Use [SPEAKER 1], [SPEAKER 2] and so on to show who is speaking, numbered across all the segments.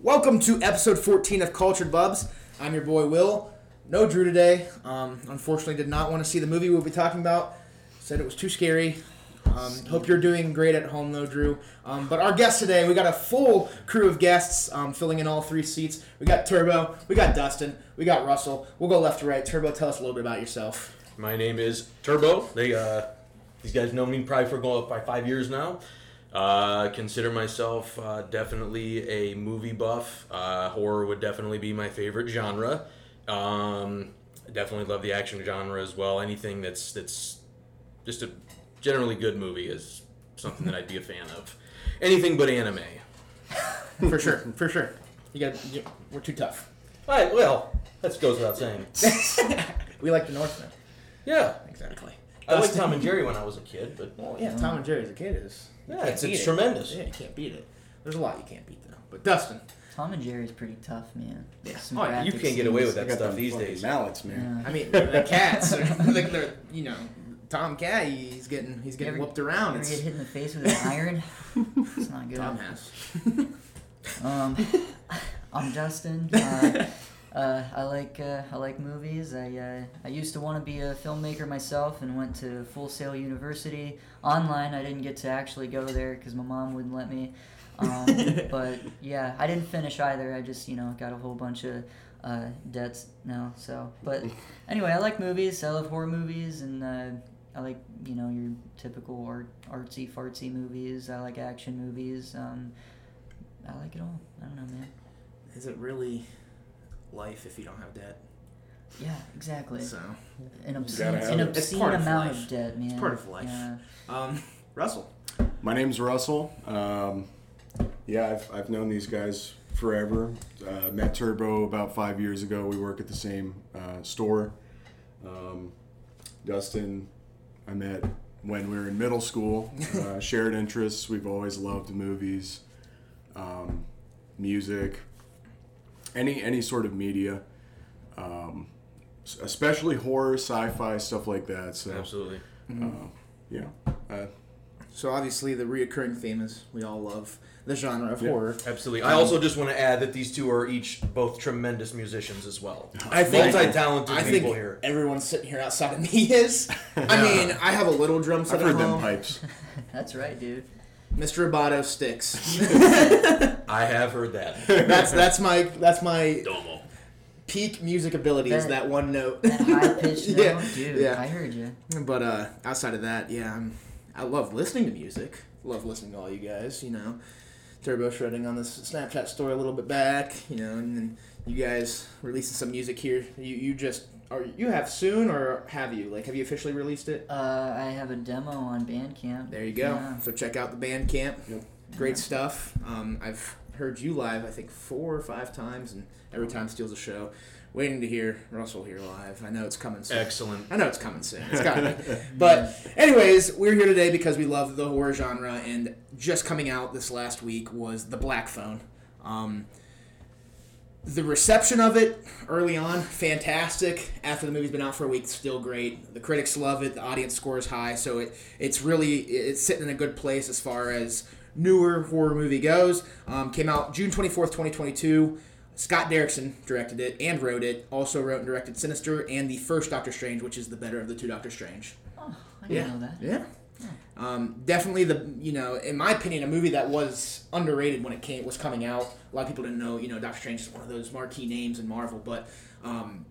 [SPEAKER 1] Welcome to episode 14 of Cultured Bubs. I'm your boy Will. No Drew today. Um, unfortunately, did not want to see the movie we'll be talking about. Said it was too scary. Um, hope you're doing great at home, though, Drew. Um, but our guest today, we got a full crew of guests um, filling in all three seats. We got Turbo, we got Dustin, we got Russell. We'll go left to right. Turbo, tell us a little bit about yourself.
[SPEAKER 2] My name is Turbo. They uh, these guys know me probably for going up by five years now. Uh, consider myself uh, definitely a movie buff. Uh, horror would definitely be my favorite genre. Um, I definitely love the action genre as well. Anything that's that's just a generally good movie is something that I'd be a fan of. Anything but anime.
[SPEAKER 1] For sure, for sure. You got, you, we're too tough.
[SPEAKER 2] All right, well, that goes without saying.
[SPEAKER 1] We like the Northmen.
[SPEAKER 2] Yeah,
[SPEAKER 1] Exactly.
[SPEAKER 2] I liked Tom and Jerry when I was a kid, but
[SPEAKER 1] Well, yeah, Tom and Jerry as a kid is. you
[SPEAKER 2] Yeah,
[SPEAKER 1] can't
[SPEAKER 2] it's-
[SPEAKER 1] beat
[SPEAKER 2] it's
[SPEAKER 1] it.
[SPEAKER 2] tremendous.
[SPEAKER 1] Yeah, you can't beat it. There's a lot you can't beat though. But Dustin,
[SPEAKER 3] Tom and Jerry's pretty tough, man.
[SPEAKER 1] Yeah.
[SPEAKER 3] Some
[SPEAKER 1] Oh, yeah,
[SPEAKER 2] you
[SPEAKER 3] graphic
[SPEAKER 2] can't get away with
[SPEAKER 3] scenes.
[SPEAKER 2] that stuff these
[SPEAKER 4] fucking
[SPEAKER 2] days.
[SPEAKER 4] Mallets, man.
[SPEAKER 1] I mean, the cats, are, like they're, you know, Tom Cat, he's getting he's
[SPEAKER 3] You
[SPEAKER 1] getting
[SPEAKER 3] ever-
[SPEAKER 1] whooped around.
[SPEAKER 3] Ever get
[SPEAKER 1] It's,
[SPEAKER 3] hit in the face with an iron? It's not good.
[SPEAKER 1] Tom has.
[SPEAKER 3] Um, I'm Justin. Uh, uh, I like uh, I like movies. I uh, I used to want to be a filmmaker myself, and went to Full Sail University online. I didn't get to actually go there because my mom wouldn't let me. Um, but yeah, I didn't finish either. I just you know got a whole bunch of uh, debts now. So, but anyway, I like movies. I love horror movies, and uh, I like you know your typical art, artsy fartsy movies. I like action movies. Um, I like it all. I don't know, man.
[SPEAKER 1] Is it really life if you don't have debt?
[SPEAKER 3] Yeah, exactly.
[SPEAKER 1] So,
[SPEAKER 3] An obscene,
[SPEAKER 4] gotta have
[SPEAKER 3] an
[SPEAKER 4] it.
[SPEAKER 1] It's
[SPEAKER 3] obscene
[SPEAKER 1] part of
[SPEAKER 3] amount
[SPEAKER 1] life.
[SPEAKER 3] of debt, man.
[SPEAKER 1] part of life.
[SPEAKER 3] Yeah.
[SPEAKER 1] um, Russell,
[SPEAKER 4] My name's Russell. Um, yeah, I've, I've known these guys forever. Uh, met Turbo about five years ago. We work at the same uh, store. Um, Dustin, I met when we were in middle school. Uh, shared interests. We've always loved movies, um, music, any any sort of media, um, s- especially horror, sci-fi stuff like that. So
[SPEAKER 2] Absolutely.
[SPEAKER 4] uh, yeah. Uh,
[SPEAKER 1] so obviously the reoccurring theme is we all love the genre of
[SPEAKER 4] Yeah.
[SPEAKER 1] horror.
[SPEAKER 2] Absolutely. Um, I also just want to add that these two are each both tremendous musicians as well.
[SPEAKER 1] I think-
[SPEAKER 2] Multi-talented
[SPEAKER 1] I think
[SPEAKER 2] people here.
[SPEAKER 1] everyone sitting here outside of me is. I mean, I have a little drum set
[SPEAKER 4] I've
[SPEAKER 1] at
[SPEAKER 4] heard them
[SPEAKER 1] home.
[SPEAKER 4] pipes.
[SPEAKER 3] That's right, dude.
[SPEAKER 1] Mr. Roboto sticks.
[SPEAKER 2] I have heard that.
[SPEAKER 1] that's that's my that's my
[SPEAKER 2] Domo.
[SPEAKER 1] peak music ability is
[SPEAKER 3] That-
[SPEAKER 1] that one note.
[SPEAKER 3] That high pitched note,
[SPEAKER 1] Yeah,
[SPEAKER 3] dude.
[SPEAKER 1] yeah.
[SPEAKER 3] I heard you.
[SPEAKER 1] But uh, outside of that, yeah, I'm, I love listening to music. Love listening to all you guys. You know, turbo shredding on this Snapchat story a little bit back. You know, and then you guys releasing some music here. You you just are you have soon or have you like have you officially released it?
[SPEAKER 3] Uh, I have a demo on Bandcamp.
[SPEAKER 1] There you go.
[SPEAKER 3] Yeah.
[SPEAKER 1] So check out the band camp.
[SPEAKER 4] Yep.
[SPEAKER 1] Great stuff. Um, I've heard you live, I think, four or five times, and every time steals a show. Waiting to hear Russell here live. I know it's coming soon.
[SPEAKER 2] Excellent.
[SPEAKER 1] I know it's coming soon. It's gotta be. But anyways, we're here today because we love the horror genre, and just coming out this last week was The Black Phone. Um, the reception of it early on, fantastic. After the movie's been out for a week, still great. The critics love it. The audience score is high, so it it's really it's sitting in a good place as far as newer horror movie goes. Um, came out June twenty fourth, twenty twenty two. Scott Derrickson directed it and wrote it. Also wrote and directed Sinister and the first Doctor Strange, which is the better of the two Doctor Strange.
[SPEAKER 3] Oh, I didn't know that.
[SPEAKER 1] Yeah. Um, definitely the you know in my opinion a movie that was underrated when it came was coming out. A lot of people didn't know you know Doctor Strange is one of those marquee names in Marvel, but um,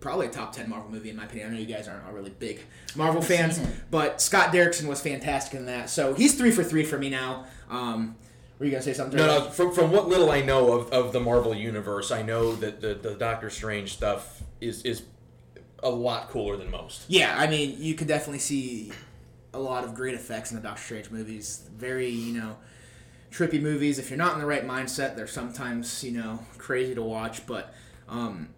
[SPEAKER 1] probably a top ten Marvel movie in my opinion. I know you guys aren't all really big Marvel fans,
[SPEAKER 3] seen it.
[SPEAKER 1] but Scott Derrickson was fantastic in that. So he's three for three for me now. Um, were you gonna say something?
[SPEAKER 2] No, no, from, from what little I know of, of the Marvel Universe, I know that the, the Doctor Strange stuff is, is a lot cooler than most.
[SPEAKER 1] Yeah, I mean, you could definitely see a lot of great effects in the Doctor Strange movies. Very, you know, trippy movies. If you're not in the right mindset, they're sometimes, you know, crazy to watch. But um,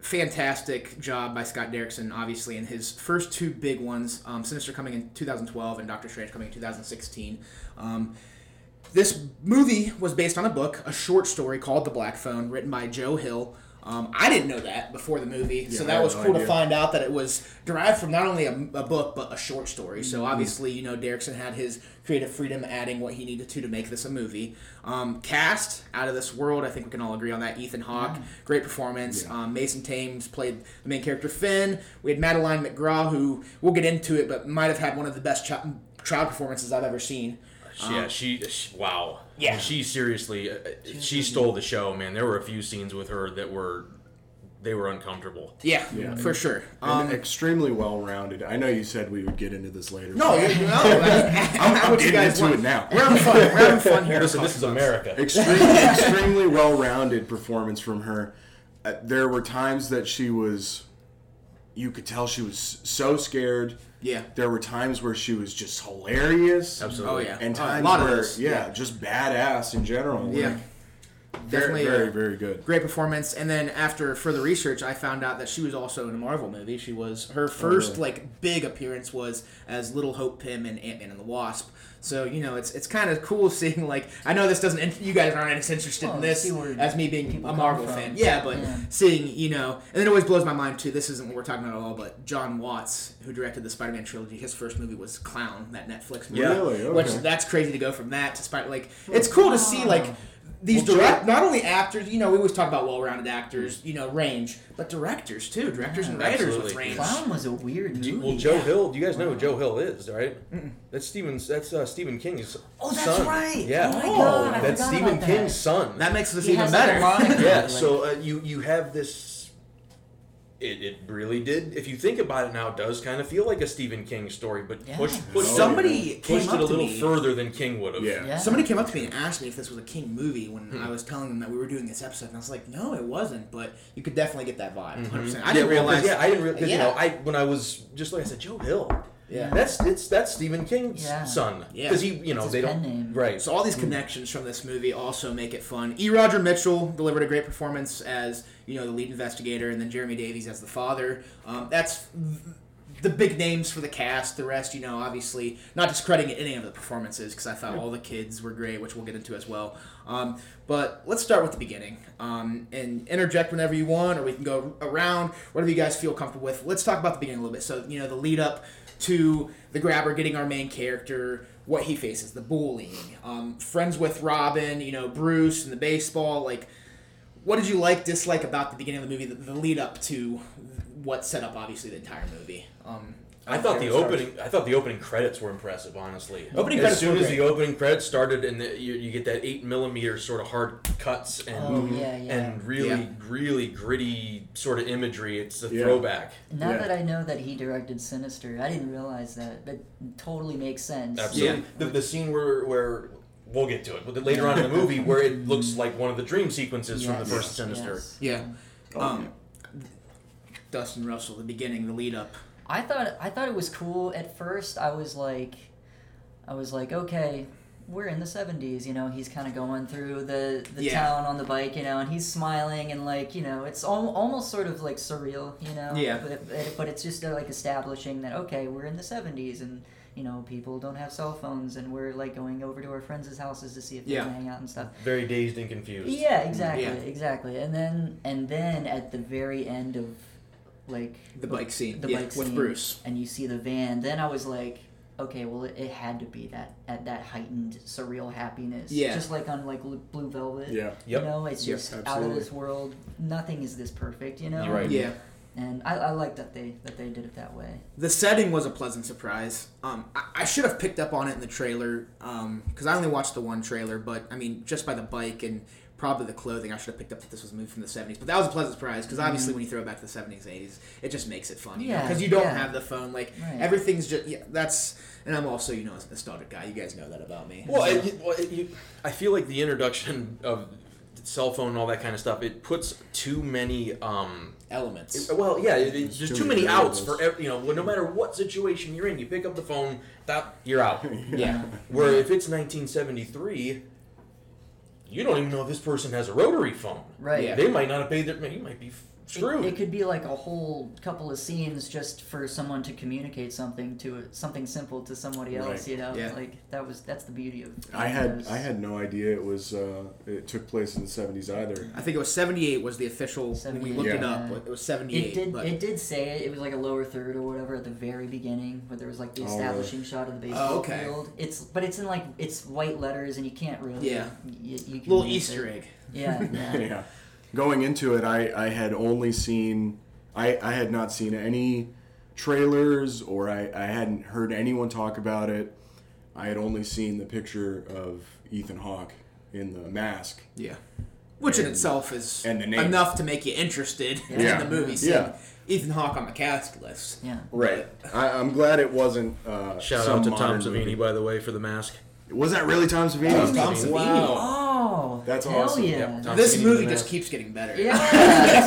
[SPEAKER 1] fantastic job by Scott Derrickson, obviously, in his first two big ones um, Sinister coming in 2012 and Doctor Strange coming in 2016. Um, this movie was based on a book, a short story called The Black Phone, written by Joe Hill. Um, I didn't know that before the movie, so
[SPEAKER 4] Yeah, I
[SPEAKER 1] that
[SPEAKER 4] had
[SPEAKER 1] was
[SPEAKER 4] no
[SPEAKER 1] cool to
[SPEAKER 4] idea.
[SPEAKER 1] find out that it was derived from not only a, a book but a short story. So
[SPEAKER 4] Mm-hmm.
[SPEAKER 1] obviously, you know, Derrickson had his creative freedom, adding what he needed to to make this a movie. Um, cast out of this world, I think we can all agree on that. Ethan Hawke,
[SPEAKER 4] Mm-hmm.
[SPEAKER 1] great performance. Um, Mason Thames played the main character Finn. We had Madeline McGraw, who we'll get into it, but might have had one of the best ch- child performances I've ever seen.
[SPEAKER 2] yeah, she, she wow.
[SPEAKER 1] Yeah.
[SPEAKER 2] she seriously, uh, she stole the show, man. There were a few scenes with her that were, they were uncomfortable.
[SPEAKER 1] Yeah, for sure. Um,
[SPEAKER 4] And extremely well rounded. I know you said we would get into this later.
[SPEAKER 1] no, you- no, I'm,
[SPEAKER 4] I'm getting into it now.
[SPEAKER 1] We're having fun. We're having fun here.
[SPEAKER 2] Listen, this is America.
[SPEAKER 4] extremely, extremely well-rounded performance from her. Uh, there were times that she was, you could tell she was so scared.
[SPEAKER 1] Yeah.
[SPEAKER 4] There were times where she was just hilarious.
[SPEAKER 1] Oh
[SPEAKER 2] Absolutely.
[SPEAKER 1] yeah,
[SPEAKER 4] And
[SPEAKER 1] Uh,
[SPEAKER 4] times
[SPEAKER 1] a lot
[SPEAKER 4] where,
[SPEAKER 1] of those.
[SPEAKER 4] yeah, just badass in general. Like,
[SPEAKER 1] yeah,
[SPEAKER 4] very,
[SPEAKER 1] definitely.
[SPEAKER 4] very,
[SPEAKER 1] uh,
[SPEAKER 4] very good.
[SPEAKER 1] Great performance, and then after further research, I found out that she was also in a Marvel movie. She was
[SPEAKER 3] Oh,
[SPEAKER 1] her first like big appearance was as Little Hope Pym in Ant Man and the Wasp. So you know, it's it's kind of cool seeing like I know this doesn't in- you guys aren't as interested
[SPEAKER 3] Well,
[SPEAKER 1] in this
[SPEAKER 3] see where
[SPEAKER 1] as me being
[SPEAKER 3] people
[SPEAKER 1] a
[SPEAKER 3] come
[SPEAKER 1] Marvel
[SPEAKER 3] from.
[SPEAKER 1] fan. Yeah, but
[SPEAKER 3] Yeah.
[SPEAKER 1] seeing you know, and it always blows my mind too. This isn't what we're talking about at all, but John Watts, who directed the Spider Man trilogy, his first movie was Clown, that Netflix movie.
[SPEAKER 2] Yeah.
[SPEAKER 4] Really?
[SPEAKER 1] Which
[SPEAKER 4] Okay.
[SPEAKER 1] that's crazy to go from that to Spider. Like it's cool to see like these
[SPEAKER 4] Well,
[SPEAKER 1] direct, not only actors. You know, we always talk about well-rounded actors. You know, range, but directors too. Directors and writers with
[SPEAKER 2] Absolutely.
[SPEAKER 1] range.
[SPEAKER 3] Clown was a weird movie.
[SPEAKER 2] Do you- well, Joe Hill. Do you guys know who Joe Hill is, right? That's Stephen's. That's uh, Stephen King's.
[SPEAKER 3] Oh, that's
[SPEAKER 2] son.
[SPEAKER 3] right.
[SPEAKER 2] Yeah.
[SPEAKER 3] Oh my God, I
[SPEAKER 2] that's
[SPEAKER 3] forgot
[SPEAKER 2] Stephen
[SPEAKER 3] about that.
[SPEAKER 2] King's son.
[SPEAKER 1] That makes this
[SPEAKER 3] He
[SPEAKER 1] even
[SPEAKER 3] has, like, a
[SPEAKER 1] better.
[SPEAKER 3] lot of-
[SPEAKER 2] yeah.
[SPEAKER 3] Like-
[SPEAKER 2] so uh, you you have this. It, it really did. If you think about it now, it does kind of feel like a Stephen King story, but
[SPEAKER 3] Yeah.
[SPEAKER 2] pushed pushed it-
[SPEAKER 1] Somebody came
[SPEAKER 2] pushed
[SPEAKER 1] up
[SPEAKER 2] it a
[SPEAKER 1] to
[SPEAKER 2] little
[SPEAKER 1] me.
[SPEAKER 2] further than King would have.
[SPEAKER 4] Yeah.
[SPEAKER 3] Yeah.
[SPEAKER 1] Somebody came up to me and asked me if this was a King movie when I was telling them that we were doing this episode, and I was like, "No, it wasn't." But you could definitely get that vibe. 100%. I
[SPEAKER 2] yeah,
[SPEAKER 1] didn't
[SPEAKER 2] well, 'cause,
[SPEAKER 1] realize.
[SPEAKER 2] Yeah, I didn't realize. You
[SPEAKER 1] Yeah.
[SPEAKER 2] know, I when I was just like I said, Joe Hill.
[SPEAKER 1] Yeah.
[SPEAKER 2] That's it's that's Stephen King's
[SPEAKER 3] Yeah.
[SPEAKER 2] son.
[SPEAKER 1] Yeah.
[SPEAKER 2] Because he, you know,
[SPEAKER 3] his
[SPEAKER 2] they don't
[SPEAKER 3] pen name.
[SPEAKER 2] right.
[SPEAKER 1] So all these connections from this movie also make it fun. E. Roger Mitchell delivered a great performance as you know the lead investigator, and then Jeremy Davies as the father. Um, that's the big names for the cast. The rest, you know, obviously not discrediting any of the performances because I thought all the kids were great, which we'll get into as well. Um, but let's start with the beginning um, and interject whenever you want, or we can go around whatever you guys feel comfortable with. Let's talk about the beginning a little bit. So you know the lead up to the grabber getting our main character what he faces the bullying um, friends with robin you know bruce and the baseball like what did you like dislike about the beginning of the movie the, the lead up to what set up obviously the entire movie um,
[SPEAKER 2] I
[SPEAKER 1] don't
[SPEAKER 2] thought
[SPEAKER 1] care
[SPEAKER 2] the
[SPEAKER 1] who starts.
[SPEAKER 2] opening. I thought the opening credits were impressive, honestly.
[SPEAKER 1] Opening
[SPEAKER 2] as
[SPEAKER 1] credits
[SPEAKER 2] soon
[SPEAKER 1] were
[SPEAKER 2] as
[SPEAKER 1] great.
[SPEAKER 2] the opening credits started, and the, you, you get that eight millimeter sort of hard cuts and
[SPEAKER 3] Oh, yeah, yeah.
[SPEAKER 2] and really
[SPEAKER 1] Yeah.
[SPEAKER 2] really gritty sort of imagery. It's a
[SPEAKER 4] Yeah.
[SPEAKER 2] throwback.
[SPEAKER 3] Now
[SPEAKER 4] Yeah.
[SPEAKER 3] that I know that he directed Sinister, I didn't realize that. That totally makes sense.
[SPEAKER 2] Absolutely. The, the scene where where we'll get to it, but the- later on in the movie where it looks like one of the dream sequences from the
[SPEAKER 3] Yes,
[SPEAKER 2] first Sinister.
[SPEAKER 3] yes.
[SPEAKER 1] yeah um, dustin russell the beginning the lead up
[SPEAKER 3] I thought I thought it was cool at first. I was like, I was like, okay, we're in the '70s. You know, he's kind of going through the the
[SPEAKER 1] Yeah.
[SPEAKER 3] town on the bike. You know, and he's smiling and like, you know, it's al- almost sort of like surreal. You know,
[SPEAKER 1] Yeah.
[SPEAKER 3] But, but- but it's just uh, like establishing that okay, we're in the '70s and. You know, people don't have cell phones, and we're like going over to our friends' houses to see if they
[SPEAKER 1] Yeah.
[SPEAKER 3] can hang out and stuff.
[SPEAKER 2] Very dazed and confused.
[SPEAKER 3] Yeah, exactly,
[SPEAKER 1] Yeah.
[SPEAKER 3] exactly. And then and then at the very end of like
[SPEAKER 1] the bike scene
[SPEAKER 3] the
[SPEAKER 1] yeah,
[SPEAKER 3] bike
[SPEAKER 1] with
[SPEAKER 3] scene,
[SPEAKER 1] bruce
[SPEAKER 3] and you see the van, then I was like, okay, well it, it had to be that at that heightened surreal happiness.
[SPEAKER 1] Yeah.
[SPEAKER 3] Just like on like Lu- Blue Velvet.
[SPEAKER 4] Yeah.
[SPEAKER 2] Yep.
[SPEAKER 3] You know, it's
[SPEAKER 1] Yep,
[SPEAKER 3] just out of
[SPEAKER 4] absolutely.
[SPEAKER 3] this world. Nothing is this perfect, you know.
[SPEAKER 2] You're right.
[SPEAKER 1] yeah
[SPEAKER 3] And I, I like that they that they did it that way.
[SPEAKER 1] the setting was a pleasant surprise. Um, I, I should have picked up on it in the trailer because I only watched the one trailer. But I mean, just by the bike and probably the clothing, I should have picked up that this was moved from the '70s. But that was a pleasant surprise because obviously, when you throw it back to the '70s, '80s, it just makes it fun. Yeah,
[SPEAKER 3] Mm-hmm. Yeah,
[SPEAKER 1] because you don't
[SPEAKER 3] yeah.
[SPEAKER 1] have the phone. Like
[SPEAKER 3] Right.
[SPEAKER 1] everything's just yeah. That's and I'm also you know a nostalgic guy. You guys know that about me.
[SPEAKER 2] Well, it, it- well it, you, I feel like the introduction of cell phone and all that kind of stuff it puts too many um
[SPEAKER 1] Elements.
[SPEAKER 2] well yeah it, it- there's
[SPEAKER 4] too
[SPEAKER 2] too
[SPEAKER 4] many
[SPEAKER 2] many outs
[SPEAKER 4] variables.
[SPEAKER 2] for ev- you know no matter what situation you're in you pick up the phone that you're out
[SPEAKER 1] yeah.
[SPEAKER 2] where if it's 1973 you don't even know if this person has a rotary phone
[SPEAKER 3] Right.
[SPEAKER 1] Yeah.
[SPEAKER 2] they might not have paid their man, you might be f- screwed.
[SPEAKER 3] It, it could be like a whole couple of scenes just for someone to communicate something to something simple to somebody else.
[SPEAKER 4] Right.
[SPEAKER 3] You know,
[SPEAKER 1] Yeah.
[SPEAKER 3] like that was that's the beauty of.
[SPEAKER 4] I had
[SPEAKER 3] those.
[SPEAKER 4] I had no idea it was uh, it took place in the seventies either.
[SPEAKER 1] I think it was 78 was the official when we
[SPEAKER 3] 78,
[SPEAKER 1] looked it
[SPEAKER 4] yeah.
[SPEAKER 1] up. but It was 78.
[SPEAKER 3] It did.
[SPEAKER 1] but
[SPEAKER 3] It did say it. It was like a lower third or whatever at the very beginning, where there was like the
[SPEAKER 4] Oh, really?
[SPEAKER 3] establishing shot of the baseball
[SPEAKER 1] Oh, okay.
[SPEAKER 3] field. It's but it's in like it's white letters, and you can't really.
[SPEAKER 1] Yeah.
[SPEAKER 3] You, you can
[SPEAKER 1] little
[SPEAKER 3] miss
[SPEAKER 1] Easter
[SPEAKER 3] it.
[SPEAKER 1] egg.
[SPEAKER 3] Yeah. yeah.
[SPEAKER 4] yeah. Going into it, I, I had only seen, I, I had not seen any trailers or I, I hadn't heard anyone talk about it. I had only seen the picture of Ethan Hawke in the mask.
[SPEAKER 1] Yeah. Which in
[SPEAKER 4] And-
[SPEAKER 1] itself is
[SPEAKER 4] and the name.
[SPEAKER 1] enough to make you interested
[SPEAKER 4] Yeah.
[SPEAKER 1] in the movie. Seeing
[SPEAKER 4] Yeah.
[SPEAKER 1] Ethan Hawke on the cast list.
[SPEAKER 3] yeah.
[SPEAKER 4] Right. I, I'm glad it wasn't. Uh,
[SPEAKER 2] Shout
[SPEAKER 4] some
[SPEAKER 2] out to Tom
[SPEAKER 4] modern
[SPEAKER 2] Savini,
[SPEAKER 4] movie.
[SPEAKER 2] by the way, for the mask.
[SPEAKER 4] Was that really Tom Savini?
[SPEAKER 1] Tom Savini.
[SPEAKER 4] Wow.
[SPEAKER 3] Oh.
[SPEAKER 4] That's
[SPEAKER 3] hell
[SPEAKER 4] awesome.
[SPEAKER 3] Yeah.
[SPEAKER 2] Yep, Tom Savini
[SPEAKER 1] This
[SPEAKER 2] in
[SPEAKER 1] movie
[SPEAKER 2] the
[SPEAKER 1] just
[SPEAKER 2] mask.
[SPEAKER 1] keeps getting better.
[SPEAKER 3] Yeah,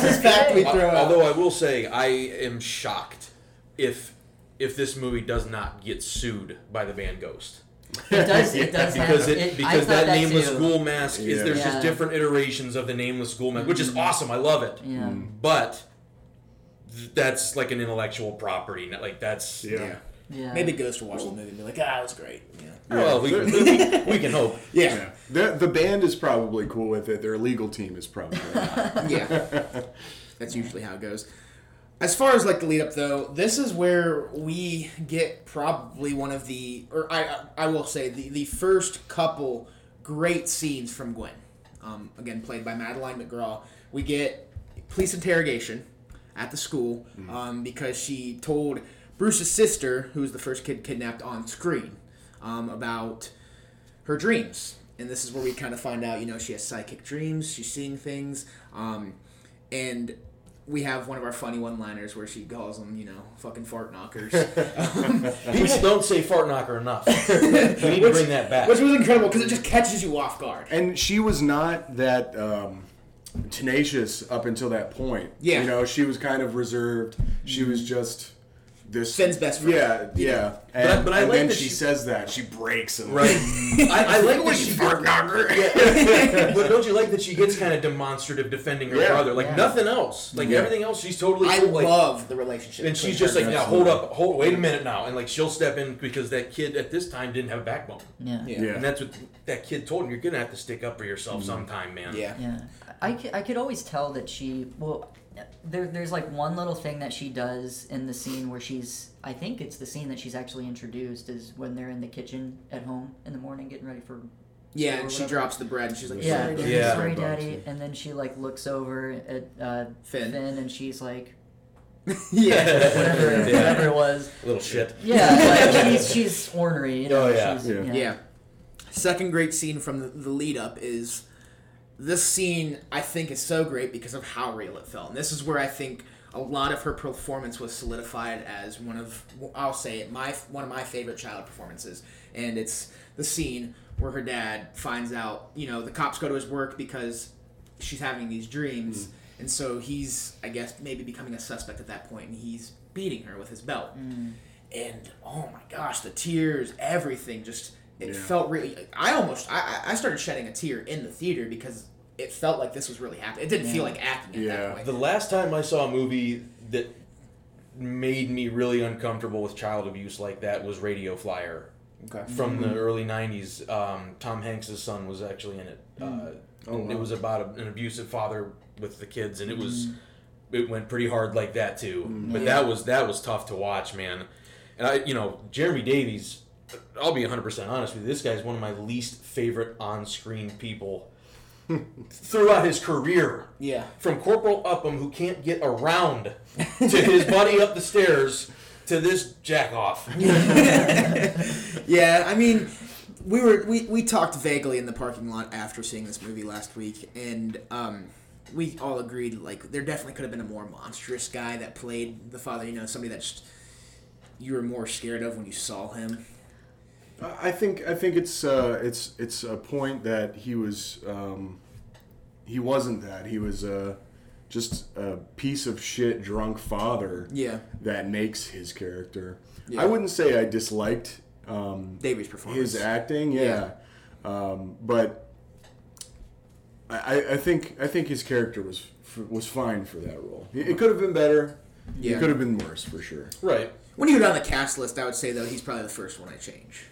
[SPEAKER 3] this is
[SPEAKER 1] In fact,
[SPEAKER 3] good.
[SPEAKER 1] we throw out.
[SPEAKER 2] Although I will say, I am shocked if if this movie does not get sued by the band Ghost.
[SPEAKER 3] It does. It does
[SPEAKER 2] because
[SPEAKER 3] happen.
[SPEAKER 2] it,
[SPEAKER 3] I
[SPEAKER 2] because
[SPEAKER 3] thought
[SPEAKER 2] that,
[SPEAKER 3] that
[SPEAKER 2] nameless
[SPEAKER 3] too.
[SPEAKER 2] ghoul mask is
[SPEAKER 4] Yeah.
[SPEAKER 2] there's
[SPEAKER 3] Yeah.
[SPEAKER 2] just different iterations of the nameless ghoul mask, which is awesome. I love it.
[SPEAKER 3] Yeah.
[SPEAKER 4] Mm.
[SPEAKER 2] But th- that's like an intellectual property. not- Like that's
[SPEAKER 4] Yeah.
[SPEAKER 1] Yeah.
[SPEAKER 3] Yeah.
[SPEAKER 1] Maybe Ghost will watch the movie and be like, ah, that was great. Yeah.
[SPEAKER 2] Well, we, we, we can hope.
[SPEAKER 1] Yeah.
[SPEAKER 4] The, the band is probably cool with it. Their legal team is probably.
[SPEAKER 1] yeah. That's usually how it goes. As far as like the lead up though, this is where we get probably one of the or I I- I will say the the first couple great scenes from Gwen. Um, again played by Madeline McGraw. We get police interrogation at the school um, because she told Bruce's sister, who was the first kid kidnapped on screen, um, about her dreams. And this is where we kind of find out, you know, she has psychic dreams, she's seeing things. Um, and we have one of our funny one liners where she calls them, you know, fucking fart knockers.
[SPEAKER 2] People don't say fart knocker enough. We need to bring that back.
[SPEAKER 1] which was incredible because it just catches you off guard.
[SPEAKER 4] and she was not that um, tenacious up until that point.
[SPEAKER 1] Yeah.
[SPEAKER 4] you know, she was kind of reserved. She was
[SPEAKER 2] Mm-hmm.
[SPEAKER 4] just this
[SPEAKER 1] Finn's best friend.
[SPEAKER 4] Yeah,
[SPEAKER 1] You
[SPEAKER 4] yeah.
[SPEAKER 1] know.
[SPEAKER 4] And,
[SPEAKER 2] But- but I
[SPEAKER 4] and
[SPEAKER 2] like
[SPEAKER 4] then
[SPEAKER 2] that
[SPEAKER 4] she,
[SPEAKER 2] she-
[SPEAKER 4] says that she breaks and
[SPEAKER 2] Right. I, I like
[SPEAKER 4] What
[SPEAKER 2] that
[SPEAKER 4] you
[SPEAKER 2] she
[SPEAKER 4] fart knocker?
[SPEAKER 2] but don't you like that she gets kind of demonstrative defending her
[SPEAKER 4] Yeah.
[SPEAKER 2] brother? Like
[SPEAKER 3] Yeah.
[SPEAKER 2] nothing else. Like
[SPEAKER 4] Yeah.
[SPEAKER 2] everything else, she's totally
[SPEAKER 1] I
[SPEAKER 2] cool, like,
[SPEAKER 1] love the relationship.
[SPEAKER 2] And she's
[SPEAKER 1] between
[SPEAKER 2] just
[SPEAKER 1] her
[SPEAKER 2] like, now
[SPEAKER 4] Absolutely.
[SPEAKER 2] hold up, hold, wait a minute now, and like she'll step in because that kid at this time didn't have a backbone,
[SPEAKER 3] Yeah.
[SPEAKER 1] and-
[SPEAKER 3] Yeah.
[SPEAKER 1] Yeah. Mm-hmm.
[SPEAKER 2] and that's what that kid told him. You're gonna have to stick up for yourself sometime, man.
[SPEAKER 1] Yeah.
[SPEAKER 3] I, could, I could always tell that she well there, there's like one little thing that she does in the scene where she's I think it's the scene that she's actually introduced is when they're in the kitchen at home in the morning getting ready for
[SPEAKER 1] Yeah, and she drops the bread and she's like,
[SPEAKER 3] yeah
[SPEAKER 1] sorry, Dad."
[SPEAKER 2] Yeah.
[SPEAKER 3] sorry
[SPEAKER 4] Sorry, Daddy.
[SPEAKER 3] daddy and then she like looks over at uh,
[SPEAKER 1] Finn.
[SPEAKER 3] and she's like
[SPEAKER 1] yeah.
[SPEAKER 3] whatever
[SPEAKER 2] Yeah.
[SPEAKER 3] whatever it was
[SPEAKER 2] Little shit.
[SPEAKER 3] yeah like, she's she's ornery you know
[SPEAKER 2] Oh, yeah.
[SPEAKER 3] she's,
[SPEAKER 4] Yeah.
[SPEAKER 1] Yeah. Second great scene from the, the lead up is this scene I think is so great because of how real it felt. And this is where I think a lot of her performance was solidified as one of I'll say it my one of my favorite child performances. And it's the scene where her dad finds out, you know, the cops go to his work because she's having these dreams.
[SPEAKER 4] Mm.
[SPEAKER 1] And so he's, I guess, maybe becoming a suspect at that point, and he's beating her with his belt.
[SPEAKER 4] Mm.
[SPEAKER 1] And oh my gosh, the tears, everything just, it
[SPEAKER 4] Yeah.
[SPEAKER 1] felt really. I almost, I, I I started shedding a tear in the theater because it felt like this was really happening. It didn't feel like acting at
[SPEAKER 4] Yeah.
[SPEAKER 1] that point.
[SPEAKER 2] The last time I saw a movie that made me really uncomfortable with child abuse like that was Radio Flyer
[SPEAKER 1] Okay.
[SPEAKER 2] from
[SPEAKER 4] Mm-hmm.
[SPEAKER 2] the early '90s. Um, Tom Hanks' son was actually in it. Uh,
[SPEAKER 4] Oh,
[SPEAKER 2] and
[SPEAKER 4] wow.
[SPEAKER 2] It was about a, an abusive father with the kids, and it
[SPEAKER 4] Mm.
[SPEAKER 2] was it went pretty hard like that too. But that was that was tough to watch, man. And I, you know, Jeremy Davies. I'll be 100 percent honest with you. This guy's one of my least favorite on-screen people throughout his career
[SPEAKER 1] Yeah.
[SPEAKER 2] from Corporal Upham, who can't get around, to his buddy up the stairs, to this jackoff.
[SPEAKER 1] Yeah, I mean, we were we, we talked vaguely in the parking lot after seeing this movie last week, and um, we all agreed like there definitely could have been a more monstrous guy that played the father. You know, somebody that just you were more scared of when you saw him.
[SPEAKER 4] I think I think it's uh, it's it's a point that he was um, he wasn't that he was uh, just a piece of shit drunk father.
[SPEAKER 1] Yeah,
[SPEAKER 4] that makes his character.
[SPEAKER 1] Yeah.
[SPEAKER 4] I wouldn't say I disliked um,
[SPEAKER 1] Davies' performance.
[SPEAKER 4] his acting, yeah, Um, but I, I think I think his character was was fine for that role. It it could have been better.
[SPEAKER 1] Yeah.
[SPEAKER 4] It could have been worse for sure.
[SPEAKER 2] Right.
[SPEAKER 1] When you go down the cast list, I would say though he's probably the first one I change.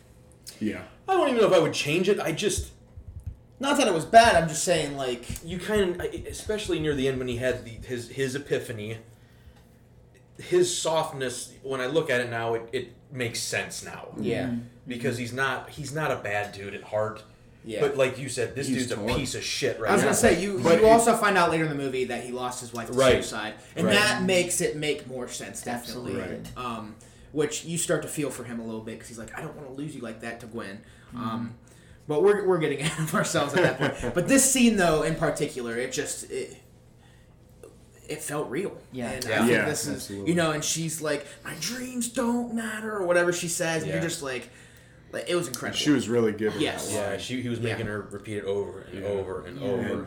[SPEAKER 4] Yeah.
[SPEAKER 2] I don't even know if I would change it. I just
[SPEAKER 1] Not that it was bad. I'm just saying like
[SPEAKER 2] you kind of, especially near the end when he had the, his his epiphany, his softness. When I look at it now, it, it makes sense now
[SPEAKER 1] yeah, Mm-hmm.
[SPEAKER 2] because he's not he's not a bad dude at heart.
[SPEAKER 1] yeah.
[SPEAKER 2] But like you said, this
[SPEAKER 4] He's
[SPEAKER 2] dude's a
[SPEAKER 4] torn.
[SPEAKER 2] piece of shit right
[SPEAKER 1] I was
[SPEAKER 2] now.
[SPEAKER 1] gonna say you.
[SPEAKER 4] But
[SPEAKER 1] you
[SPEAKER 4] it-
[SPEAKER 1] also find out later in the movie that he lost his wife to
[SPEAKER 2] Right.
[SPEAKER 1] suicide, and
[SPEAKER 2] Right.
[SPEAKER 1] that makes it make more sense. Definitely,
[SPEAKER 3] Absolutely.
[SPEAKER 4] Right.
[SPEAKER 1] um, which you start to feel for him a little bit because he's like, I don't want to lose you like that to Gwen.
[SPEAKER 3] Mm-hmm.
[SPEAKER 1] Um, but we're, we're getting ahead of ourselves at that point. but this scene though, in particular, it just it, it felt real.
[SPEAKER 3] Yeah.
[SPEAKER 1] and I
[SPEAKER 2] Yeah.
[SPEAKER 1] think
[SPEAKER 4] Yeah,
[SPEAKER 1] this is
[SPEAKER 4] absolutely.
[SPEAKER 1] you know, and she's like, my dreams don't matter or whatever she says, and
[SPEAKER 2] Yeah.
[SPEAKER 1] you're just like, like, it was incredible.
[SPEAKER 4] She was really good. in
[SPEAKER 1] Yes.
[SPEAKER 4] that
[SPEAKER 2] yeah,
[SPEAKER 4] line.
[SPEAKER 2] she he was
[SPEAKER 1] Yeah.
[SPEAKER 2] making her repeat it over and
[SPEAKER 4] Yeah.
[SPEAKER 2] over and
[SPEAKER 3] Yeah.
[SPEAKER 2] over.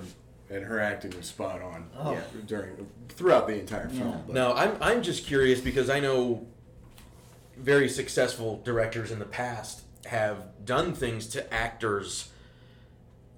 [SPEAKER 4] And her acting was spot on
[SPEAKER 3] Oh.
[SPEAKER 4] yeah, during throughout the entire film.
[SPEAKER 3] Yeah.
[SPEAKER 4] but-
[SPEAKER 2] Now I'm I'm just curious because I know very successful directors in the past have done things to actors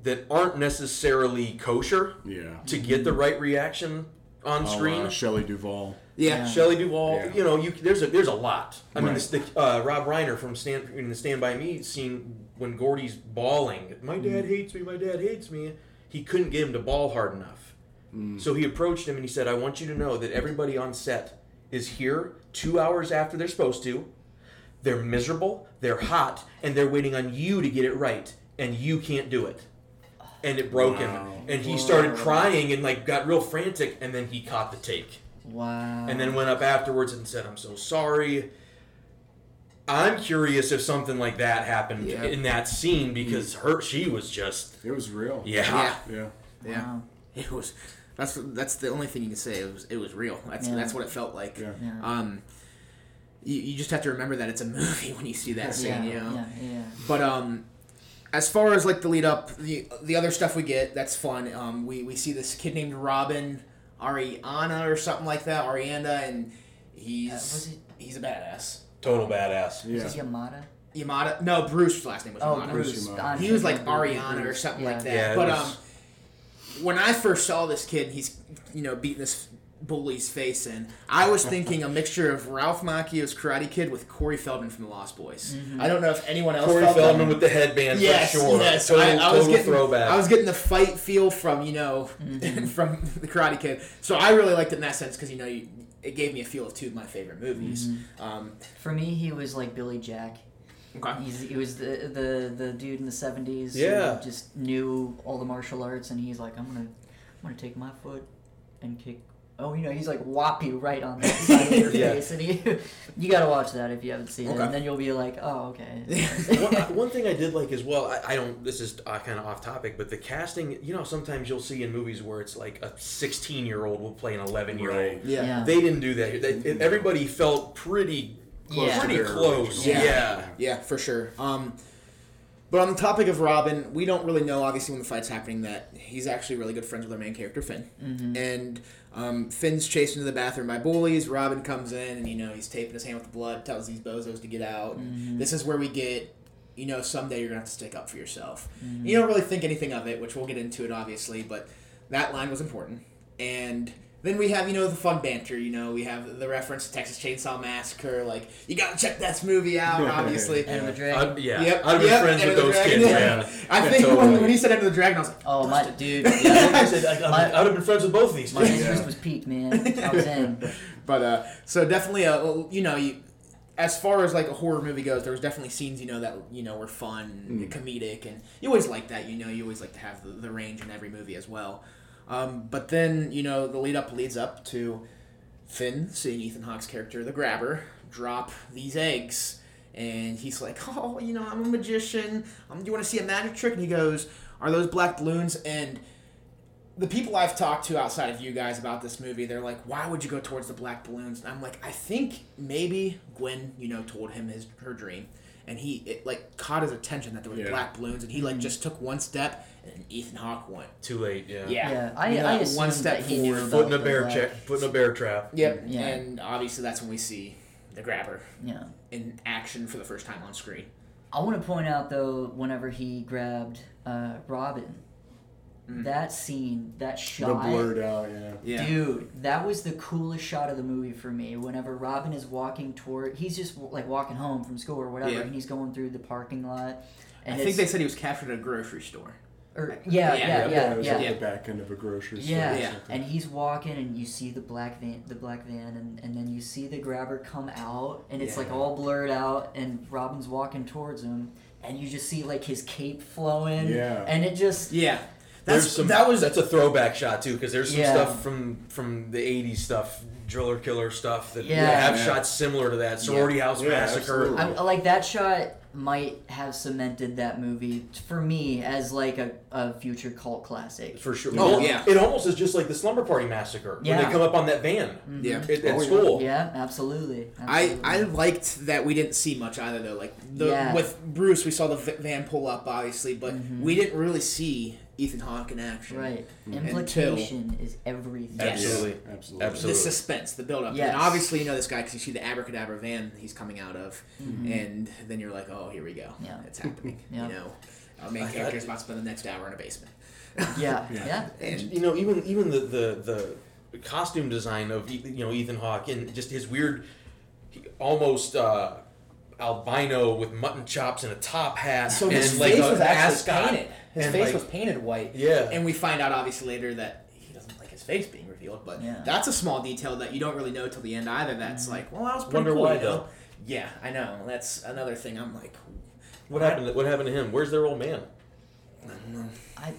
[SPEAKER 2] that aren't necessarily kosher
[SPEAKER 4] Yeah.
[SPEAKER 2] to get the right reaction on screen.
[SPEAKER 4] Uh, Shelley Duvall.
[SPEAKER 1] yeah.
[SPEAKER 2] Shelley Duvall,
[SPEAKER 4] Yeah.
[SPEAKER 2] you know, you there's a there's a lot. I mean,
[SPEAKER 4] Right.
[SPEAKER 2] this, the, uh, Rob Reiner from Stand in the Stand by Me scene when Gordy's bawling, my dad
[SPEAKER 4] Mm-hmm.
[SPEAKER 2] hates me, my dad hates me. He couldn't get him to bawl hard enough,
[SPEAKER 4] Mm.
[SPEAKER 2] so he approached him and he said, "I want you to know that everybody on set is here two hours after they're supposed to. They're miserable, they're hot, and they're waiting on you to get it right, and you can't do it." And it broke
[SPEAKER 4] Wow.
[SPEAKER 2] him, and he started crying and like got real frantic, and then he caught the take
[SPEAKER 3] Wow.
[SPEAKER 2] and then went up afterwards and said, "I'm so sorry." I'm curious if something like that happened
[SPEAKER 1] Yeah.
[SPEAKER 2] in that scene because her she was just
[SPEAKER 4] It was real.
[SPEAKER 2] Mm. yeah.
[SPEAKER 1] Yeah.
[SPEAKER 4] Yeah.
[SPEAKER 1] Yeah.
[SPEAKER 3] Wow.
[SPEAKER 1] It was. That's that's the only thing you can say. It was it was real. That's
[SPEAKER 3] Yeah.
[SPEAKER 1] that's what it felt like.
[SPEAKER 4] Yeah.
[SPEAKER 3] Yeah.
[SPEAKER 1] Um, you, you just have to remember that it's a movie when you see that scene.
[SPEAKER 3] yeah,
[SPEAKER 1] you know.
[SPEAKER 3] yeah, yeah.
[SPEAKER 1] But um, as far as like the lead up, the the other stuff we get that's fun. Um, we we see this kid named Robin Ariana or something like that, Arianda, and he's
[SPEAKER 3] Uh, was it-
[SPEAKER 1] he's a badass.
[SPEAKER 2] total badass.
[SPEAKER 4] Yeah.
[SPEAKER 3] Is this Yamada?
[SPEAKER 1] Yamada, no, Bruce's last name was
[SPEAKER 3] Oh,
[SPEAKER 1] Yamada.
[SPEAKER 4] Bruce
[SPEAKER 3] Bruce.
[SPEAKER 4] Yamada.
[SPEAKER 3] God,
[SPEAKER 1] He was like
[SPEAKER 3] remember
[SPEAKER 1] Ariana or
[SPEAKER 3] Bruce.
[SPEAKER 1] something
[SPEAKER 3] yeah.
[SPEAKER 1] like that.
[SPEAKER 2] Yeah, it
[SPEAKER 1] but
[SPEAKER 2] was-
[SPEAKER 1] um, when I first saw this kid, and he's you know beating this bully's face in. I was thinking a mixture of Ralph Macchio's Karate Kid with Corey Feldman from The Lost Boys.
[SPEAKER 3] Mm-hmm.
[SPEAKER 1] I don't know if anyone else.
[SPEAKER 2] Corey
[SPEAKER 1] felt that.
[SPEAKER 2] Feldman with the headband
[SPEAKER 1] Yes,
[SPEAKER 2] for sure.
[SPEAKER 1] yes.
[SPEAKER 2] Total,
[SPEAKER 1] I, I was
[SPEAKER 2] total
[SPEAKER 1] getting
[SPEAKER 2] throwback.
[SPEAKER 1] I was getting the fight feel from you know
[SPEAKER 3] Mm-hmm.
[SPEAKER 1] from the Karate Kid. So I really liked it in that sense because you know you, it gave me a feel of two of my favorite movies.
[SPEAKER 3] Mm-hmm.
[SPEAKER 1] Um,
[SPEAKER 3] For me, he was like Billy Jack.
[SPEAKER 1] okay.
[SPEAKER 3] He's, he was the, the the dude in the seventies.
[SPEAKER 2] Yeah.
[SPEAKER 3] who just knew all the martial arts, and he's like, I'm gonna, I'm gonna take my foot and kick. Oh, you know, he's like whop you right on the side of your
[SPEAKER 2] Yeah.
[SPEAKER 3] face, and you, you gotta watch that if you haven't seen it,
[SPEAKER 1] Okay.
[SPEAKER 3] and then you'll be like, oh, okay.
[SPEAKER 2] one, one thing I did like as well, I, I don't. This is uh, kind of off topic, but the casting. You know, sometimes you'll see in movies where it's like a 16 year old will play an 11 year old.
[SPEAKER 4] Right.
[SPEAKER 1] Yeah.
[SPEAKER 3] Yeah.
[SPEAKER 2] They didn't do that. They, it- everybody felt pretty,
[SPEAKER 3] Close to
[SPEAKER 2] Mm-hmm. pretty
[SPEAKER 4] their
[SPEAKER 2] close.
[SPEAKER 1] original.
[SPEAKER 2] yeah.
[SPEAKER 1] Yeah, for sure. Um, but on the topic of Robin, we don't really know, obviously, when the fight's happening, that he's actually really good friends with our main character, Finn. And um, Finn's chased into the bathroom by bullies. Robin comes in, and, you know, he's taping his hand with the blood, tells these bozos to get out. This is where we get, you know, someday you're going to have to stick up for yourself. You don't really think anything of it, which we'll get into it, obviously, but that line was important. And then we have, you know, the fun banter. You know, we have the reference to Texas Chainsaw Massacre. Like, you got to check that movie out, obviously.
[SPEAKER 3] End of a dragon.
[SPEAKER 2] I'd- yeah.
[SPEAKER 1] Yep,
[SPEAKER 2] I'd have been
[SPEAKER 1] yep,
[SPEAKER 2] friends
[SPEAKER 1] and
[SPEAKER 2] with
[SPEAKER 1] the
[SPEAKER 2] those
[SPEAKER 1] dragon.
[SPEAKER 2] kids. man.
[SPEAKER 1] I think when,
[SPEAKER 2] Totally.
[SPEAKER 1] when he said End of the Dragon, I was like,
[SPEAKER 3] oh my dude.
[SPEAKER 2] I
[SPEAKER 3] Yeah.
[SPEAKER 2] said, I, I,
[SPEAKER 3] My-
[SPEAKER 2] would have been friends with both of these.
[SPEAKER 3] My
[SPEAKER 2] kids.
[SPEAKER 3] interest was peaked, man. I was in.
[SPEAKER 1] but uh, so definitely, uh, you know, you, as far as like a horror movie goes, there was definitely scenes you know that you know were fun, and comedic, and you always like that. You know, you always like to have the, the range in every movie as well. Um, but then you know the lead up leads up to Finn seeing Ethan Hawke's character, the Grabber, drop these eggs, and he's like, "Oh, you know, I'm a magician. Um, do you want to see a magic trick?" And he goes, "Are those black balloons?" And the people I've talked to outside of you guys about this movie, they're like, "Why would you go towards the black balloons?" And I'm like, "I think maybe Gwen, you know, told him his her dream, and he it like caught his attention that there were
[SPEAKER 4] Yeah.
[SPEAKER 1] black balloons, and he like just took one step, and Ethan Hawke went,
[SPEAKER 2] Too late. Yeah.
[SPEAKER 1] yeah,
[SPEAKER 3] Yeah, I,
[SPEAKER 1] You know,
[SPEAKER 3] I
[SPEAKER 1] that
[SPEAKER 3] assumed
[SPEAKER 1] one step
[SPEAKER 3] that he knew
[SPEAKER 1] forward.
[SPEAKER 3] about
[SPEAKER 2] Foot in a
[SPEAKER 3] the
[SPEAKER 2] bear
[SPEAKER 3] black-
[SPEAKER 2] check. Foot in a bear trap.
[SPEAKER 1] Yep.
[SPEAKER 3] Yeah.
[SPEAKER 1] And obviously, that's when we see the grabber
[SPEAKER 3] Yeah.
[SPEAKER 1] in action for the first time on screen.
[SPEAKER 3] I want to point out though, whenever he grabbed uh, Robin,
[SPEAKER 1] Mm.
[SPEAKER 3] That scene, that
[SPEAKER 4] The
[SPEAKER 3] shot.
[SPEAKER 4] blurred out, yeah.
[SPEAKER 1] Yeah.
[SPEAKER 3] Dude, that was the coolest shot of the movie for me. Whenever Robin is walking toward, he's just like walking home from school or whatever,
[SPEAKER 1] Yeah.
[SPEAKER 3] and he's going through the parking lot. And
[SPEAKER 1] I think
[SPEAKER 3] it's-
[SPEAKER 1] they said he was captured at a grocery store.
[SPEAKER 3] or, yeah,
[SPEAKER 1] Yeah,
[SPEAKER 3] yeah, yeah,
[SPEAKER 4] it
[SPEAKER 3] yeah,
[SPEAKER 4] was
[SPEAKER 3] yeah,
[SPEAKER 4] at the back end of a grocery store.
[SPEAKER 3] Yeah.
[SPEAKER 4] or
[SPEAKER 1] Yeah.
[SPEAKER 4] something.
[SPEAKER 3] And he's walking, and you see the black van, the black van, and, and then you see the grabber come out, and it's like
[SPEAKER 1] Yeah.
[SPEAKER 3] all blurred out, and Robin's walking towards him, and you just see like his cape flowing,
[SPEAKER 4] Yeah.
[SPEAKER 3] and it just
[SPEAKER 1] Yeah.
[SPEAKER 2] There's
[SPEAKER 1] That's
[SPEAKER 2] some,
[SPEAKER 1] that was
[SPEAKER 2] that's a throwback shot too because there's some
[SPEAKER 3] Yeah.
[SPEAKER 2] stuff from from the 80s stuff driller killer stuff that
[SPEAKER 3] Yeah.
[SPEAKER 2] have
[SPEAKER 4] Yeah.
[SPEAKER 2] shots similar to that sorority house
[SPEAKER 4] Yeah,
[SPEAKER 2] massacre
[SPEAKER 4] absolutely.
[SPEAKER 3] I, I like that shot might have cemented that movie t- for me as like a, a future cult classic.
[SPEAKER 2] for sure
[SPEAKER 1] Oh, yeah.
[SPEAKER 2] it almost is just like the slumber party massacre when
[SPEAKER 3] Yeah.
[SPEAKER 2] they come up on that van
[SPEAKER 1] yeah.
[SPEAKER 2] at, at
[SPEAKER 4] Oh, yeah.
[SPEAKER 2] school
[SPEAKER 3] Yeah, absolutely.
[SPEAKER 1] I,
[SPEAKER 3] absolutely.
[SPEAKER 1] I liked that we didn't see much either though. Like the
[SPEAKER 3] Yeah. Mm-hmm.
[SPEAKER 1] with Bruce, we saw the v- van pull up obviously, but we didn't really see Ethan Hawke in action.
[SPEAKER 3] right.
[SPEAKER 1] Until-
[SPEAKER 3] Implication is everything.
[SPEAKER 1] Yes.
[SPEAKER 2] absolutely
[SPEAKER 4] Mm. Absolutely.
[SPEAKER 1] The
[SPEAKER 2] absolutely
[SPEAKER 1] suspense, the build up.
[SPEAKER 3] Yes.
[SPEAKER 1] And obviously you know this guy because you see the abracadabra van he's coming out of, and then you're like, oh, here we go.
[SPEAKER 3] Yeah.
[SPEAKER 1] It's happening.
[SPEAKER 3] Yeah.
[SPEAKER 1] You know, our main character's about to spend the next hour in a basement.
[SPEAKER 3] Yeah,
[SPEAKER 4] Yeah.
[SPEAKER 3] yeah.
[SPEAKER 1] And
[SPEAKER 2] you know even even the the the costume design of E- you know Ethan Hawke and just his weird he- almost uh albino with mutton chops and a top hat
[SPEAKER 1] so
[SPEAKER 2] and
[SPEAKER 1] his
[SPEAKER 2] like
[SPEAKER 1] face
[SPEAKER 2] a
[SPEAKER 1] was actually
[SPEAKER 2] mascot
[SPEAKER 1] painted. His
[SPEAKER 2] and,
[SPEAKER 1] face
[SPEAKER 2] like,
[SPEAKER 1] was painted white.
[SPEAKER 2] Yeah.
[SPEAKER 1] And we find out obviously later that he doesn't like his face being revealed, but
[SPEAKER 3] Yeah.
[SPEAKER 1] that's a small detail that you don't really know till the end either. That's like, well, that was pretty
[SPEAKER 2] Wonder
[SPEAKER 1] cool,
[SPEAKER 2] why,
[SPEAKER 1] you know?
[SPEAKER 2] though.
[SPEAKER 1] Yeah, I know. That's another thing. I'm like,
[SPEAKER 2] What happened? To, what happened to him? Where's their old man?
[SPEAKER 3] I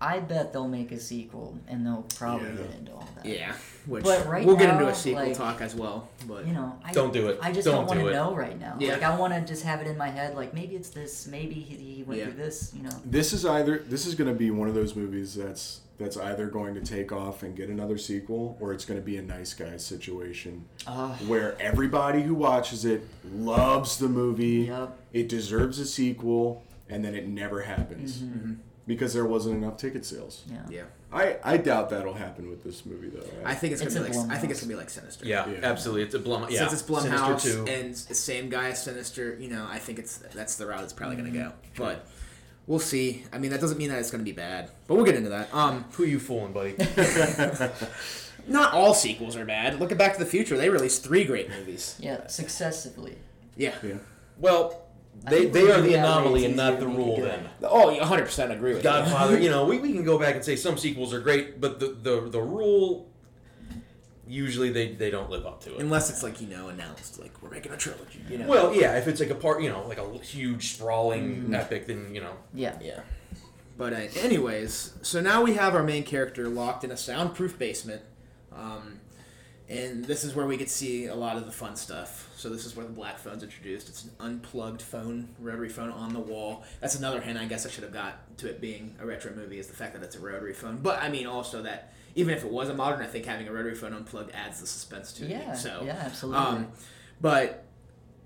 [SPEAKER 3] I bet they'll make a sequel and they'll probably
[SPEAKER 4] Yeah.
[SPEAKER 3] get into all that.
[SPEAKER 1] yeah. Which
[SPEAKER 3] But right
[SPEAKER 1] we'll get
[SPEAKER 3] now,
[SPEAKER 1] into a sequel
[SPEAKER 3] like,
[SPEAKER 1] talk as well. But
[SPEAKER 3] You know, I
[SPEAKER 2] Don't do it.
[SPEAKER 3] I just
[SPEAKER 2] Don't
[SPEAKER 3] don't, want
[SPEAKER 2] do
[SPEAKER 3] to
[SPEAKER 2] it.
[SPEAKER 3] know right now.
[SPEAKER 1] Yeah.
[SPEAKER 3] Like I want to just have it in my head. Like maybe it's this. Maybe he, he went
[SPEAKER 1] Yeah.
[SPEAKER 3] through this. You know.
[SPEAKER 4] This is either this is going to be one of those movies that's that's either going to take off and get another sequel, or it's going to be a nice guy situation
[SPEAKER 3] Uh,
[SPEAKER 4] where everybody who watches it loves the movie.
[SPEAKER 3] Yup.
[SPEAKER 4] It deserves a sequel, and then it never happens
[SPEAKER 3] Mm-hmm,
[SPEAKER 4] because there wasn't enough ticket sales.
[SPEAKER 3] yeah.
[SPEAKER 1] yeah,
[SPEAKER 4] I, I doubt that'll happen with this movie though.
[SPEAKER 1] I think it's gonna
[SPEAKER 3] It's
[SPEAKER 1] be
[SPEAKER 3] a
[SPEAKER 1] like I think
[SPEAKER 3] Blumhouse.
[SPEAKER 1] it's gonna be like Sinister.
[SPEAKER 2] Yeah,
[SPEAKER 4] Yeah.
[SPEAKER 2] absolutely. It's a Blum. Yeah,
[SPEAKER 1] Since it's Blumhouse
[SPEAKER 2] Sinister two.
[SPEAKER 1] and s- same guy as Sinister, you know, I think it's that's the route it's probably gonna go.
[SPEAKER 3] Mm-hmm.
[SPEAKER 1] But we'll see. I mean, that doesn't mean that it's gonna be bad, but we'll get into that. Um,
[SPEAKER 2] Who you fooling, buddy?
[SPEAKER 1] not all sequels are bad. Look at Back to the Future; they released three great movies.
[SPEAKER 3] Yeah. Successively.
[SPEAKER 1] Yeah.
[SPEAKER 4] yeah.
[SPEAKER 2] well, they
[SPEAKER 3] think
[SPEAKER 2] they
[SPEAKER 3] we
[SPEAKER 2] are
[SPEAKER 3] do
[SPEAKER 2] the
[SPEAKER 3] that way,
[SPEAKER 2] anomaly
[SPEAKER 3] it's
[SPEAKER 2] and not
[SPEAKER 3] easier
[SPEAKER 2] the
[SPEAKER 3] to make it
[SPEAKER 2] rule.
[SPEAKER 3] good.
[SPEAKER 2] Then
[SPEAKER 1] Oh, you 100% agree with you.
[SPEAKER 2] Godfather. you know, we, we can go back and say some sequels are great, but the the, the rule usually they, they don't live up to it.
[SPEAKER 1] Unless it's like you know announced, like we're making a trilogy. You know.
[SPEAKER 2] Well, yeah, if it's like a part, you know, like a huge sprawling epic, then you know.
[SPEAKER 3] Yeah.
[SPEAKER 1] yeah. But uh, anyways, so now we have our main character locked in a soundproof basement, um, and this is where we could see a lot of the fun stuff. So this is where the black phone's introduced. It's an unplugged phone, rotary phone on the wall. That's another hint I guess I should have got to it being a retro movie is the fact that it's a rotary phone. But I mean also that even if it was a modern, I think having a rotary phone unplugged adds the suspense to
[SPEAKER 3] Yeah.
[SPEAKER 1] it. So
[SPEAKER 3] yeah. Absolutely.
[SPEAKER 1] um, but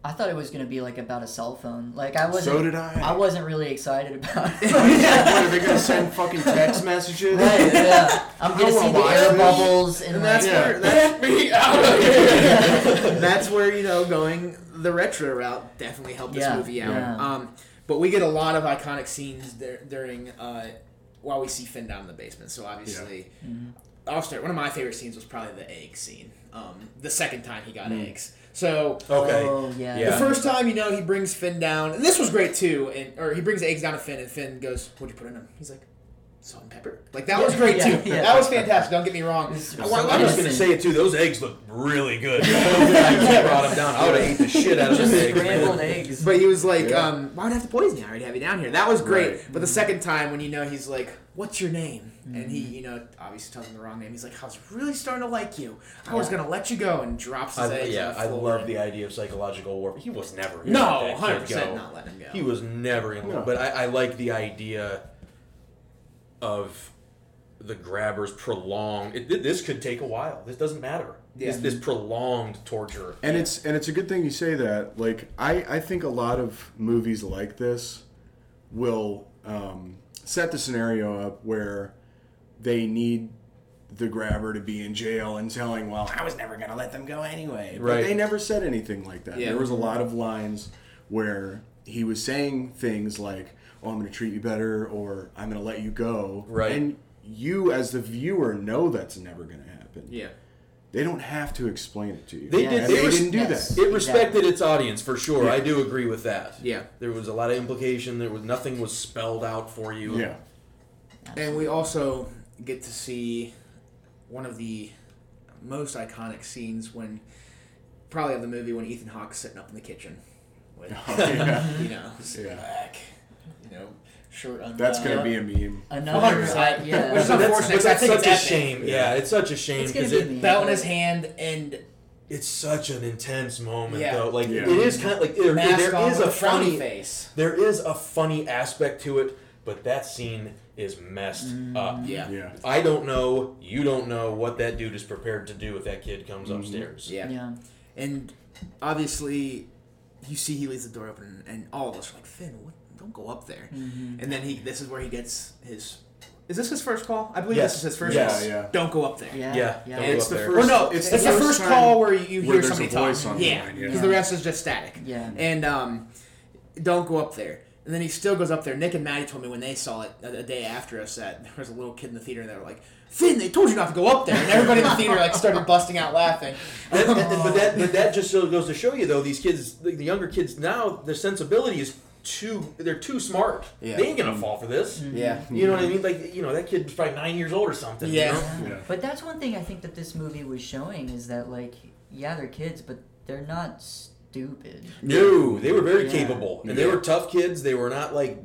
[SPEAKER 3] I thought it was gonna be like about a cell phone. Like I wasn't.
[SPEAKER 4] So did I.
[SPEAKER 3] I wasn't really excited about it.
[SPEAKER 4] What, are they going to send fucking text messages?
[SPEAKER 3] Right, yeah. I'm gonna
[SPEAKER 4] don't
[SPEAKER 3] see
[SPEAKER 4] wanna
[SPEAKER 3] the
[SPEAKER 4] watch
[SPEAKER 3] air
[SPEAKER 4] this.
[SPEAKER 3] bubbles and,
[SPEAKER 1] And that's
[SPEAKER 3] like,
[SPEAKER 1] where
[SPEAKER 4] Yeah.
[SPEAKER 1] that's me out of here. that's where you know going the retro route definitely helped this
[SPEAKER 3] Yeah,
[SPEAKER 1] movie out.
[SPEAKER 3] yeah.
[SPEAKER 1] Um, but we get a lot of iconic scenes there, during uh, while we see Finn down in the basement. So obviously,
[SPEAKER 3] Mm-hmm.
[SPEAKER 1] I'll start. One of my favorite scenes was probably the egg scene. Um, the second time he got eggs. So
[SPEAKER 2] Okay.
[SPEAKER 3] Mm. Oh yeah.
[SPEAKER 2] Yeah.
[SPEAKER 1] the first time, you know, he brings Finn down, and this was great too. And or he brings eggs down to Finn, and Finn goes, "What'd you put in them?" He's like, "Salt and pepper." Like that was great
[SPEAKER 3] Yeah,
[SPEAKER 1] too.
[SPEAKER 3] yeah.
[SPEAKER 1] That was fantastic. Don't get me wrong.
[SPEAKER 3] It's-
[SPEAKER 1] I want-
[SPEAKER 2] I'm just gonna say it too. Those eggs look really good. I brought them down. I would have ate the shit out of those
[SPEAKER 3] Just
[SPEAKER 2] eggs.
[SPEAKER 3] scrambled
[SPEAKER 2] man.
[SPEAKER 3] eggs.
[SPEAKER 1] But he was like,
[SPEAKER 4] Yeah.
[SPEAKER 1] um, why would I have to poison you? I already have you down here. That was great.
[SPEAKER 4] Right.
[SPEAKER 1] But the second time, when you know he's like, what's your name? And he, you know, obviously tells him the wrong name. He's like, I was really starting to like you. I was
[SPEAKER 3] Yeah.
[SPEAKER 1] going to let you go. And drops his
[SPEAKER 2] I,
[SPEAKER 1] eggs.
[SPEAKER 2] yeah,
[SPEAKER 1] on the
[SPEAKER 2] I
[SPEAKER 1] floor.
[SPEAKER 2] love the idea of psychological warfare. He was never gonna let
[SPEAKER 1] No,
[SPEAKER 2] that kid
[SPEAKER 1] 100%
[SPEAKER 2] go.
[SPEAKER 1] not letting him go.
[SPEAKER 2] He was never in
[SPEAKER 4] No.
[SPEAKER 2] but I, I like the idea of the grabbers prolonged. It, thi- this could take a while. This doesn't matter.
[SPEAKER 1] Yeah.
[SPEAKER 2] This, this prolonged torture.
[SPEAKER 4] And it's and it's a good thing you say that. Like I, I think a lot of movies like this will um, set the scenario up where they need the grabber to be in jail and telling, well, I was never gonna let them go anyway. But
[SPEAKER 2] Right.
[SPEAKER 4] they never said anything like that.
[SPEAKER 1] Yeah.
[SPEAKER 4] There was a lot of lines where he was saying things like, well, I'm going to treat you better or I'm going to let you go.
[SPEAKER 2] Right.
[SPEAKER 4] And you, as the viewer, know that's never going to happen.
[SPEAKER 1] Yeah.
[SPEAKER 4] They don't have to explain it to you.
[SPEAKER 2] They
[SPEAKER 4] And
[SPEAKER 2] did-
[SPEAKER 4] They
[SPEAKER 2] it was-
[SPEAKER 4] didn't do
[SPEAKER 3] yes.
[SPEAKER 4] that.
[SPEAKER 2] It respected its audience for sure. I do agree with that.
[SPEAKER 1] Yeah.
[SPEAKER 2] There was a lot of implication. There was nothing was spelled out for you.
[SPEAKER 4] Yeah.
[SPEAKER 1] And we also get to see one of the most iconic scenes when, probably of the movie, when Ethan Hawke's sitting up in the kitchen. With,
[SPEAKER 4] yeah.
[SPEAKER 1] You know, sitting
[SPEAKER 4] Yeah.
[SPEAKER 1] back, you know, shirt undone.
[SPEAKER 4] That's going to be a meme.
[SPEAKER 3] Another, I,
[SPEAKER 1] Which is
[SPEAKER 2] But
[SPEAKER 3] yeah.
[SPEAKER 2] that's,
[SPEAKER 1] Unfortunately,
[SPEAKER 2] but
[SPEAKER 1] 'cause I
[SPEAKER 2] that's
[SPEAKER 1] think
[SPEAKER 2] such
[SPEAKER 1] it's
[SPEAKER 2] a
[SPEAKER 1] epic.
[SPEAKER 2] shame. Yeah. it's such a shame
[SPEAKER 3] It's gonna
[SPEAKER 2] because
[SPEAKER 3] be
[SPEAKER 2] it,
[SPEAKER 3] me.
[SPEAKER 1] Belt in his hand and
[SPEAKER 2] it's such an intense moment
[SPEAKER 1] Yeah.
[SPEAKER 2] though. Like
[SPEAKER 4] Yeah.
[SPEAKER 2] it is kind of like there,
[SPEAKER 1] mask
[SPEAKER 2] there
[SPEAKER 1] on
[SPEAKER 2] is
[SPEAKER 1] with
[SPEAKER 2] a funny
[SPEAKER 1] face.
[SPEAKER 2] there is a funny aspect to it, but that scene is messed up.
[SPEAKER 1] Mm, Yeah.
[SPEAKER 4] Yeah.
[SPEAKER 2] I don't know, you don't know what that dude is prepared to do if that kid comes upstairs.
[SPEAKER 1] Mm, Yeah.
[SPEAKER 3] yeah.
[SPEAKER 1] And obviously, you see he leaves the door open, and all of us are like, Finn, what? don't go up there. And then he, this is where he gets his. Is this his first call? I believe
[SPEAKER 2] Yes.
[SPEAKER 1] this is his first
[SPEAKER 2] Yes.
[SPEAKER 1] call.
[SPEAKER 4] Yeah.
[SPEAKER 1] Don't go up there.
[SPEAKER 3] Yeah.
[SPEAKER 2] Yeah,
[SPEAKER 3] Yeah.
[SPEAKER 2] don't go
[SPEAKER 4] It's
[SPEAKER 2] up
[SPEAKER 4] the
[SPEAKER 2] there.
[SPEAKER 4] first-
[SPEAKER 1] Or no,
[SPEAKER 4] it's
[SPEAKER 1] it's,
[SPEAKER 4] the
[SPEAKER 1] the
[SPEAKER 4] first
[SPEAKER 1] first
[SPEAKER 4] time
[SPEAKER 1] call where you
[SPEAKER 4] where
[SPEAKER 1] hear
[SPEAKER 4] there's
[SPEAKER 1] somebody
[SPEAKER 4] a voice
[SPEAKER 1] talking.
[SPEAKER 4] on the
[SPEAKER 1] yeah,
[SPEAKER 4] line, yeah.
[SPEAKER 1] because the rest is just static.
[SPEAKER 3] Yeah.
[SPEAKER 1] And um, don't go up there. And then he still goes up there. Nick and Maddie told me when they saw it a, a day after us that there was a little kid in the theater and they were like, "Finn, they told you not to go up there." And everybody in the theater like started busting out laughing.
[SPEAKER 2] That- that- that- but that
[SPEAKER 3] Oh.
[SPEAKER 2] but that just so goes to show you though these kids the, the younger kids now their sensibility is too they're too smart
[SPEAKER 1] Yeah.
[SPEAKER 2] they ain't gonna fall for this
[SPEAKER 3] Mm-hmm.
[SPEAKER 1] Yeah.
[SPEAKER 2] you know what I mean like you know that kid was probably nine years old or something you
[SPEAKER 1] Yeah.
[SPEAKER 2] know?
[SPEAKER 4] Yeah.
[SPEAKER 3] But that's one thing I think that this movie was showing is that like, yeah, they're kids, but they're not stupid.
[SPEAKER 2] no they were very
[SPEAKER 3] Yeah.
[SPEAKER 2] capable and they were tough kids they were not like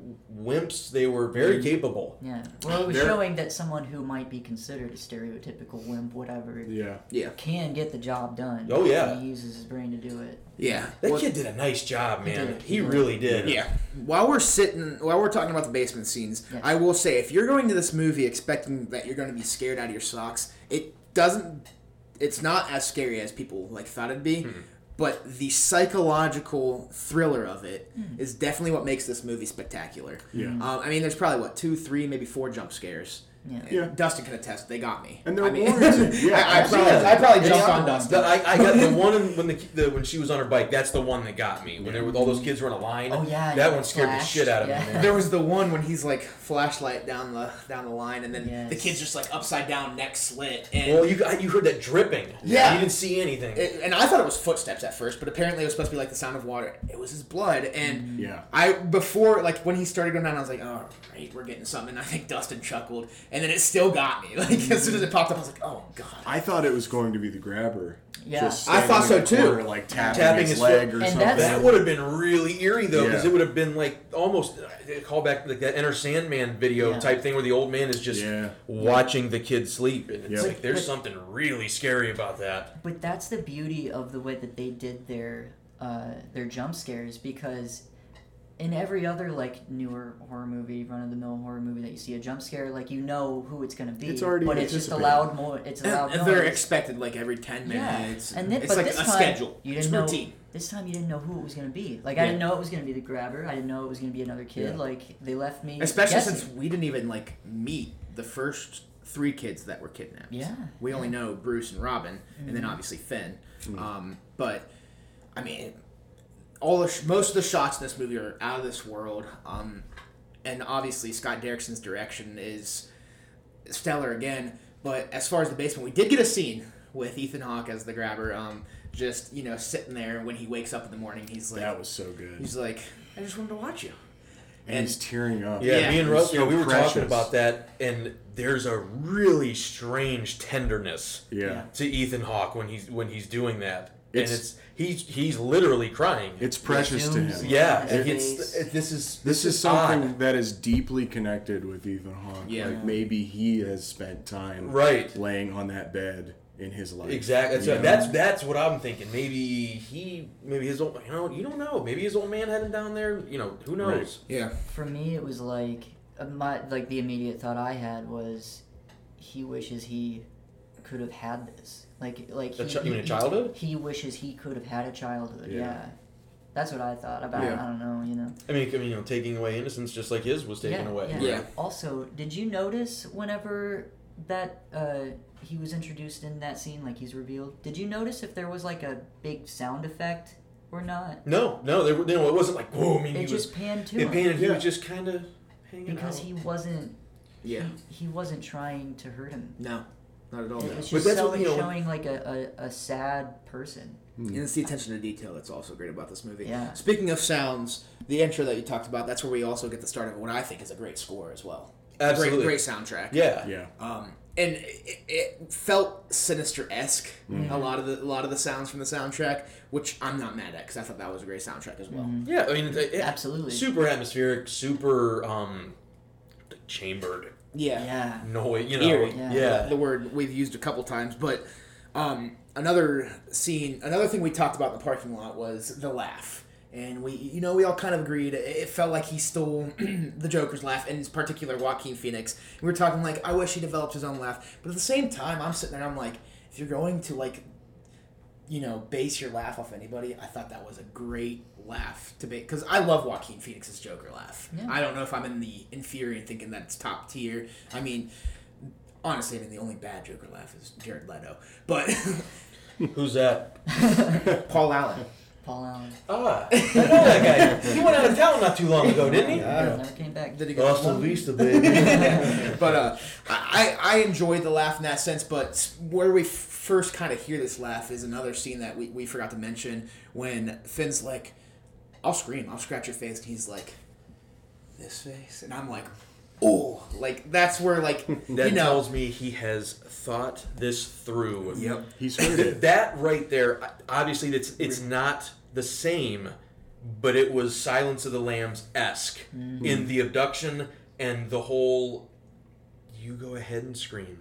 [SPEAKER 2] wimps they were very
[SPEAKER 1] Mm-hmm.
[SPEAKER 2] capable
[SPEAKER 3] Yeah. Well, it was
[SPEAKER 4] They're-
[SPEAKER 3] showing that someone who might be considered a stereotypical wimp, whatever,
[SPEAKER 4] Yeah.
[SPEAKER 1] Yeah,
[SPEAKER 3] can get the job done.
[SPEAKER 2] Oh, yeah.
[SPEAKER 3] He uses his brain to do it.
[SPEAKER 1] yeah.
[SPEAKER 2] that
[SPEAKER 1] Well,
[SPEAKER 2] kid did a nice job man
[SPEAKER 3] did.
[SPEAKER 2] he really did
[SPEAKER 1] Yeah. While we're sitting, while we're talking about the basement scenes,
[SPEAKER 3] Yes.
[SPEAKER 1] I will say if you're going to this movie expecting that you're going to be scared out of your socks, it doesn't. It's not as scary as people like thought it'd be,
[SPEAKER 4] Hmm.
[SPEAKER 1] but the psychological thriller of it is
[SPEAKER 3] Hmm.
[SPEAKER 1] definitely what makes this movie spectacular.
[SPEAKER 4] Yeah.
[SPEAKER 1] Um, I mean, there's probably what two, three, maybe four jump scares.
[SPEAKER 3] Yeah.
[SPEAKER 1] And
[SPEAKER 4] Yeah.
[SPEAKER 1] Dustin can attest. They got me.
[SPEAKER 4] And they're
[SPEAKER 1] I mean,
[SPEAKER 4] warranted. Yeah,
[SPEAKER 1] I, I, probably,
[SPEAKER 4] absolutely.
[SPEAKER 1] I probably
[SPEAKER 2] It's-
[SPEAKER 1] jumped on Dustin.
[SPEAKER 2] the- I, I got the one in- when the, the when she was on her bike. That's the one that got me. When there were all those kids were in a line.
[SPEAKER 3] Oh, yeah,
[SPEAKER 2] that
[SPEAKER 3] yeah,
[SPEAKER 2] one scared
[SPEAKER 3] flashed,
[SPEAKER 2] the shit out of
[SPEAKER 3] yeah.
[SPEAKER 2] me. Man.
[SPEAKER 1] There was the one when he's like flashlight down the down the line, and then
[SPEAKER 3] Yes.
[SPEAKER 1] the kid's just like upside down, neck slit, and
[SPEAKER 2] Well, you I- you heard that dripping.
[SPEAKER 1] Yeah.
[SPEAKER 2] you didn't see anything.
[SPEAKER 1] it- and I thought it was footsteps at first, but apparently it was supposed to be like the sound of water. It was his blood, and
[SPEAKER 4] Yeah.
[SPEAKER 1] I before like when he started going down, I was like, "All right, we're getting something." And I think Dustin chuckled, and then it still got me. Like as soon as it popped up, I was like, "Oh god."
[SPEAKER 4] I thought it was going to be the grabber.
[SPEAKER 3] Yeah.
[SPEAKER 1] I thought
[SPEAKER 4] standing in
[SPEAKER 1] so,
[SPEAKER 4] the
[SPEAKER 1] too.
[SPEAKER 4] corner, like tapping,
[SPEAKER 2] Tapping
[SPEAKER 4] his,
[SPEAKER 2] his
[SPEAKER 4] leg
[SPEAKER 2] foot.
[SPEAKER 4] or
[SPEAKER 3] And
[SPEAKER 4] something.
[SPEAKER 3] that's-
[SPEAKER 2] that would have been really eerie though, because
[SPEAKER 4] Yeah.
[SPEAKER 2] it would have been like almost a callback to like that Enter Sandman video
[SPEAKER 3] Yeah.
[SPEAKER 2] type thing where the old man is just
[SPEAKER 4] Yeah.
[SPEAKER 2] watching the kid sleep, and it's
[SPEAKER 4] Yeah.
[SPEAKER 2] like there's
[SPEAKER 3] But-
[SPEAKER 2] something really scary about that.
[SPEAKER 3] But that's the beauty of the way that they did their uh, their jump scares because in every other like newer horror movie, run of the mill horror movie that you see a jump scare, like you know who it's gonna be.
[SPEAKER 4] It's already
[SPEAKER 3] but it's just a
[SPEAKER 4] anticipated.
[SPEAKER 3] loud mo it's a loud
[SPEAKER 1] And
[SPEAKER 3] noise.
[SPEAKER 1] they're expected like every ten
[SPEAKER 3] yeah.
[SPEAKER 1] minutes.
[SPEAKER 3] and then,
[SPEAKER 1] it's
[SPEAKER 3] but
[SPEAKER 1] like
[SPEAKER 3] this
[SPEAKER 1] a
[SPEAKER 3] time,
[SPEAKER 1] schedule.
[SPEAKER 3] You
[SPEAKER 1] it's
[SPEAKER 3] didn't know
[SPEAKER 1] routine.
[SPEAKER 3] this time you didn't know who it was gonna be. Like I
[SPEAKER 1] Yeah.
[SPEAKER 3] didn't know it was gonna be the grabber. I didn't know it was gonna be another kid.
[SPEAKER 4] Yeah.
[SPEAKER 3] Like they left me
[SPEAKER 1] Especially
[SPEAKER 3] guessing.
[SPEAKER 1] since we didn't even like meet the first three kids that were kidnapped.
[SPEAKER 3] Yeah, Mm-hmm.
[SPEAKER 1] We only know Bruce and Robin, and then obviously Finn.
[SPEAKER 4] Mm-hmm.
[SPEAKER 1] Um, but I mean, all the sh- most of the shots in this movie are out of this world. Um, and obviously Scott Derrickson's direction is stellar again. But as far as the basement, we did get a scene with Ethan Hawke as the grabber. Um, just you know, sitting there when he wakes up in the morning, he's like,
[SPEAKER 4] That was so good.
[SPEAKER 1] he's like, I just wanted to watch you.
[SPEAKER 4] and he's tearing up.
[SPEAKER 2] Yeah,
[SPEAKER 1] Yeah.
[SPEAKER 2] me and
[SPEAKER 4] It
[SPEAKER 2] Russ,
[SPEAKER 4] was
[SPEAKER 2] yeah,
[SPEAKER 4] so
[SPEAKER 2] we were talking
[SPEAKER 4] precious.
[SPEAKER 2] about that, and there's a really strange tenderness
[SPEAKER 4] Yeah.
[SPEAKER 2] to Ethan Hawke when he's when he's doing that,
[SPEAKER 4] It's-
[SPEAKER 2] and it's he's he's literally crying.
[SPEAKER 4] It's precious to
[SPEAKER 3] zooms
[SPEAKER 4] him.
[SPEAKER 3] in.
[SPEAKER 2] yeah,
[SPEAKER 3] Yeah.
[SPEAKER 2] it gets- it- this is
[SPEAKER 4] This is something
[SPEAKER 2] odd.
[SPEAKER 4] that is deeply connected with Ethan Hawke.
[SPEAKER 1] Yeah.
[SPEAKER 4] Like maybe he has spent time
[SPEAKER 2] Right.
[SPEAKER 4] laying on that bed in his life.
[SPEAKER 2] exactly. So
[SPEAKER 4] You know?
[SPEAKER 2] that's that's what I'm thinking. Maybe he, maybe his old, you know, you don't know. Maybe his old man had him down there. You know, who
[SPEAKER 4] Right.
[SPEAKER 2] knows?
[SPEAKER 1] Yeah.
[SPEAKER 3] For me, it was like uh, my like the immediate thought I had was, he wishes he could have had this. Like like
[SPEAKER 2] A
[SPEAKER 3] he,
[SPEAKER 2] chi- you mean a
[SPEAKER 3] he-
[SPEAKER 2] childhood?
[SPEAKER 3] He wishes he could have had a childhood.
[SPEAKER 4] Yeah.
[SPEAKER 3] Yeah, that's what I thought about.
[SPEAKER 4] Yeah.
[SPEAKER 3] I don't know, you know.
[SPEAKER 2] I mean, I mean, you know, taking away innocence just like his was taken
[SPEAKER 3] yeah,
[SPEAKER 2] away.
[SPEAKER 3] Yeah.
[SPEAKER 1] Yeah.
[SPEAKER 3] Also, did you notice whenever that uh, he was introduced in that scene, like he's revealed? Did you notice if there was like a big sound effect or not.
[SPEAKER 2] No, no, they, were- you know, it wasn't like whoa. I mean,
[SPEAKER 3] It
[SPEAKER 2] he
[SPEAKER 3] just
[SPEAKER 2] was,
[SPEAKER 3] panned to
[SPEAKER 2] it
[SPEAKER 3] him
[SPEAKER 2] painted. He
[SPEAKER 4] Yeah.
[SPEAKER 2] was just kind of hanging
[SPEAKER 3] because
[SPEAKER 2] out.
[SPEAKER 3] he wasn't
[SPEAKER 1] Yeah.
[SPEAKER 3] he, he wasn't trying to hurt him.
[SPEAKER 1] No, not at all.
[SPEAKER 3] It was
[SPEAKER 2] But
[SPEAKER 3] just
[SPEAKER 2] that's
[SPEAKER 3] so-
[SPEAKER 2] what, you know-
[SPEAKER 3] showing like a, a, a sad person.
[SPEAKER 1] And it's the attention to detail that's also great about this movie.
[SPEAKER 3] Yeah.
[SPEAKER 1] Speaking of sounds, the intro that you talked about, that's where we also get the start of what I think is a great score as well.
[SPEAKER 2] Absolutely.
[SPEAKER 1] Great, great soundtrack.
[SPEAKER 2] yeah.
[SPEAKER 4] Yeah.
[SPEAKER 1] Um, and it, it felt sinister esque. A lot of the a lot of the sounds from the soundtrack, which I'm not mad at because I thought that was a great soundtrack as well.
[SPEAKER 2] Yeah, I mean, it, it-
[SPEAKER 3] Absolutely.
[SPEAKER 2] super atmospheric, super um, chambered
[SPEAKER 1] Yeah.
[SPEAKER 3] Yeah.
[SPEAKER 2] noise. You know,
[SPEAKER 1] Eerie.
[SPEAKER 2] yeah,
[SPEAKER 3] Yeah.
[SPEAKER 1] The word we've used a couple times, but um, another scene, another thing we talked about in the parking lot was the laugh. And we, you know, we all kind of agreed. It it felt like he stole the Joker's laugh, and in particular Joaquin Phoenix. We were talking like, I wish he developed his own laugh. But at the same time, I'm sitting there, I'm like, if you're going to like you know, base your laugh off anybody. I thought that was a great laugh to base because I love Joaquin Phoenix's Joker laugh.
[SPEAKER 3] Yeah.
[SPEAKER 1] I don't know if I'm in the inferior and thinking that's top tier. I mean, honestly, I mean the only bad Joker laugh is Jared Leto, but
[SPEAKER 2] Who's that?
[SPEAKER 1] Paul Allen.
[SPEAKER 3] Paul Allen.
[SPEAKER 2] Ah, I know that guy. He went out of town not too long ago, didn't he?
[SPEAKER 3] Never came back.
[SPEAKER 1] Did he go?
[SPEAKER 2] Hasta vista, baby.
[SPEAKER 1] but uh, I I enjoyed the laugh in that sense. But where we first kind of hear this laugh is another scene that we, we forgot to mention when Finn's like, "I'll scream, I'll scratch your face," and he's like, "This face," and I'm like, "Oh, like that's where like
[SPEAKER 2] that
[SPEAKER 1] you know."
[SPEAKER 2] tells me he has thought this through.
[SPEAKER 1] Yep.
[SPEAKER 4] He's heard
[SPEAKER 2] Th-
[SPEAKER 4] it.
[SPEAKER 2] that right there, I- obviously, it's it's not the same, but it was Silence of the Lambs esque
[SPEAKER 3] Mm-hmm.
[SPEAKER 2] in the abduction and the whole. You go ahead and scream.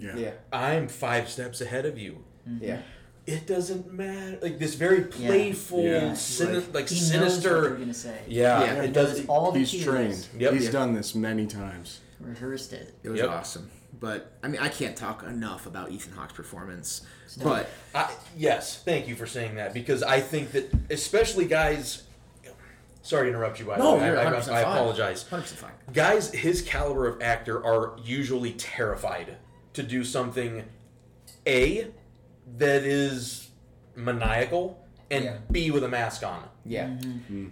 [SPEAKER 4] Yeah.
[SPEAKER 1] Yeah.
[SPEAKER 2] I'm five steps ahead of you.
[SPEAKER 1] Yeah.
[SPEAKER 2] It doesn't matter. Like this very playful,
[SPEAKER 4] Yeah.
[SPEAKER 2] sini-
[SPEAKER 1] Like,
[SPEAKER 2] like
[SPEAKER 3] He knows what you're
[SPEAKER 2] sinister.
[SPEAKER 3] gonna say.
[SPEAKER 2] Yeah,
[SPEAKER 1] Yeah.
[SPEAKER 2] it
[SPEAKER 3] He knows
[SPEAKER 2] does.
[SPEAKER 3] all the
[SPEAKER 4] He's
[SPEAKER 3] cues.
[SPEAKER 4] trained.
[SPEAKER 2] Yep.
[SPEAKER 4] He's
[SPEAKER 2] Yeah.
[SPEAKER 4] done this many times.
[SPEAKER 3] Rehearsed it.
[SPEAKER 1] It was
[SPEAKER 2] Yep.
[SPEAKER 1] awesome. But I mean, I can't talk enough about Ethan Hawke's performance.
[SPEAKER 3] No.
[SPEAKER 1] But
[SPEAKER 2] I, yes, thank you for saying that because I think that, especially guys. Sorry to interrupt you. By the way. I, I, I apologize.
[SPEAKER 1] Hundred percent fine.
[SPEAKER 2] Guys, his caliber of actor are usually terrified to do something, a, that is maniacal, and
[SPEAKER 1] Yeah.
[SPEAKER 2] b with a mask on.
[SPEAKER 1] Yeah.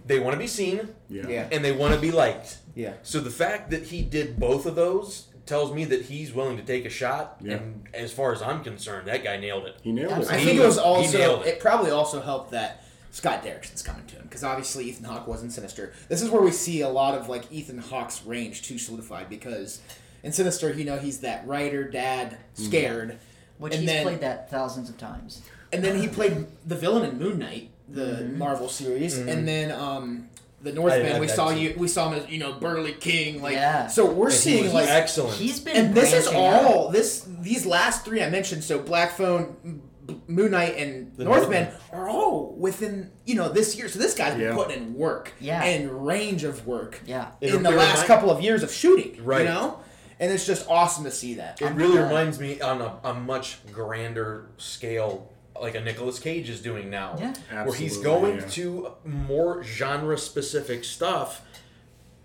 [SPEAKER 2] They want to be seen
[SPEAKER 4] Yeah.
[SPEAKER 1] Yeah.
[SPEAKER 2] and they want to be liked.
[SPEAKER 1] Yeah.
[SPEAKER 2] So the fact that he did both of those tells me that he's willing to take a shot.
[SPEAKER 4] Yeah.
[SPEAKER 2] And as far as I'm concerned, that guy nailed it.
[SPEAKER 4] He nailed
[SPEAKER 1] I
[SPEAKER 4] it.
[SPEAKER 2] He
[SPEAKER 1] think it was
[SPEAKER 2] was- he
[SPEAKER 1] also
[SPEAKER 2] nailed
[SPEAKER 1] it.
[SPEAKER 2] it.
[SPEAKER 1] probably also helped that Scott Derrickson's coming to him because obviously Ethan Hawke wasn't Sinister. This is where we see a lot of like Ethan Hawke's range too solidified because in Sinister, you know, he's that writer, dad,
[SPEAKER 2] Mm-hmm.
[SPEAKER 1] scared,
[SPEAKER 3] Which
[SPEAKER 1] and
[SPEAKER 3] he's
[SPEAKER 1] then
[SPEAKER 3] played that thousands of times.
[SPEAKER 1] and then he played the villain in Moon Knight, the
[SPEAKER 3] Mm-hmm.
[SPEAKER 1] Marvel series, and then um. The
[SPEAKER 2] Mm-hmm. I- I-
[SPEAKER 1] Northman, we
[SPEAKER 2] I've
[SPEAKER 1] saw
[SPEAKER 2] seen-
[SPEAKER 1] you. We saw him as you know Burly King, like
[SPEAKER 3] Yeah.
[SPEAKER 1] so. We're
[SPEAKER 2] And he
[SPEAKER 1] seeing
[SPEAKER 2] was
[SPEAKER 1] like
[SPEAKER 2] excellent.
[SPEAKER 3] He's been
[SPEAKER 1] and this is
[SPEAKER 3] branching out.
[SPEAKER 1] all this these last three I mentioned. So Black Phone, M- Moon Knight, and
[SPEAKER 2] The
[SPEAKER 1] Northman
[SPEAKER 2] Northman.
[SPEAKER 1] are all within you know this year. So this guy's been
[SPEAKER 4] Yeah.
[SPEAKER 1] putting in work
[SPEAKER 3] Yeah.
[SPEAKER 1] and range of work
[SPEAKER 3] Yeah.
[SPEAKER 2] It
[SPEAKER 1] in the
[SPEAKER 2] really
[SPEAKER 1] last
[SPEAKER 2] remind-
[SPEAKER 1] couple of years of shooting.
[SPEAKER 2] Right.
[SPEAKER 1] You know, and it's just awesome to see that.
[SPEAKER 2] It really
[SPEAKER 3] done.
[SPEAKER 2] reminds me on a, a much grander scale, like a Nicolas Cage is doing now,
[SPEAKER 3] Yeah.
[SPEAKER 2] where he's
[SPEAKER 4] Absolutely,
[SPEAKER 2] going
[SPEAKER 4] yeah.
[SPEAKER 2] to more genre specific stuff.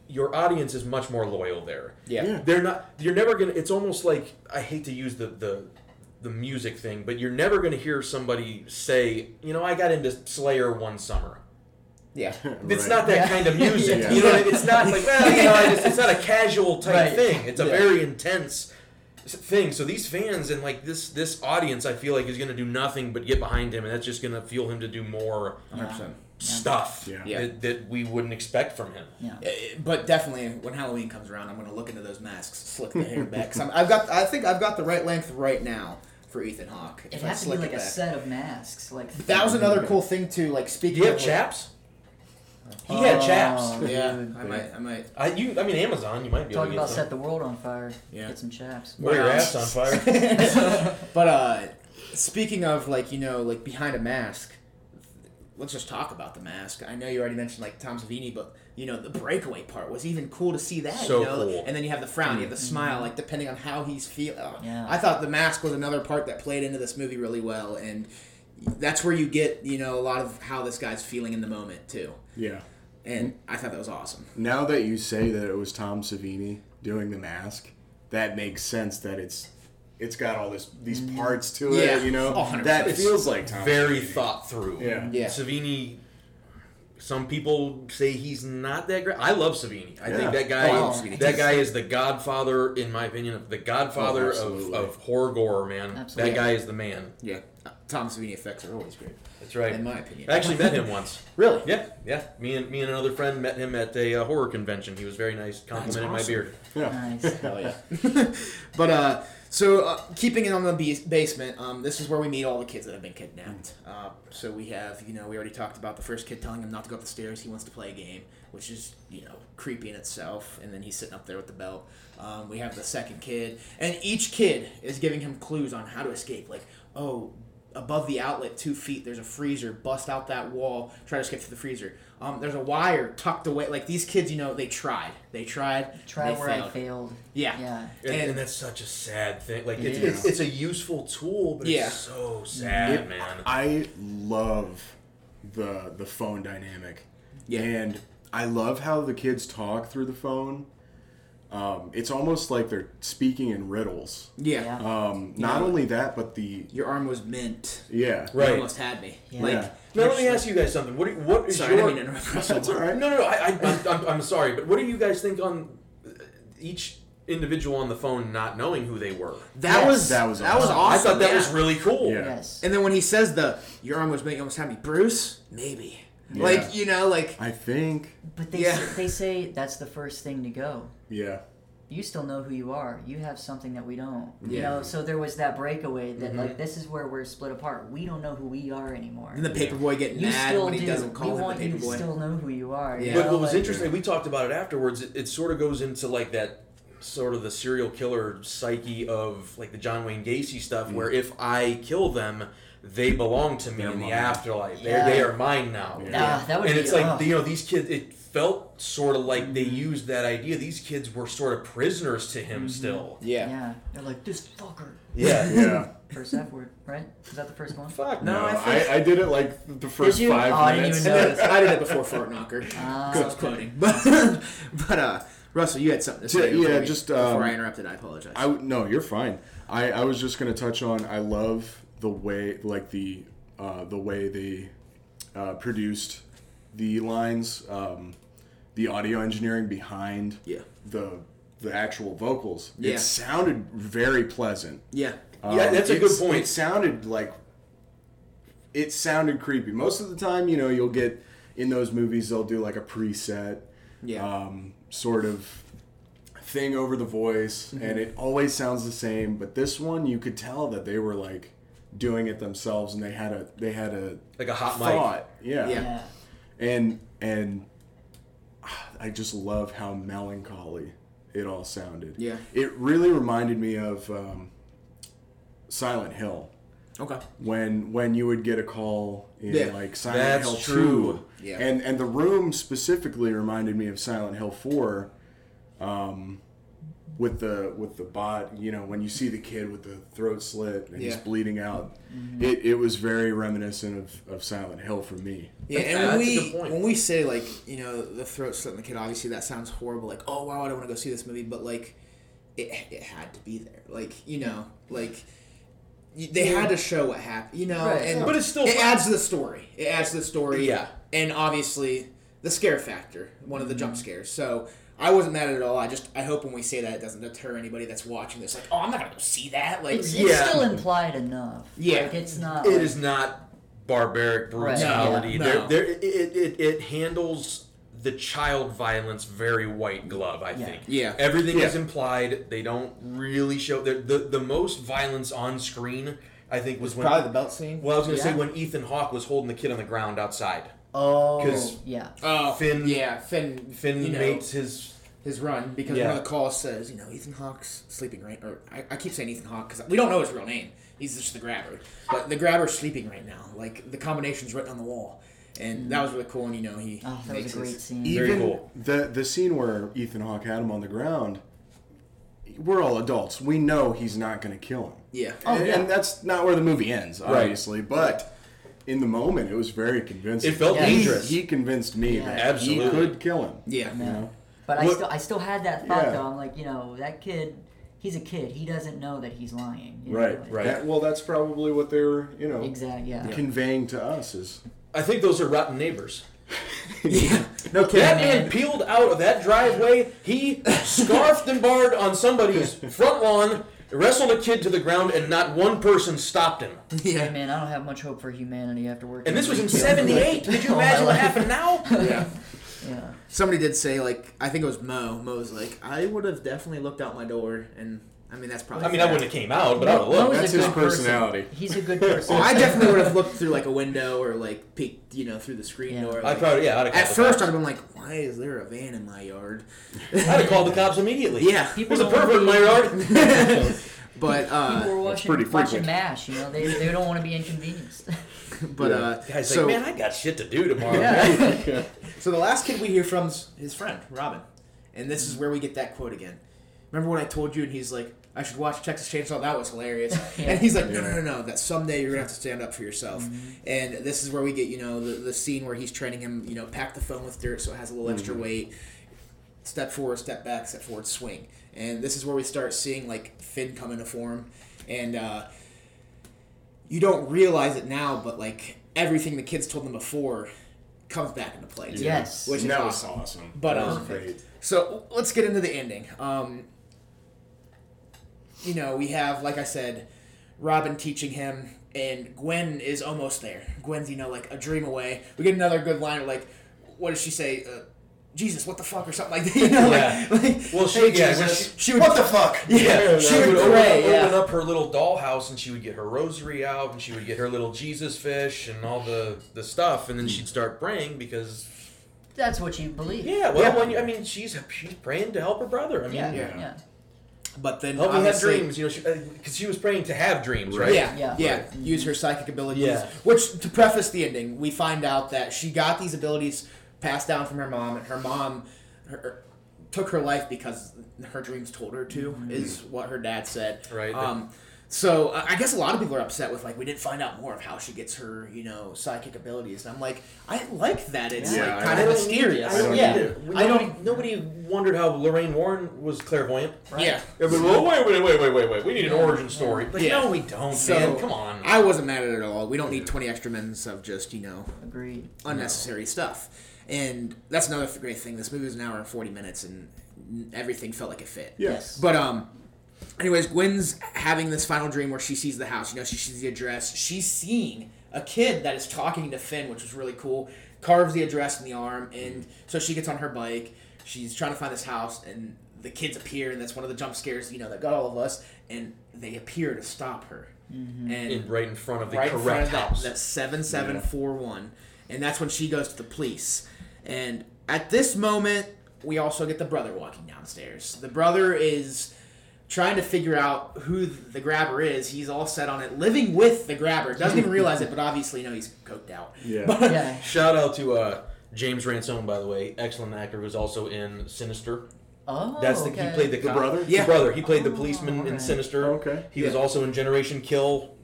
[SPEAKER 2] Your audience is much more loyal there.
[SPEAKER 1] Yeah.
[SPEAKER 4] Yeah.
[SPEAKER 2] they're not. You're never gonna. It's almost like I hate to use the the the music thing, but you're never gonna hear somebody say, you know, I got into Slayer one summer.
[SPEAKER 1] Yeah.
[SPEAKER 2] It's
[SPEAKER 4] Right.
[SPEAKER 2] not that
[SPEAKER 3] Yeah.
[SPEAKER 2] kind of music.
[SPEAKER 4] Yeah.
[SPEAKER 2] You know, what I mean? it's not like well, you know, I just- it's not a casual type
[SPEAKER 3] Right.
[SPEAKER 2] thing. It's a
[SPEAKER 1] Yeah.
[SPEAKER 2] very intense s- thing. So these fans and like this this audience, I feel like is going to do nothing but get behind him, and that's just going to fuel him to do more stuff
[SPEAKER 4] Yeah.
[SPEAKER 1] Yeah.
[SPEAKER 2] That, that we wouldn't expect from him.
[SPEAKER 3] Yeah.
[SPEAKER 1] Eh, But definitely, when Halloween comes around, I'm gonna look into those masks, slick the hair back. 'Cause I'm- I've got, I think I've got the right length right now for Ethan Hawke.
[SPEAKER 3] It
[SPEAKER 1] if I
[SPEAKER 3] has to be
[SPEAKER 1] slick
[SPEAKER 3] like
[SPEAKER 1] it
[SPEAKER 3] a
[SPEAKER 1] back.
[SPEAKER 3] set of masks. Like
[SPEAKER 1] That was another cool thing too. Like
[SPEAKER 2] Do
[SPEAKER 1] speaking.
[SPEAKER 2] you have
[SPEAKER 1] of, like-
[SPEAKER 2] chaps? He had chaps.
[SPEAKER 3] Oh.
[SPEAKER 1] Yeah,
[SPEAKER 3] Dude.
[SPEAKER 1] I might, I might.
[SPEAKER 2] I you I mean Amazon, you might be
[SPEAKER 3] Talk
[SPEAKER 2] able to
[SPEAKER 3] about
[SPEAKER 2] get
[SPEAKER 3] set
[SPEAKER 2] some.
[SPEAKER 3] the world on fire.
[SPEAKER 1] Yeah.
[SPEAKER 3] Get some chaps.
[SPEAKER 2] Wear your ass on fire.
[SPEAKER 1] But uh, speaking of like you know like behind a mask, let's just talk about the mask. I know you already mentioned like Tom Savini, but you know the breakaway part was even cool to see that.
[SPEAKER 2] So
[SPEAKER 1] you know?
[SPEAKER 2] cool.
[SPEAKER 1] And then you have the frown, you have the smile, like depending on how he's feeling.
[SPEAKER 3] Yeah.
[SPEAKER 1] I thought the mask was another part that played into this movie really well, and that's where you get you know a lot of how this guy's feeling in the moment too.
[SPEAKER 2] Hmm?
[SPEAKER 4] Yeah.
[SPEAKER 1] And I thought that was awesome.
[SPEAKER 4] Now that you say that it was Tom Savini doing the mask, that makes sense that it's it's got all this these parts to
[SPEAKER 1] Yeah.
[SPEAKER 4] it, you know.
[SPEAKER 1] Oh, 100%.
[SPEAKER 4] That feels like Tom.
[SPEAKER 2] Very
[SPEAKER 4] Savini.
[SPEAKER 2] thought through.
[SPEAKER 4] Yeah.
[SPEAKER 1] Yeah.
[SPEAKER 2] Savini Some people say he's not that great. I love Savini. I
[SPEAKER 4] Yeah.
[SPEAKER 2] think that guy,
[SPEAKER 1] Oh, I love Savini
[SPEAKER 2] that
[SPEAKER 1] too.
[SPEAKER 2] guy is the godfather, in my opinion, of the
[SPEAKER 4] Oh,
[SPEAKER 2] godfather of,
[SPEAKER 4] absolutely.
[SPEAKER 2] of horror gore, man.
[SPEAKER 3] Absolutely.
[SPEAKER 2] That guy is the man.
[SPEAKER 1] Yeah, Uh, Tom Savini effects are always great,
[SPEAKER 2] That's right.
[SPEAKER 1] in my opinion.
[SPEAKER 2] I actually met him once.
[SPEAKER 1] really?
[SPEAKER 2] Yeah, yeah. Me and me and another friend met him at a uh, horror convention. He was very nice, complimented my
[SPEAKER 1] awesome.
[SPEAKER 2] beard.
[SPEAKER 4] Yeah.
[SPEAKER 3] Nice.
[SPEAKER 1] Hell yeah. but uh, so uh, keeping it on the bas- basement, um, this is where we meet all the kids that have been kidnapped. Uh, so we have, you know, we already talked about the first kid telling him not to go up the stairs. He wants to play a game, which is, you know, creepy in itself. And then he's sitting up there with the belt. Um, we have the second kid, and each kid is giving him clues on how to escape. Like, oh, above the outlet two feet there's a freezer bust out that wall try to escape through the freezer um, there's a wire tucked away like these kids you know they tried they tried and
[SPEAKER 3] Try
[SPEAKER 1] they
[SPEAKER 3] where I
[SPEAKER 1] failed.
[SPEAKER 3] failed.
[SPEAKER 1] Yeah.
[SPEAKER 3] Yeah.
[SPEAKER 2] And,
[SPEAKER 1] And-
[SPEAKER 2] and that's such a sad thing. Like
[SPEAKER 3] It
[SPEAKER 2] it's,
[SPEAKER 3] is.
[SPEAKER 2] it's, it's a useful tool, but
[SPEAKER 1] Yeah.
[SPEAKER 2] it's so sad,
[SPEAKER 4] It-
[SPEAKER 2] man.
[SPEAKER 4] I love the the phone dynamic.
[SPEAKER 1] Yeah.
[SPEAKER 4] And I love how the kids talk through the phone. Um, it's almost like they're speaking in riddles.
[SPEAKER 1] Yeah. Uh,
[SPEAKER 3] Yeah.
[SPEAKER 4] Um, not only that, but the
[SPEAKER 1] Your arm was mint.
[SPEAKER 4] yeah.
[SPEAKER 1] You
[SPEAKER 2] Right.
[SPEAKER 1] almost had me.
[SPEAKER 3] Yeah.
[SPEAKER 1] Like,
[SPEAKER 4] Yeah.
[SPEAKER 2] now let me ask you guys something. What do you, what is
[SPEAKER 1] sorry, I
[SPEAKER 2] your
[SPEAKER 1] didn't mean to interrupt. Russell.
[SPEAKER 4] That's all
[SPEAKER 2] No,
[SPEAKER 4] right.
[SPEAKER 2] no, no. I, I, I'm, I'm, I'm sorry, but what do you guys think on uh, each individual on the phone not knowing who they were?
[SPEAKER 1] That
[SPEAKER 3] Yes.
[SPEAKER 1] was
[SPEAKER 4] That was
[SPEAKER 1] that was
[SPEAKER 4] awesome.
[SPEAKER 1] awesome.
[SPEAKER 2] I thought that
[SPEAKER 1] yeah.
[SPEAKER 2] was really cool.
[SPEAKER 4] Yeah.
[SPEAKER 3] Yes.
[SPEAKER 1] And then when he says the your arm was mint, you almost had me, Bruce. Maybe.
[SPEAKER 4] Yeah.
[SPEAKER 1] Like you know, like
[SPEAKER 4] I think.
[SPEAKER 3] But they
[SPEAKER 1] Yeah.
[SPEAKER 3] say, they say that's the first thing to go.
[SPEAKER 4] Yeah.
[SPEAKER 3] You still know who you are. You have something that we don't. You
[SPEAKER 1] Yeah. Mm-hmm.
[SPEAKER 3] know, so there was that breakaway that like this is where we're split apart. We don't know who we are anymore.
[SPEAKER 1] and the paperboy getting
[SPEAKER 3] you
[SPEAKER 1] mad
[SPEAKER 3] still
[SPEAKER 1] when he
[SPEAKER 3] do.
[SPEAKER 1] doesn't
[SPEAKER 3] we
[SPEAKER 1] call him
[SPEAKER 3] want
[SPEAKER 1] the
[SPEAKER 3] you to
[SPEAKER 1] paperboy.
[SPEAKER 3] still know who you are. you
[SPEAKER 1] Yeah.
[SPEAKER 2] But
[SPEAKER 3] know,
[SPEAKER 2] what was
[SPEAKER 3] like-
[SPEAKER 2] interesting, we talked about it afterwards. It, it sort of goes into like that sort of the serial killer psyche of like the John Wayne Gacy stuff,
[SPEAKER 4] Mm.
[SPEAKER 2] where if I kill them, they belong to me in the
[SPEAKER 4] mine.
[SPEAKER 2] afterlife.
[SPEAKER 3] Yeah.
[SPEAKER 2] They they are mine now.
[SPEAKER 3] Ah, that would
[SPEAKER 2] and
[SPEAKER 3] be-
[SPEAKER 2] it's like
[SPEAKER 3] ugh.
[SPEAKER 2] you know these kids. It felt sort of like they used that idea. These kids were sort of prisoners to him still.
[SPEAKER 1] yeah.
[SPEAKER 3] Yeah. They're like this fucker.
[SPEAKER 2] Yeah.
[SPEAKER 4] Yeah.
[SPEAKER 3] First F word, right? Is that the first one?
[SPEAKER 2] Fuck
[SPEAKER 1] No,
[SPEAKER 4] No,
[SPEAKER 1] I
[SPEAKER 4] I,
[SPEAKER 1] think-
[SPEAKER 4] I, did it like the first
[SPEAKER 3] you?
[SPEAKER 4] five
[SPEAKER 3] Oh, I didn't
[SPEAKER 4] minutes.
[SPEAKER 3] even
[SPEAKER 1] And then-
[SPEAKER 3] notice.
[SPEAKER 1] I did it before Fort Knocker.
[SPEAKER 3] Ah.
[SPEAKER 1] 'cause I was quoting, but but uh, Russell, you had something to say.
[SPEAKER 4] Yeah,
[SPEAKER 1] before
[SPEAKER 4] yeah,
[SPEAKER 1] we-
[SPEAKER 4] just,
[SPEAKER 1] before
[SPEAKER 4] um,
[SPEAKER 1] I interrupted, I apologize.
[SPEAKER 4] I w- no, you're fine. I, I was just gonna touch on. I love the way, like the uh, the way they uh, produced the lines, um, the audio engineering behind
[SPEAKER 1] Yeah.
[SPEAKER 4] the the actual vocals.
[SPEAKER 1] Yeah.
[SPEAKER 4] It sounded very pleasant.
[SPEAKER 1] yeah,
[SPEAKER 4] Uh,
[SPEAKER 2] Yeah, that's a good
[SPEAKER 4] Um, it's-
[SPEAKER 2] point.
[SPEAKER 4] It sounded like it sounded creepy. Most of the time, you know, you'll get in those movies they'll do like a preset
[SPEAKER 1] yeah,
[SPEAKER 4] um, sort of thing over the voice,
[SPEAKER 2] Mm-hmm.
[SPEAKER 4] and it always sounds the same. But this one, you could tell that they were like doing it themselves, and they had a they had a
[SPEAKER 2] Like a hot mic.
[SPEAKER 4] thought, yeah.
[SPEAKER 1] Yeah.
[SPEAKER 3] Yeah.
[SPEAKER 4] and and ah, I just love how melancholy it all sounded.
[SPEAKER 1] Yeah.
[SPEAKER 4] it really reminded me of um, Silent Hill
[SPEAKER 1] okay,
[SPEAKER 4] when when you would get a call in
[SPEAKER 1] Yeah.
[SPEAKER 4] like Silent
[SPEAKER 2] That's
[SPEAKER 4] Hill
[SPEAKER 2] true.
[SPEAKER 4] Two,
[SPEAKER 1] Yeah.
[SPEAKER 4] and and the room specifically reminded me of Silent Hill Four, um, with the with the bot. You know, when you see the kid with the throat slit and he's
[SPEAKER 1] Yeah. Mm-hmm.
[SPEAKER 4] bleeding out, it, it was very reminiscent of, of Silent Hill for me.
[SPEAKER 1] yeah.
[SPEAKER 2] That's-
[SPEAKER 1] And when
[SPEAKER 2] that's a
[SPEAKER 1] we
[SPEAKER 2] good point.
[SPEAKER 1] when we say like you know the throat slit in the kid, obviously that sounds horrible. Like oh wow, I don't want to go see this movie, but like it it had to be there. Like you know like. y- They had to show what happened, you know,
[SPEAKER 3] Right.
[SPEAKER 1] and
[SPEAKER 2] But it's still
[SPEAKER 1] it
[SPEAKER 2] fun.
[SPEAKER 1] adds to the story. It adds to the story,
[SPEAKER 2] Yeah.
[SPEAKER 1] and obviously the scare factor, one of the
[SPEAKER 2] Mm-hmm.
[SPEAKER 1] jump scares. So I wasn't mad at all. I just I hope when we say that it doesn't deter anybody that's watching this, like, oh, I'm not gonna go see that. Like,
[SPEAKER 3] It's, it's
[SPEAKER 2] Yeah.
[SPEAKER 3] still implied enough.
[SPEAKER 1] Yeah.
[SPEAKER 3] Like, it's not.
[SPEAKER 2] It
[SPEAKER 3] like-
[SPEAKER 2] is not barbaric
[SPEAKER 3] Right.
[SPEAKER 2] brutality.
[SPEAKER 1] No, no.
[SPEAKER 2] There, there, it, it, it handles the child violence very white glove. I think.
[SPEAKER 1] Yeah.
[SPEAKER 2] Everything is
[SPEAKER 4] Yeah.
[SPEAKER 2] implied. They don't really show the the, the most violence on screen. I think was when.
[SPEAKER 1] probably the belt scene.
[SPEAKER 2] well, I was gonna
[SPEAKER 3] Yeah.
[SPEAKER 2] say when Ethan Hawke was holding the kid on the ground outside.
[SPEAKER 3] Oh.
[SPEAKER 2] 'Cause-
[SPEAKER 3] Yeah.
[SPEAKER 1] Oh,
[SPEAKER 2] Finn-
[SPEAKER 1] Yeah, Finn.
[SPEAKER 2] Finn
[SPEAKER 1] you know,
[SPEAKER 2] makes his.
[SPEAKER 1] his run because
[SPEAKER 2] Yeah.
[SPEAKER 1] one of the calls says, you know, Ethan Hawke's sleeping right. Or I, I keep saying Ethan Hawke because we don't know his real name. He's just the grabber, but the grabber's sleeping right now. Like the combination's written on the wall, and that was really cool. And you know, he
[SPEAKER 3] Oh, that
[SPEAKER 1] makes
[SPEAKER 3] was a great
[SPEAKER 1] his-
[SPEAKER 3] scene.
[SPEAKER 2] Very
[SPEAKER 4] Even
[SPEAKER 2] cool.
[SPEAKER 4] The the scene where Ethan Hawke had him on the ground. We're all adults. We know he's not going to kill him.
[SPEAKER 1] Oh, Yeah.
[SPEAKER 3] Oh.
[SPEAKER 4] and, and that's not where the movie ends, obviously. But in the moment, it was very convincing.
[SPEAKER 2] It felt
[SPEAKER 3] Yeah.
[SPEAKER 2] dangerous.
[SPEAKER 4] He, he convinced me
[SPEAKER 3] Yeah.
[SPEAKER 4] that
[SPEAKER 2] Absolutely.
[SPEAKER 4] he could kill him.
[SPEAKER 1] Yeah.
[SPEAKER 4] You know?
[SPEAKER 3] But I
[SPEAKER 4] What-
[SPEAKER 3] still, I still had that thought
[SPEAKER 4] Yeah.
[SPEAKER 3] though. I'm like, you know, that kid, he's a kid. He doesn't know that he's lying. you know,
[SPEAKER 4] Right.
[SPEAKER 3] like-
[SPEAKER 2] Right.
[SPEAKER 4] That- well, that's probably what they were, you know,
[SPEAKER 3] Exactly. Yeah.
[SPEAKER 4] conveying to us is
[SPEAKER 2] I think those are rotten neighbors.
[SPEAKER 1] yeah. No kidding.
[SPEAKER 2] That
[SPEAKER 1] man.
[SPEAKER 2] man peeled out of that driveway. He scarfed and barred on somebody's front lawn, wrestled a kid to the ground, and not one person stopped him.
[SPEAKER 3] Hey,
[SPEAKER 1] Yeah.
[SPEAKER 3] man, I don't have much hope for humanity after working.
[SPEAKER 2] And this was in
[SPEAKER 3] retail for,
[SPEAKER 2] '78.
[SPEAKER 3] like,
[SPEAKER 2] Could you
[SPEAKER 3] all my
[SPEAKER 2] imagine what
[SPEAKER 3] life.
[SPEAKER 2] happened now?
[SPEAKER 1] Oh, yeah.
[SPEAKER 3] Yeah.
[SPEAKER 1] Somebody did say like I think it was Mo. Mo was like I would have definitely looked out my door, and I mean that's probably.
[SPEAKER 2] I mean, I
[SPEAKER 1] fair.
[SPEAKER 2] wouldn't have came out, but I
[SPEAKER 3] Mo-
[SPEAKER 2] would have
[SPEAKER 3] Mo's
[SPEAKER 2] looked.
[SPEAKER 3] a
[SPEAKER 4] That's his
[SPEAKER 3] good person.
[SPEAKER 4] personality.
[SPEAKER 3] He's a good person.
[SPEAKER 1] Oh, I definitely would have looked through like a window or like peeked, you know, through the screen
[SPEAKER 3] Yeah.
[SPEAKER 1] door.
[SPEAKER 2] I
[SPEAKER 1] Like,
[SPEAKER 2] probably, yeah. I'd have
[SPEAKER 1] at
[SPEAKER 2] called the
[SPEAKER 1] first,
[SPEAKER 2] cops.
[SPEAKER 1] I'd have been like, "Why is there a van in my yard?"
[SPEAKER 2] I'd have called the cops immediately.
[SPEAKER 1] Yeah.
[SPEAKER 2] There's a pervert in my yard.
[SPEAKER 1] But
[SPEAKER 3] People
[SPEAKER 1] uh,
[SPEAKER 3] were watching,
[SPEAKER 4] pretty
[SPEAKER 3] watching
[SPEAKER 4] frequent.
[SPEAKER 3] MASH, you know, they, they don't want to be inconvenienced.
[SPEAKER 1] but uh,
[SPEAKER 2] Guy's
[SPEAKER 1] so
[SPEAKER 2] like, man, I got shit to do tomorrow.
[SPEAKER 1] so the last kid we hear from's his friend Robin, and this is where we get that quote again. Remember when I told you? And he's like, "I should watch Texas Chainsaw. That was hilarious."
[SPEAKER 3] Yeah.
[SPEAKER 1] And he's like, "No, no, no, no. That someday you're gonna have to stand up for yourself." And this is where we get, you know, the, the scene where he's training him, you know, pack the phone with dirt so it has a little extra weight. step forward, step back, step forward, swing. And this is where we start seeing like Finn come into form, and uh, you don't realize it now, but like everything the kids told them before comes back into play. too,
[SPEAKER 3] Yes.
[SPEAKER 1] which is
[SPEAKER 4] that was
[SPEAKER 1] awesome.
[SPEAKER 4] awesome.
[SPEAKER 1] But,
[SPEAKER 4] that was
[SPEAKER 1] um,
[SPEAKER 4] great.
[SPEAKER 1] So let's get into the ending. Um, you know, we have, like I said, Robin teaching him, and Gwen is almost there. Gwen's, you know, like a dream away. We get another good line, like, what does she say? Uh, Jesus, what the fuck, or something like that. You know,
[SPEAKER 2] Yeah.
[SPEAKER 1] like, like,
[SPEAKER 2] Well, she-
[SPEAKER 1] hey,
[SPEAKER 2] yeah,
[SPEAKER 1] Jesus.
[SPEAKER 2] when
[SPEAKER 1] she
[SPEAKER 2] she-
[SPEAKER 1] would,
[SPEAKER 4] fuck?
[SPEAKER 1] Yeah, she
[SPEAKER 2] she
[SPEAKER 1] would
[SPEAKER 2] would open,
[SPEAKER 1] pray.
[SPEAKER 2] open
[SPEAKER 1] Yeah.
[SPEAKER 2] up her little dollhouse and she would get her rosary out and she would get her little Jesus fish and all the, the stuff and then she'd start praying because
[SPEAKER 3] That's what you believe.
[SPEAKER 2] yeah well
[SPEAKER 1] Yeah.
[SPEAKER 2] When you, I mean she's she's praying to help her brother I mean
[SPEAKER 3] Yeah.
[SPEAKER 4] Yeah.
[SPEAKER 3] yeah.
[SPEAKER 1] But then,
[SPEAKER 2] help him have
[SPEAKER 1] obviously-
[SPEAKER 2] Oh, dreams you know because she, uh 'cause she was praying to have dreams right
[SPEAKER 1] Yeah, yeah,
[SPEAKER 3] Yeah.
[SPEAKER 1] Use her psychic abilities.
[SPEAKER 2] Yeah.
[SPEAKER 1] Which, to preface the ending, we find out that she got these abilities passed down from her mom, and her mom her, took her life because her dreams told her to, is what her dad said.
[SPEAKER 2] Mm-hmm. Right.
[SPEAKER 1] Um, so I I guess a lot of people are upset with like we didn't find out more of how she gets her you know psychic abilities, and I'm like I like that it's
[SPEAKER 4] Yeah,
[SPEAKER 1] like
[SPEAKER 4] I
[SPEAKER 1] kind
[SPEAKER 2] I
[SPEAKER 1] of
[SPEAKER 2] don't
[SPEAKER 1] mysterious.
[SPEAKER 2] need- I don't
[SPEAKER 1] yeah,
[SPEAKER 2] need it.
[SPEAKER 1] I
[SPEAKER 2] Nobody,
[SPEAKER 1] don't.
[SPEAKER 2] nobody wondered how Lorraine Warren was clairvoyant.
[SPEAKER 1] Yeah,
[SPEAKER 2] Everybody, well, wait, wait, wait, wait, wait, wait. We need an origin story. Like,
[SPEAKER 1] Yeah.
[SPEAKER 2] no, we don't,
[SPEAKER 1] So-
[SPEAKER 2] man. Come on.
[SPEAKER 1] I wasn't mad at it at all. We don't need 20 extra minutes of just you know
[SPEAKER 3] Agreed.
[SPEAKER 1] unnecessary stuff. And that's another f- great thing. This movie was an hour and forty minutes, and n- everything felt like it fit.
[SPEAKER 4] Yes.
[SPEAKER 1] But um, anyways, Gwen's having this final dream where she sees the house. You know, she sees the address. She's seeing a kid that is talking to Finn, which was really cool. Carves the address in the arm, and so she gets on her bike. She's trying to find this house, and the kids appear, and that's one of the jump scares. You know, that got all of us, and they appear to stop her. And
[SPEAKER 2] In- right in front of the
[SPEAKER 1] right in front
[SPEAKER 2] correct
[SPEAKER 1] of that,
[SPEAKER 2] house.
[SPEAKER 1] That's seven seven four one, and that's when she goes to the police. And at this moment, we also get the brother walking downstairs. The brother is trying to figure out who the grabber is. He's all set on it, living with the grabber. Doesn't even realize it, but obviously, no, he's coked out.
[SPEAKER 4] Yeah.
[SPEAKER 1] But-
[SPEAKER 3] Yeah.
[SPEAKER 2] Shout out to uh, James Ransone, by the way, excellent actor who's also in Sinister.
[SPEAKER 3] Oh.
[SPEAKER 2] That's the
[SPEAKER 3] okay.
[SPEAKER 2] he played the,
[SPEAKER 4] The
[SPEAKER 2] cop-
[SPEAKER 4] brother?
[SPEAKER 1] Yeah. Oh,
[SPEAKER 2] the brother. He played the policeman in
[SPEAKER 3] alright.
[SPEAKER 2] Sinister.
[SPEAKER 4] Okay.
[SPEAKER 2] He was
[SPEAKER 1] Yeah.
[SPEAKER 2] also in Generation Kill.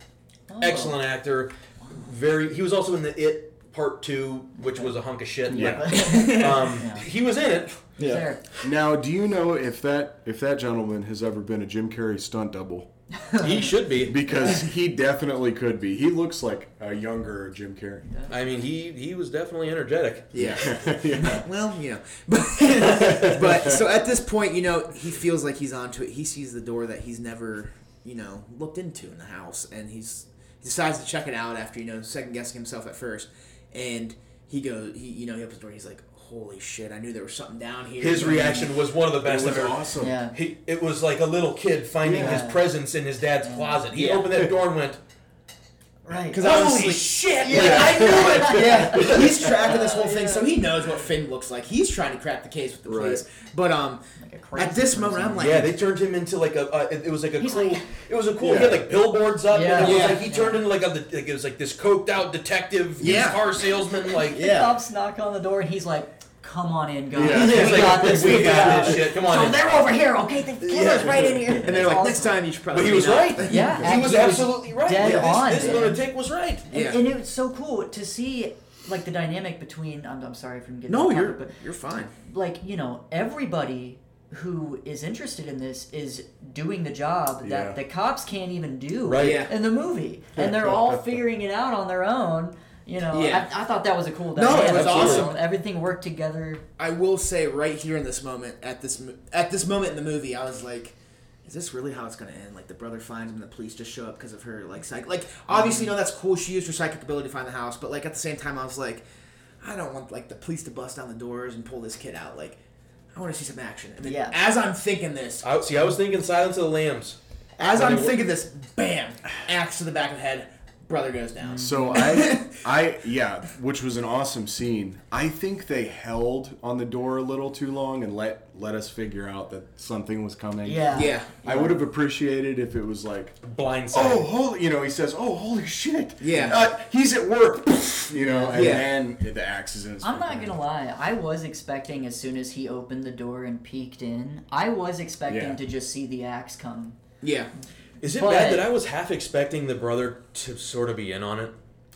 [SPEAKER 3] Oh.
[SPEAKER 2] Excellent actor. Very. He was also in the It Part Two, which was a hunk of shit.
[SPEAKER 4] Yeah.
[SPEAKER 2] but, um,
[SPEAKER 3] Yeah.
[SPEAKER 2] He was in it.
[SPEAKER 3] There.
[SPEAKER 4] Now, do you know if that if that gentleman has ever been a Jim Carrey stunt double?
[SPEAKER 2] He should be.
[SPEAKER 4] Because he definitely could be. He looks like a younger Jim Carrey.
[SPEAKER 2] I mean, he he was definitely energetic.
[SPEAKER 1] Yeah.
[SPEAKER 4] yeah.
[SPEAKER 1] Well, you know, but, but so at this point, you know, he feels like he's onto it. He sees the door that he's never, you know, looked into in the house, and he's he decides to check it out after you know second guessing himself at first, and he goes, he you know, he opens the door, and he's like, "Holy shit! I knew there was something down here."
[SPEAKER 2] His reaction was one of the
[SPEAKER 4] That
[SPEAKER 2] best
[SPEAKER 4] was
[SPEAKER 2] I've ever.
[SPEAKER 4] awesome.
[SPEAKER 3] Yeah.
[SPEAKER 2] He, it was like a little kid finding
[SPEAKER 3] Yeah.
[SPEAKER 2] his presence in his dad's closet. He
[SPEAKER 1] Yeah.
[SPEAKER 2] opened that door and went,
[SPEAKER 3] Right.
[SPEAKER 1] Because
[SPEAKER 2] "Holy
[SPEAKER 1] honestly,
[SPEAKER 2] shit!
[SPEAKER 1] Oh, Yeah.
[SPEAKER 2] Like, I knew it."
[SPEAKER 1] yeah, he's tracking this whole thing, so he knows what Finn looks like. He's trying to crack the case with the
[SPEAKER 4] Right.
[SPEAKER 1] police, but um,
[SPEAKER 3] Like a crazy
[SPEAKER 1] at this moment,
[SPEAKER 3] person.
[SPEAKER 1] I'm like,
[SPEAKER 2] Yeah, they turned him into like a. Uh, it, it was like a
[SPEAKER 3] He's
[SPEAKER 2] cool.
[SPEAKER 3] like-
[SPEAKER 2] it was a cool. He had like billboards up.
[SPEAKER 3] Yeah.
[SPEAKER 2] And it was
[SPEAKER 1] Yeah.
[SPEAKER 2] like he turned into like a. Like it was like this coked out detective, used
[SPEAKER 1] Yeah.
[SPEAKER 2] car salesman. Like
[SPEAKER 1] Yeah.
[SPEAKER 3] Cops knock on the door and he's like, "Come on in, guys.
[SPEAKER 4] Yeah.
[SPEAKER 2] It's
[SPEAKER 3] We
[SPEAKER 2] like,
[SPEAKER 3] got this.
[SPEAKER 2] We got
[SPEAKER 3] it."
[SPEAKER 2] this shit. Come on.
[SPEAKER 3] So
[SPEAKER 2] in.
[SPEAKER 3] they're over here, okay? The camera's right in here.
[SPEAKER 1] and they're like, next time you should probably.
[SPEAKER 2] But he was
[SPEAKER 1] not.
[SPEAKER 2] right.
[SPEAKER 3] Yeah,
[SPEAKER 2] he was
[SPEAKER 3] he was
[SPEAKER 2] absolutely right.
[SPEAKER 3] dead
[SPEAKER 2] Like, this,
[SPEAKER 3] on,
[SPEAKER 2] this
[SPEAKER 3] dude.
[SPEAKER 2] lunatic was right.
[SPEAKER 3] And,
[SPEAKER 1] Yeah.
[SPEAKER 3] and it was so cool to see like the dynamic between. I'm, I'm sorry if I'm getting
[SPEAKER 1] No,
[SPEAKER 3] off topic,
[SPEAKER 1] you're
[SPEAKER 3] but
[SPEAKER 1] you're fine.
[SPEAKER 3] like you know everybody who is interested in this is doing the job that
[SPEAKER 4] Yeah.
[SPEAKER 3] the cops can't even do
[SPEAKER 2] Right.
[SPEAKER 1] Yeah.
[SPEAKER 3] in the movie and they're all figuring it out on their own You know,
[SPEAKER 1] Yeah.
[SPEAKER 3] I, I thought that was a cool.
[SPEAKER 1] No, it was
[SPEAKER 3] dynamic, you
[SPEAKER 1] awesome.
[SPEAKER 3] know, Everything worked together.
[SPEAKER 1] I will say right here in this moment, at this mo- at this moment in the movie, I was like, "Is this really how it's gonna end?" Like the brother finds him, and the police just show up because of her like psych. Like obviously, no, that's cool. She used her psychic ability to find the house, but like at the same time, I was like, I don't want like the police to bust down the doors and pull this kid out. Like I want to see some action. And then
[SPEAKER 3] Yeah.
[SPEAKER 1] as I'm thinking this,
[SPEAKER 2] I, see, I was thinking Silence of the Lambs.
[SPEAKER 1] as
[SPEAKER 2] When
[SPEAKER 1] I'm
[SPEAKER 2] it wa-
[SPEAKER 1] thinking this, bam, axe to the back of the head, brother goes down.
[SPEAKER 2] Mm.
[SPEAKER 4] So I, I yeah, which was an awesome scene. I think they held on the door a little too long and let let us figure out that something was coming.
[SPEAKER 3] Yeah.
[SPEAKER 1] Yeah.
[SPEAKER 4] I would have appreciated if it was like,
[SPEAKER 2] Blindside.
[SPEAKER 4] oh holy, you know, he says, oh holy shit,
[SPEAKER 1] Yeah.
[SPEAKER 4] uh, he's at work, you know, and
[SPEAKER 1] Yeah.
[SPEAKER 4] then the axe is in his.
[SPEAKER 3] I'm not
[SPEAKER 4] fucking-
[SPEAKER 3] gonna lie. I was expecting as soon as he opened the door and peeked in, I was expecting
[SPEAKER 4] Yeah.
[SPEAKER 3] to just see the axe come.
[SPEAKER 1] Yeah.
[SPEAKER 2] Is it
[SPEAKER 3] But-
[SPEAKER 2] bad that I was half expecting the brother to sort of be in on it?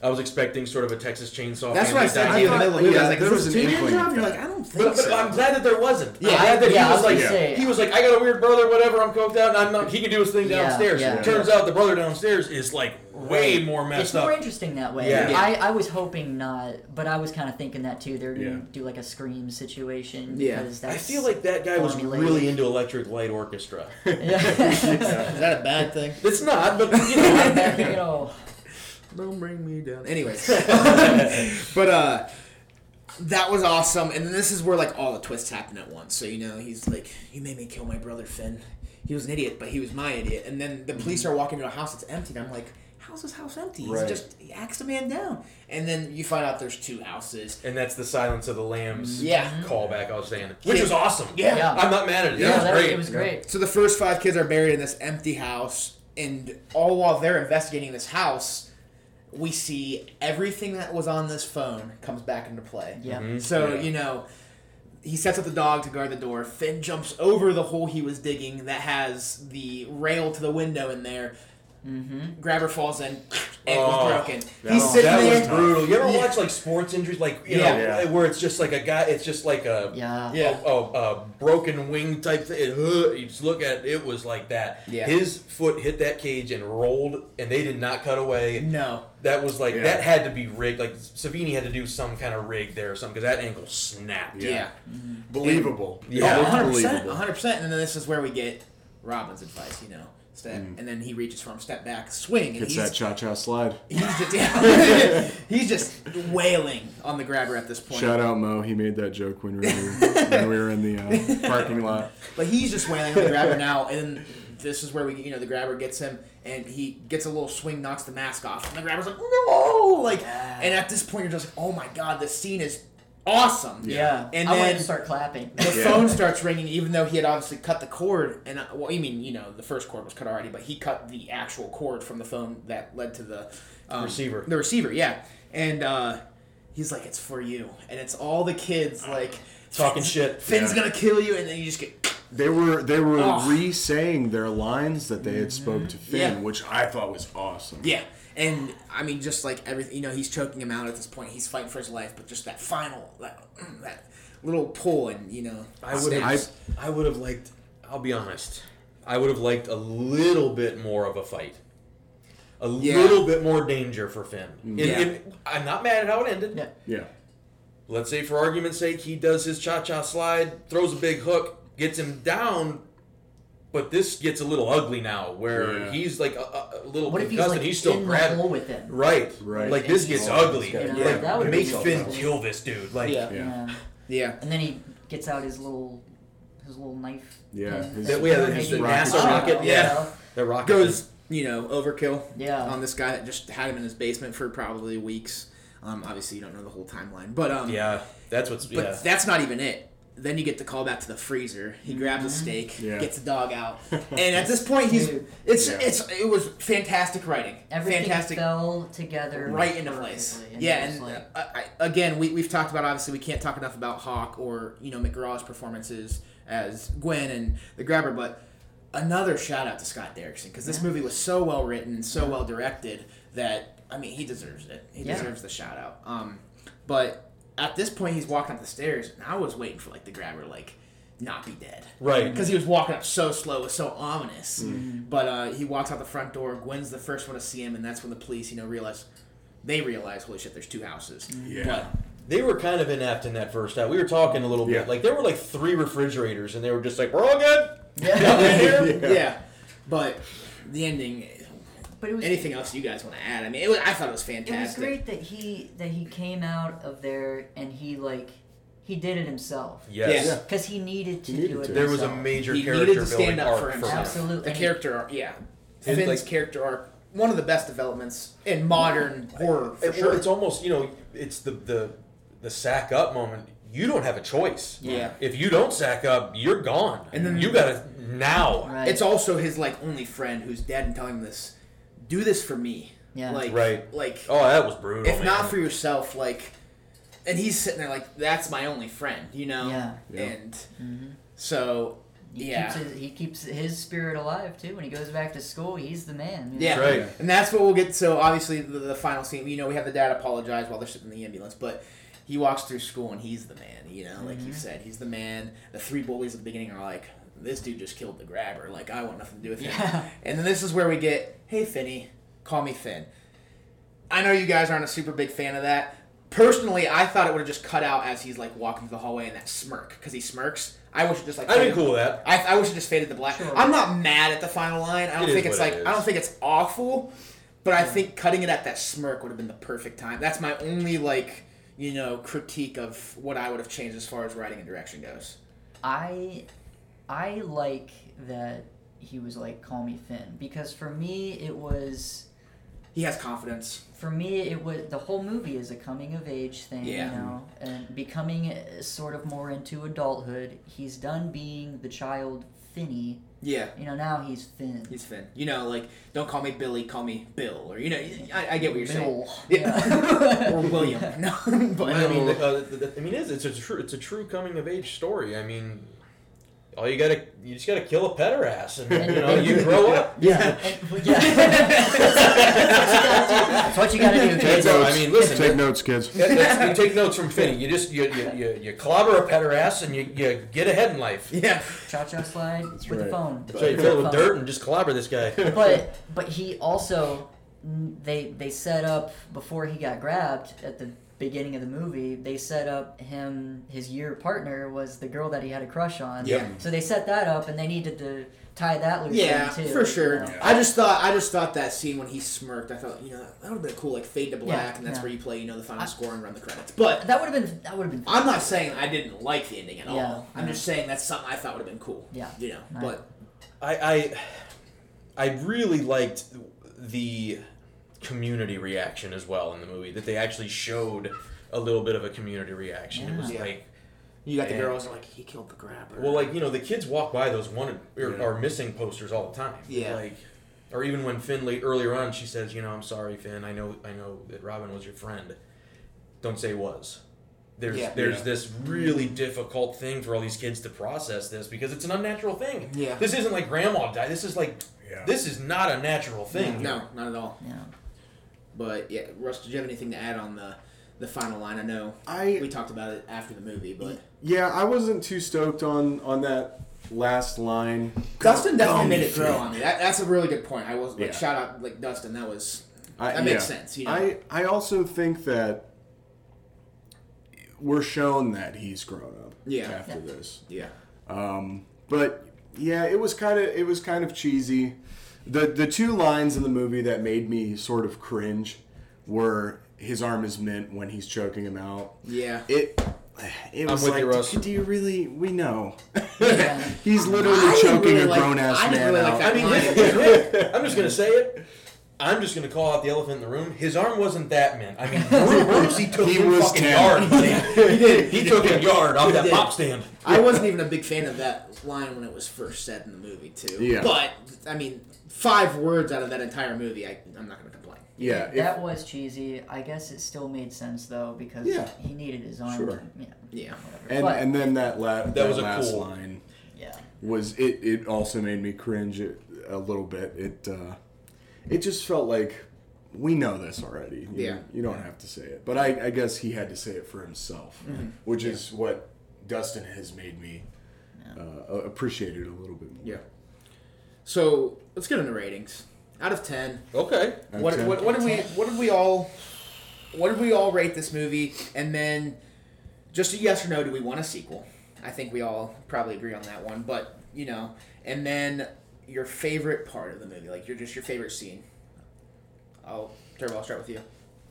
[SPEAKER 2] I was expecting sort of a Texas chainsaw.
[SPEAKER 1] That's what I
[SPEAKER 2] Family
[SPEAKER 1] said.
[SPEAKER 2] Guy
[SPEAKER 1] I
[SPEAKER 2] deal.
[SPEAKER 1] thought,
[SPEAKER 4] Yeah,
[SPEAKER 1] in the middle of the movie, I was like,
[SPEAKER 4] there
[SPEAKER 1] "Is
[SPEAKER 4] was
[SPEAKER 1] this
[SPEAKER 4] an
[SPEAKER 1] a two-man
[SPEAKER 4] inkling.
[SPEAKER 1] job?" And You're like, I don't think
[SPEAKER 2] But, but
[SPEAKER 1] so.
[SPEAKER 2] I'm glad that there wasn't.
[SPEAKER 1] Yeah,
[SPEAKER 2] I'm glad that
[SPEAKER 3] yeah,
[SPEAKER 2] he
[SPEAKER 3] I
[SPEAKER 2] was
[SPEAKER 3] was
[SPEAKER 2] like
[SPEAKER 3] gonna say-
[SPEAKER 2] he was like, I got a weird brother, whatever. I'm coked out. I'm not. He can do his thing
[SPEAKER 3] Yeah,
[SPEAKER 2] downstairs.
[SPEAKER 3] yeah.
[SPEAKER 2] Turns out the brother downstairs is like way more messed
[SPEAKER 3] It's
[SPEAKER 2] up.
[SPEAKER 3] more interesting that way.
[SPEAKER 2] Yeah.
[SPEAKER 3] I, I was hoping not, but I was kind of thinking that too. They're gonna
[SPEAKER 4] Yeah.
[SPEAKER 3] do like a scream situation.
[SPEAKER 1] Yeah.
[SPEAKER 3] because
[SPEAKER 2] I
[SPEAKER 3] that's
[SPEAKER 2] feel like that guy was
[SPEAKER 3] formulated.
[SPEAKER 2] really into Electric Light Orchestra.
[SPEAKER 3] Yeah.
[SPEAKER 1] Is that a bad thing?
[SPEAKER 2] it's not, but you
[SPEAKER 3] Not
[SPEAKER 2] know.
[SPEAKER 3] bad thing at all.
[SPEAKER 1] Don't bring me down. Anyways, but uh, that was awesome. And then this is where like all the twists happen at once. So you know, he's like, "You made me kill my brother Finn. He was an idiot, but he was my idiot." And then the police are walking into a house that's empty, and I'm like, "How's this house empty? He's
[SPEAKER 4] Right.
[SPEAKER 1] just he axed a man down." And then you find out there's two houses.
[SPEAKER 2] and that's the Silence of the Lambs
[SPEAKER 1] Mm-hmm. Yeah.
[SPEAKER 2] callback I was saying, which was awesome.
[SPEAKER 1] Yeah.
[SPEAKER 3] Yeah.
[SPEAKER 2] I'm not mad at it.
[SPEAKER 3] Yeah,
[SPEAKER 2] that was
[SPEAKER 3] that-
[SPEAKER 2] great.
[SPEAKER 3] it was great.
[SPEAKER 1] So the first five kids are buried in this empty house, and all while they're investigating this house, we see everything that was on this phone comes back into play.
[SPEAKER 2] Mm-hmm.
[SPEAKER 3] Yeah.
[SPEAKER 1] So
[SPEAKER 4] Mm-hmm. Yeah.
[SPEAKER 1] you know, he sets up the dog to guard the door. Finn jumps over the hole he was digging that has the rail to the window in there. Mm-hmm. Grabber falls in, ankle's
[SPEAKER 2] Oh,
[SPEAKER 1] broken.
[SPEAKER 4] that
[SPEAKER 1] He's
[SPEAKER 4] was-
[SPEAKER 1] sitting
[SPEAKER 2] That
[SPEAKER 1] there.
[SPEAKER 2] was brutal. You ever
[SPEAKER 1] Yeah.
[SPEAKER 2] watch like sports injuries, like you
[SPEAKER 1] Yeah.
[SPEAKER 2] know,
[SPEAKER 4] Yeah.
[SPEAKER 2] where it's just like a guy, it's just like a
[SPEAKER 3] Yeah.
[SPEAKER 1] Yeah.
[SPEAKER 2] a, a, a broken wing type thing. It, huh, you just look at it, it was like that.
[SPEAKER 1] Yeah.
[SPEAKER 2] His foot hit that cage and rolled, and they did not cut away.
[SPEAKER 1] No.
[SPEAKER 2] That was like
[SPEAKER 4] Yeah.
[SPEAKER 2] that had to be rigged. Like Savini had to do some kind of rig there or something because that ankle snapped.
[SPEAKER 1] Yeah.
[SPEAKER 4] Yeah. believable.
[SPEAKER 2] Yeah.
[SPEAKER 4] It
[SPEAKER 1] Oh,
[SPEAKER 4] looked
[SPEAKER 1] 100%.
[SPEAKER 4] believable.
[SPEAKER 1] 100%. And then this is where we get Robin's advice, you know. Step, And then he reaches for him, step back, swing. And
[SPEAKER 4] It's
[SPEAKER 1] he's,
[SPEAKER 4] Mm. that cha cha slide.
[SPEAKER 1] he's just yeah, he's just wailing on the grabber at this point.
[SPEAKER 4] Shout out Mo. He made that joke when we were, when we were in the uh, parking lot.
[SPEAKER 1] But he's just wailing on the grabber now, and then this is where we, you know, the grabber gets him, and he gets a little swing, knocks the mask off, and the grabber's like, no, like, and at this point you're just like, oh my god, this scene is awesome.
[SPEAKER 3] Yeah.
[SPEAKER 1] And
[SPEAKER 3] I
[SPEAKER 1] then
[SPEAKER 3] wanted to start clapping.
[SPEAKER 1] the
[SPEAKER 4] Yeah.
[SPEAKER 1] phone starts ringing, even though he had obviously cut the cord, and uh, well, I mean, you know, the first cord was cut already, but he cut the actual cord from the phone that led to the um,
[SPEAKER 2] Receiver.
[SPEAKER 1] The receiver, yeah, and uh, he's like, it's for you, and it's all the
[SPEAKER 3] Oh.
[SPEAKER 1] kids like.
[SPEAKER 2] Talking shit.
[SPEAKER 1] Finn's
[SPEAKER 4] Yeah.
[SPEAKER 1] gonna kill you, and then you just get
[SPEAKER 4] They were they were
[SPEAKER 1] Oh. Mm-hmm.
[SPEAKER 4] re-saying their lines that they had spoke to Finn,
[SPEAKER 1] Yeah.
[SPEAKER 4] which I thought was awesome.
[SPEAKER 1] Yeah, and I mean, just like everything, you know, he's choking him out at this point. He's fighting for his life, but just that final, that, mm, that little pull, and you know,
[SPEAKER 2] I would have.
[SPEAKER 1] snaps.
[SPEAKER 2] I would have liked. I'll be honest. I would have liked a little bit more of a fight, a
[SPEAKER 1] Yeah.
[SPEAKER 2] little bit more danger for Finn. And-
[SPEAKER 1] Yeah.
[SPEAKER 2] and I'm not mad at how it ended.
[SPEAKER 3] Mm, Yeah.
[SPEAKER 4] Yeah.
[SPEAKER 2] Let's say, for argument's sake, he does his cha cha slide, throws a big hook, gets him down. But this gets a little ugly now, where
[SPEAKER 4] Yeah.
[SPEAKER 2] he's like a- a, a little
[SPEAKER 3] What if he's
[SPEAKER 2] concussed
[SPEAKER 3] like
[SPEAKER 2] and he's still
[SPEAKER 3] in
[SPEAKER 2] grabbing.
[SPEAKER 3] the Oh, hole with him?
[SPEAKER 2] Right,
[SPEAKER 4] Right.
[SPEAKER 2] Like
[SPEAKER 4] And
[SPEAKER 2] this
[SPEAKER 3] he's-
[SPEAKER 2] gets ugly.
[SPEAKER 4] Yeah,
[SPEAKER 2] Like
[SPEAKER 3] that would've
[SPEAKER 2] make
[SPEAKER 3] been
[SPEAKER 2] Finn
[SPEAKER 4] awesome.
[SPEAKER 2] kill this dude. Like
[SPEAKER 1] Yeah.
[SPEAKER 4] Yeah.
[SPEAKER 1] yeah,
[SPEAKER 3] And then he gets out his little his little knife.
[SPEAKER 4] Yeah,
[SPEAKER 3] pen.
[SPEAKER 4] his-
[SPEAKER 2] that. Yeah, the,
[SPEAKER 4] His
[SPEAKER 2] the
[SPEAKER 4] rocket
[SPEAKER 2] NASA
[SPEAKER 4] ship.
[SPEAKER 2] rocket.
[SPEAKER 3] Oh,
[SPEAKER 2] Yeah, the rocket
[SPEAKER 1] goes you know overkill.
[SPEAKER 3] Yeah.
[SPEAKER 1] on this guy that just had him in his basement for probably weeks. Um, obviously you don't know the whole timeline, but um,
[SPEAKER 2] Yeah, that's what's
[SPEAKER 1] but
[SPEAKER 2] yeah.
[SPEAKER 1] that's not even it. Then you get the call back to the freezer. He grabs a steak,
[SPEAKER 4] Yeah.
[SPEAKER 1] gets the dog out, and at this point he's
[SPEAKER 3] Dude.
[SPEAKER 1] it's
[SPEAKER 4] Yeah.
[SPEAKER 1] it's it was fantastic writing,
[SPEAKER 3] Everything
[SPEAKER 1] fantastic
[SPEAKER 3] fell together
[SPEAKER 1] right into place.
[SPEAKER 3] perfectly, it
[SPEAKER 1] yeah,
[SPEAKER 3] was
[SPEAKER 1] and
[SPEAKER 3] like-
[SPEAKER 1] uh, I, I- again, we, we've talked about obviously we can't talk enough about Hawk or you know McGraw's performances as Gwen and the Grabber, but another shout out to Scott Derrickson because this movie was so well written, so well directed that I mean he deserves it. He
[SPEAKER 3] Yeah.
[SPEAKER 1] deserves the shout out. Um, but at this point, he's walking up the stairs, and I was waiting for like the Grabber like not be dead
[SPEAKER 2] right. Mm-hmm.
[SPEAKER 1] because he was walking up so slow, it was so ominous. But uh, he walks out the front door. Gwen's the first one to see him, and that's when the police, you know, realize they realize, holy shit, there's two houses.
[SPEAKER 2] Mm.
[SPEAKER 4] Yeah.
[SPEAKER 1] But
[SPEAKER 2] They were kind of inept in that first half. We were talking a little
[SPEAKER 4] Yeah.
[SPEAKER 2] bit. Like there were like three refrigerators, and they were just like, "We're all good."
[SPEAKER 1] uh,
[SPEAKER 3] Yeah.
[SPEAKER 1] yeah. But the ending.
[SPEAKER 3] but it was
[SPEAKER 1] Anything else you guys want to add? I mean, it was, I thought it was
[SPEAKER 3] it was
[SPEAKER 1] fantastic.
[SPEAKER 3] great that he that he came out of there and he like he did it himself
[SPEAKER 2] Yes.
[SPEAKER 1] Yeah.
[SPEAKER 3] because he needed to
[SPEAKER 4] He needed
[SPEAKER 3] do it.
[SPEAKER 4] to.
[SPEAKER 2] There was a
[SPEAKER 3] himself.
[SPEAKER 2] major
[SPEAKER 1] He
[SPEAKER 2] character
[SPEAKER 1] needed to
[SPEAKER 2] building
[SPEAKER 1] stand up
[SPEAKER 2] arc
[SPEAKER 1] for himself.
[SPEAKER 3] Absolutely.
[SPEAKER 1] The
[SPEAKER 3] And-
[SPEAKER 1] character arc, yeah.
[SPEAKER 2] And,
[SPEAKER 1] Finn's
[SPEAKER 2] like-
[SPEAKER 1] character arc, one of the best developments in modern horror, for
[SPEAKER 2] It-
[SPEAKER 1] sure.
[SPEAKER 2] It's almost you know, it's the the the sack up moment. You don't have a choice.
[SPEAKER 1] Yeah.
[SPEAKER 2] If you don't sack up, you're gone.
[SPEAKER 1] And
[SPEAKER 2] And
[SPEAKER 1] then-
[SPEAKER 2] then you gotta now.
[SPEAKER 3] Right.
[SPEAKER 1] It's also his like only friend who's dead and telling him this, do this for me.
[SPEAKER 3] Yeah.
[SPEAKER 1] Like
[SPEAKER 2] Right.
[SPEAKER 1] like
[SPEAKER 2] Oh, that was brutal.
[SPEAKER 1] if not
[SPEAKER 2] man.
[SPEAKER 1] for yourself, like and he's sitting there like, that's my only friend, you know?
[SPEAKER 3] Yeah. Mm-hmm.
[SPEAKER 4] Yeah.
[SPEAKER 1] And so
[SPEAKER 3] He
[SPEAKER 1] yeah.
[SPEAKER 3] Keeps his, he keeps his spirit alive too. When he goes back to school, he's the man. you know?
[SPEAKER 1] yeah.
[SPEAKER 2] That's right.
[SPEAKER 1] And that's what we'll get so obviously the, the final scene, you know, we have the dad apologize while they're sitting in the ambulance, but he walks through school and he's the man, you know, like you said, he's the man. The three bullies at the beginning are like, This dude just killed the grabber, like I want nothing to do with him.
[SPEAKER 3] Yeah.
[SPEAKER 1] And then this is where we get, hey, Finny, call me Finn. I know you guys aren't a super big fan of that. Personally, I thought it would have just cut out as he's like walking through the hallway and that smirk because he smirks. I wish it just like
[SPEAKER 2] I'd be
[SPEAKER 1] faded-
[SPEAKER 2] cool with that.
[SPEAKER 1] I, I wish it just faded to black.
[SPEAKER 3] Sure.
[SPEAKER 1] I'm not mad at the final line. I don't
[SPEAKER 2] It
[SPEAKER 1] think
[SPEAKER 2] is
[SPEAKER 1] it's
[SPEAKER 2] what
[SPEAKER 1] like
[SPEAKER 2] it
[SPEAKER 1] I don't
[SPEAKER 2] is.
[SPEAKER 1] think it's awful, but I think cutting it at that smirk would have been the perfect time. That's my only like you know critique of what I would have changed as far as writing and direction goes.
[SPEAKER 3] I I like that he was like call me Finn because for me it was
[SPEAKER 1] He has confidence.
[SPEAKER 3] for me it was the whole movie is a coming of age thing
[SPEAKER 1] Yeah.
[SPEAKER 3] you know and becoming uh, sort of more into adulthood he's done being the child Finny
[SPEAKER 1] Yeah.
[SPEAKER 3] you know now he's Finn
[SPEAKER 1] He's Finn. You know, like don't call me Billy, call me Bill, or you know, I, I get what you're saying.
[SPEAKER 3] Bill.
[SPEAKER 1] Yeah. or William. No, but
[SPEAKER 2] I mean, uh, th- th- I mean, it's, it's a true, it's a true coming of age story. I mean, all you gotta, you just gotta kill a pederast, and you know, you grow up.
[SPEAKER 4] Yeah.
[SPEAKER 3] And- Oh, well, yeah. That's what you gotta do. That's what you gotta do.
[SPEAKER 4] Take
[SPEAKER 3] kids.
[SPEAKER 2] all-
[SPEAKER 4] notes.
[SPEAKER 2] I mean, listen,
[SPEAKER 4] Take
[SPEAKER 2] that-
[SPEAKER 4] notes, kids.
[SPEAKER 2] That- that's- you take notes from Finney. You just you you, you, you clobber a pederast, and you, you get ahead in life.
[SPEAKER 1] yeah.
[SPEAKER 3] Cha-cha slide with the
[SPEAKER 4] right.
[SPEAKER 3] phone.
[SPEAKER 2] So you fill it with dirt and just clobber this guy.
[SPEAKER 3] but but he also they they set up before he got grabbed at the beginning of the movie they set up him his year partner was the girl that he had a crush on
[SPEAKER 2] Yep.
[SPEAKER 3] so they set that up and they needed to tie that loose
[SPEAKER 1] Yeah,
[SPEAKER 3] end, too
[SPEAKER 1] for sure.
[SPEAKER 3] you know?
[SPEAKER 1] I just thought I just thought that scene when he smirked, I thought, you know, that would have been cool, like fade to black,
[SPEAKER 3] Yeah,
[SPEAKER 1] and that's
[SPEAKER 3] yeah.
[SPEAKER 1] where you play, you know, the final score and run the credits. But
[SPEAKER 3] that would have been that would have been
[SPEAKER 1] I'm not saying I didn't like the ending at all.
[SPEAKER 3] Yeah,
[SPEAKER 1] I'm
[SPEAKER 3] yeah.
[SPEAKER 1] just saying that's something I thought would have been cool.
[SPEAKER 3] Yeah.
[SPEAKER 1] You know,
[SPEAKER 3] Right.
[SPEAKER 1] but
[SPEAKER 2] I, I I really liked the community reaction as well in the movie that they actually showed a little bit of a community reaction. It was
[SPEAKER 1] Yeah.
[SPEAKER 2] like
[SPEAKER 1] you got the
[SPEAKER 2] Yeah.
[SPEAKER 1] girls like he killed the grabber.
[SPEAKER 2] well, like you know, the kids walk by those wanted or,
[SPEAKER 4] Yeah.
[SPEAKER 2] or missing posters all the time.
[SPEAKER 1] Yeah.
[SPEAKER 2] like or even when Finley earlier on, she says, you know, I'm sorry, Finn. I know I know that Robin was your friend. Don't say was. There's
[SPEAKER 1] Yeah.
[SPEAKER 2] there's
[SPEAKER 4] Yeah.
[SPEAKER 2] this really difficult thing for all these kids to process this because it's an unnatural thing.
[SPEAKER 1] Yeah.
[SPEAKER 2] This isn't like grandma died. This is like
[SPEAKER 4] Yeah.
[SPEAKER 2] this is not a natural thing.
[SPEAKER 1] no, not at all.
[SPEAKER 3] yeah
[SPEAKER 1] But yeah, Russ, did you have anything to add on the the final line? I know
[SPEAKER 4] I
[SPEAKER 1] we talked about it after the movie, but
[SPEAKER 4] Yeah, I wasn't too stoked on on that last line.
[SPEAKER 1] Dustin definitely
[SPEAKER 4] Dumb
[SPEAKER 1] made it grow
[SPEAKER 4] shit.
[SPEAKER 1] on me. That, that's a really good point. I was like,
[SPEAKER 4] Yeah.
[SPEAKER 1] shout out like Dustin. That was
[SPEAKER 4] I,
[SPEAKER 1] That makes sense, you know.
[SPEAKER 4] I I also think that we're shown that he's grown up.
[SPEAKER 1] Yeah.
[SPEAKER 4] After
[SPEAKER 3] Yeah.
[SPEAKER 4] this,
[SPEAKER 1] yeah,
[SPEAKER 4] um, but yeah, it was kind of it was kind of cheesy. The the two lines in the movie that made me sort of cringe were his arm is mint when he's choking him out.
[SPEAKER 1] yeah.
[SPEAKER 4] It. It was
[SPEAKER 2] with
[SPEAKER 4] like,
[SPEAKER 2] you, Russ.
[SPEAKER 4] do you really? We know.
[SPEAKER 3] Yeah.
[SPEAKER 4] He's literally
[SPEAKER 1] I didn't
[SPEAKER 4] choking
[SPEAKER 1] really
[SPEAKER 4] a
[SPEAKER 1] like-
[SPEAKER 4] grown
[SPEAKER 1] I
[SPEAKER 4] ass
[SPEAKER 1] didn't
[SPEAKER 4] man
[SPEAKER 1] really like
[SPEAKER 4] out.
[SPEAKER 1] that
[SPEAKER 2] I mean,
[SPEAKER 1] line.
[SPEAKER 2] I'm just gonna say it. I'm just gonna call out the elephant in the room. His arm wasn't that mint. I mean, Bru- Bruce, he took
[SPEAKER 4] He
[SPEAKER 2] him
[SPEAKER 4] was
[SPEAKER 2] fucking
[SPEAKER 4] 10.
[SPEAKER 2] yard. buddy.
[SPEAKER 1] He did.
[SPEAKER 2] he took a yard off that
[SPEAKER 1] did.
[SPEAKER 2] pop stand.
[SPEAKER 1] I wasn't even a big fan of that line when it was first said in the movie, too.
[SPEAKER 4] Yeah.
[SPEAKER 1] But I mean, five words out of that entire movie, I, I'm not going to complain.
[SPEAKER 4] yeah, if-
[SPEAKER 3] that was cheesy i guess it still made sense though because
[SPEAKER 4] Yeah.
[SPEAKER 3] he needed his arm
[SPEAKER 4] Sure.
[SPEAKER 3] to- yeah
[SPEAKER 1] Yeah.
[SPEAKER 3] whatever.
[SPEAKER 4] And
[SPEAKER 3] but,
[SPEAKER 4] and then that la- that,
[SPEAKER 2] was a
[SPEAKER 4] last
[SPEAKER 2] cool-
[SPEAKER 4] line
[SPEAKER 3] yeah
[SPEAKER 4] was it. It also made me cringe it, a little bit. It uh, it just felt like we know this already. You,
[SPEAKER 1] Yeah.
[SPEAKER 4] you don't have to say it, but I, I guess he had to say it for himself,
[SPEAKER 1] Mm-hmm.
[SPEAKER 4] which is what Dustin has made me uh, appreciate it a little bit more.
[SPEAKER 1] So let's get into ratings. Out of ten,
[SPEAKER 2] Okay.
[SPEAKER 4] Out of
[SPEAKER 1] what,
[SPEAKER 4] 10?
[SPEAKER 1] what, what did we what did we all what did we all rate this movie? And then just a yes or no, do we want a sequel? I think we all probably agree on that one, but you know, and then your favorite part of the movie, like your just your favorite scene. I'll Turbo, I'll start with you.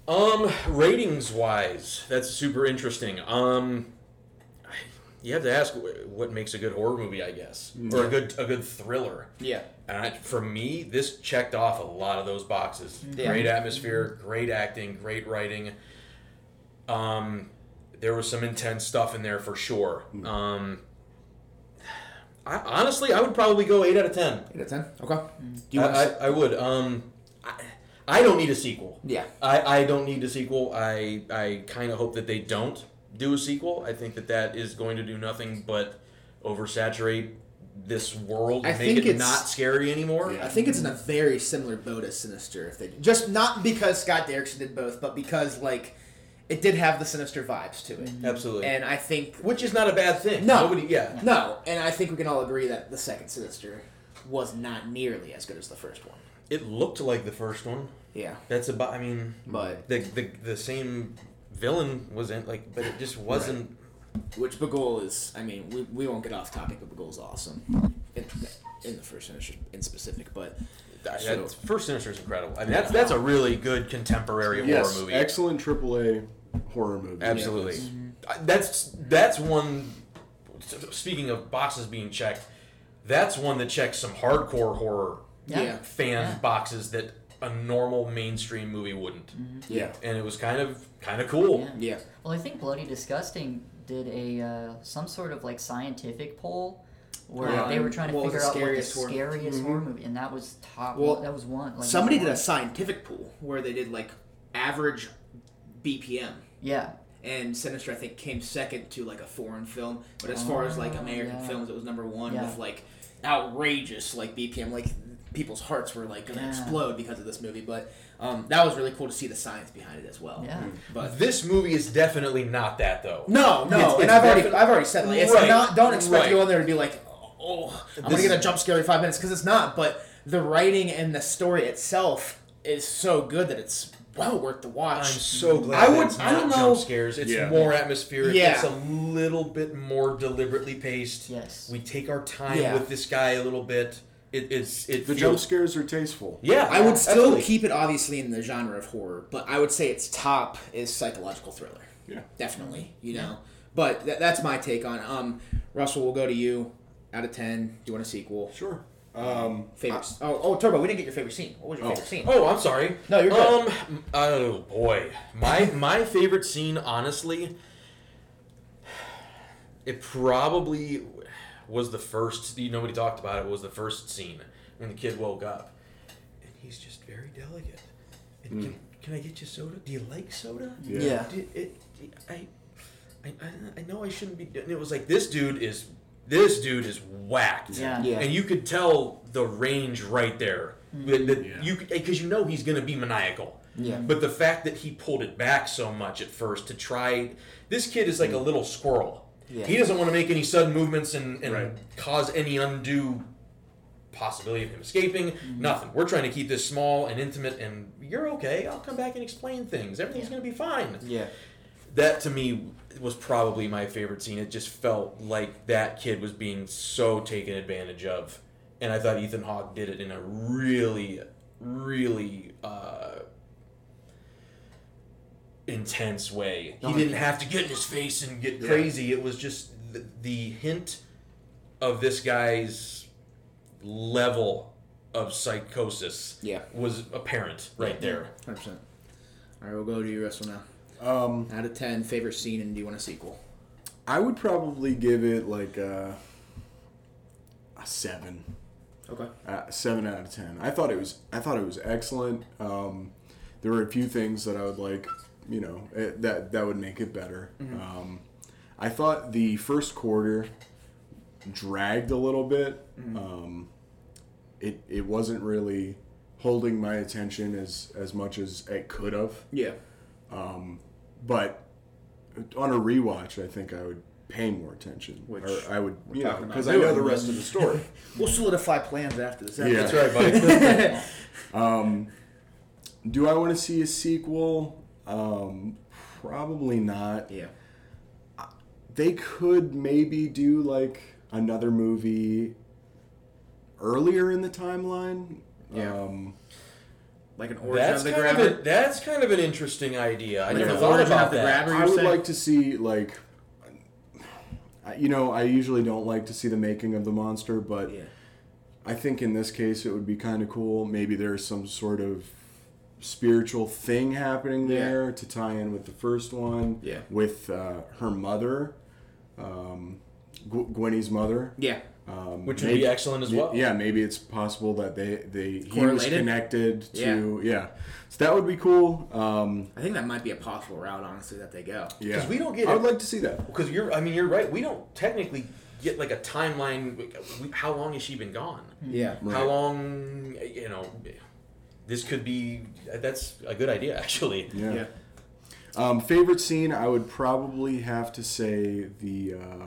[SPEAKER 2] Um, ratings wise, that's super interesting. Um, you have to ask wh- what makes a good horror movie, I guess, or a good a good thriller.
[SPEAKER 1] Yeah.
[SPEAKER 2] And I, for me, this checked off a lot of those boxes.
[SPEAKER 1] Yeah.
[SPEAKER 2] Great atmosphere, great acting, great writing. Um, there was some intense stuff in there for sure.
[SPEAKER 1] Mm.
[SPEAKER 2] Um, I, honestly, I would probably go eight out of ten.
[SPEAKER 1] Eight out of ten. Okay. Do you
[SPEAKER 2] I,
[SPEAKER 1] want?
[SPEAKER 2] I, I would. Um, I, I don't need a sequel.
[SPEAKER 1] yeah.
[SPEAKER 2] I, I don't need a sequel. I I kind of hope that they don't do a sequel. I think that that is going to do nothing but oversaturate this world and
[SPEAKER 1] I
[SPEAKER 2] make
[SPEAKER 1] think
[SPEAKER 2] it
[SPEAKER 1] it's-
[SPEAKER 2] not scary anymore.
[SPEAKER 1] I think it's in a very similar boat as Sinister. If they just not because Scott Derrickson did both, but because like it did have the Sinister vibes to it,
[SPEAKER 2] Absolutely.
[SPEAKER 1] and I think
[SPEAKER 2] Which is not a bad thing.
[SPEAKER 1] No.
[SPEAKER 2] Nobody, yeah.
[SPEAKER 1] no, and I think we can all agree that the second Sinister was not nearly as good as the first one.
[SPEAKER 2] It looked like the first one.
[SPEAKER 1] Yeah,
[SPEAKER 2] That's about. I mean,
[SPEAKER 1] but
[SPEAKER 2] the the, the same villain was in like, but it just wasn't.
[SPEAKER 1] which Bagul is? I mean, we, we won't get off topic, but Bagul's awesome in, in the first Sinister in specific, but
[SPEAKER 2] that-
[SPEAKER 1] So-
[SPEAKER 2] that's- first Sinister is incredible. I mean, that's that's a really good contemporary
[SPEAKER 4] yes,
[SPEAKER 2] horror movie.
[SPEAKER 4] excellent AAA horror movie.
[SPEAKER 2] Absolutely.
[SPEAKER 3] Mm-hmm.
[SPEAKER 2] I- That's that's one. Speaking of boxes being checked, that's one that checks some hardcore horror
[SPEAKER 1] Yeah.
[SPEAKER 2] fan
[SPEAKER 3] Yeah.
[SPEAKER 2] boxes that a normal mainstream movie wouldn't.
[SPEAKER 1] yeah,
[SPEAKER 2] And it was kind of kind of cool.
[SPEAKER 3] Mm-hmm. Yeah.
[SPEAKER 1] yeah,
[SPEAKER 3] Well, I think Bloody Disgusting did a uh, some sort of like scientific poll where
[SPEAKER 1] Yeah.
[SPEAKER 3] they were trying to
[SPEAKER 1] What was
[SPEAKER 3] figure
[SPEAKER 1] the
[SPEAKER 3] out what the
[SPEAKER 1] scariest horror-
[SPEAKER 3] scariest horror movie, and that was top.
[SPEAKER 1] Mm-hmm. Well,
[SPEAKER 3] that was one. Like,
[SPEAKER 1] Somebody did
[SPEAKER 3] number
[SPEAKER 1] a scientific pool where they did like average BPM.
[SPEAKER 3] one. Yeah.
[SPEAKER 1] and Sinister I think came second to like a foreign film, but as far as like
[SPEAKER 3] Oh,
[SPEAKER 1] American
[SPEAKER 3] yeah.
[SPEAKER 1] films, it was number one
[SPEAKER 3] Yeah.
[SPEAKER 1] with like outrageous like BPM, like people's hearts were like gonna
[SPEAKER 3] Yeah.
[SPEAKER 1] explode because of this movie. But um, that was really cool to see the science behind it as well.
[SPEAKER 3] Yeah. Mm.
[SPEAKER 1] But
[SPEAKER 2] This movie is definitely not that though.
[SPEAKER 3] Mm-hmm.
[SPEAKER 1] no, no,
[SPEAKER 2] It's-
[SPEAKER 1] and
[SPEAKER 2] it's
[SPEAKER 1] I've already
[SPEAKER 2] defi-
[SPEAKER 1] I've already said like it's
[SPEAKER 2] Right,
[SPEAKER 1] not. Don't expect
[SPEAKER 2] right.
[SPEAKER 1] you on there to be like, oh, I'm gonna
[SPEAKER 2] This-
[SPEAKER 1] get a jump scare in five minutes because it's not. But the writing and the story itself is so good that it's well worth the
[SPEAKER 2] I'm
[SPEAKER 1] watch.
[SPEAKER 2] so glad
[SPEAKER 1] I
[SPEAKER 2] I
[SPEAKER 1] would-
[SPEAKER 2] it's not
[SPEAKER 1] I don't know-
[SPEAKER 2] jump scares. It's
[SPEAKER 4] Yeah.
[SPEAKER 2] more atmospheric.
[SPEAKER 1] Yeah.
[SPEAKER 2] It's a little bit more deliberately paced.
[SPEAKER 3] Yes.
[SPEAKER 2] We take our time
[SPEAKER 1] Yeah.
[SPEAKER 2] with this guy a little bit. It, it's it
[SPEAKER 4] The jump
[SPEAKER 2] feels-
[SPEAKER 4] scares are tasteful.
[SPEAKER 2] Yeah,
[SPEAKER 1] I would still
[SPEAKER 2] absolutely.
[SPEAKER 1] keep it obviously in the genre of horror, but I would say its top is psychological thriller.
[SPEAKER 4] Yeah.
[SPEAKER 1] Definitely, you know. But th- that's my take on um Russell, we'll go to you. Out of 10, do you want a sequel?
[SPEAKER 4] Sure. Um,
[SPEAKER 1] Favorite. oh, oh, Turbo, we didn't get your favorite scene. What was your
[SPEAKER 4] Oh.
[SPEAKER 1] favorite scene?
[SPEAKER 2] Uh, Oh, I'm sorry.
[SPEAKER 1] No, you're good.
[SPEAKER 2] Um, oh boy, my my favorite scene, honestly, it probably was the first. Nobody talked about it. Was the first scene when the kid woke up, and he's just very delicate. And can, can I get you soda? Do you like soda?
[SPEAKER 4] Yeah.
[SPEAKER 1] Yeah.
[SPEAKER 2] Do- it, I, I, I- I know I shouldn't be. And it was like this dude is this dude is whacked.
[SPEAKER 3] Yeah.
[SPEAKER 1] Yeah. Mm.
[SPEAKER 2] And you could tell the range right there. That, that
[SPEAKER 4] Yeah.
[SPEAKER 2] You because you know he's gonna be maniacal.
[SPEAKER 1] Yeah.
[SPEAKER 2] But the fact that he pulled it back so much at first to try, this kid is like a little squirrel.
[SPEAKER 1] Mm. Yeah.
[SPEAKER 2] He doesn't want to make any sudden movements and, and
[SPEAKER 4] Right.
[SPEAKER 2] cause any undue possibility of him escaping.
[SPEAKER 1] Mm.
[SPEAKER 2] Nothing. We're trying to keep this small and intimate, and you're okay. I'll come back and explain things. Everything's gonna be fine.
[SPEAKER 1] Yeah.
[SPEAKER 2] That to me was probably my favorite scene. It just felt like that kid was being so taken advantage of, and I thought Ethan Hawke did it in a really, really. Uh, intense way. He didn't have to get in his face and get crazy. It was just the, the hint of this guy's level of psychosis
[SPEAKER 1] Yeah.
[SPEAKER 2] was apparent right there.
[SPEAKER 1] 100%. All right, we'll go to you, Russell, now.
[SPEAKER 4] Um,
[SPEAKER 1] Out of 10, favorite scene, and do you want a sequel?
[SPEAKER 4] I would probably give it like a, a seven,
[SPEAKER 1] Okay.
[SPEAKER 4] uh, seven out of ten. I thought it was, I thought it was excellent. Um, there were a few things that I would like, you know, it, that that would make it better.
[SPEAKER 1] Mm-hmm.
[SPEAKER 4] Um, I thought the first quarter dragged a little bit.
[SPEAKER 1] Mm-hmm.
[SPEAKER 4] Um, it it wasn't really holding my attention as as much as it could have.
[SPEAKER 1] Yeah.
[SPEAKER 4] but on a rewatch, I think I would pay more attention,
[SPEAKER 1] Which
[SPEAKER 4] or I would, you know,
[SPEAKER 1] talking about
[SPEAKER 4] because I know
[SPEAKER 1] doing.
[SPEAKER 4] the rest of the story.
[SPEAKER 1] We'll solidify plans after this.
[SPEAKER 4] Yeah.
[SPEAKER 2] That's right, buddy.
[SPEAKER 4] Do I want to see a sequel? Um, probably not.
[SPEAKER 1] Yeah.
[SPEAKER 4] They could maybe do like another movie earlier in the timeline.
[SPEAKER 1] Yeah.
[SPEAKER 4] Um,
[SPEAKER 1] Like an origin
[SPEAKER 2] That's
[SPEAKER 1] of the
[SPEAKER 2] kind of,
[SPEAKER 1] grabber.
[SPEAKER 2] a, that's kind of an interesting idea. I
[SPEAKER 1] Like
[SPEAKER 2] never
[SPEAKER 1] an
[SPEAKER 2] thought
[SPEAKER 1] origin of
[SPEAKER 2] about
[SPEAKER 1] the
[SPEAKER 2] that.
[SPEAKER 1] grabber.
[SPEAKER 4] I
[SPEAKER 1] you're
[SPEAKER 4] would
[SPEAKER 1] saying?
[SPEAKER 4] like to see like, I- you know, I usually don't like to see the making of the monster, but
[SPEAKER 1] Yeah.
[SPEAKER 4] I think in this case it would be kind of cool. Maybe there's some sort of spiritual thing happening
[SPEAKER 1] Yeah.
[SPEAKER 4] there to tie in with the first one.
[SPEAKER 1] Yeah.
[SPEAKER 4] With uh, her mother, um, Gw- Gwenny's mother.
[SPEAKER 1] Yeah.
[SPEAKER 4] Um,
[SPEAKER 2] Which would be excellent as
[SPEAKER 4] y-
[SPEAKER 2] well.
[SPEAKER 4] Yeah, maybe it's possible that they they he was
[SPEAKER 1] Correlated?
[SPEAKER 4] connected to yeah. So that would be cool. Um,
[SPEAKER 1] I think that might be a possible route, honestly, that they go.
[SPEAKER 4] yeah.
[SPEAKER 2] 'Cause we don't get
[SPEAKER 4] I
[SPEAKER 2] it.
[SPEAKER 4] would like to see that.
[SPEAKER 2] Because you're, I mean, you're right. We don't technically get like a timeline. like, we- How long has she been gone?
[SPEAKER 1] Yeah.
[SPEAKER 4] Right.
[SPEAKER 2] How long? You know, this could be. That's a good idea, actually.
[SPEAKER 4] Yeah.
[SPEAKER 1] Yeah.
[SPEAKER 4] Um, favorite scene, I would probably have to say the. Uh,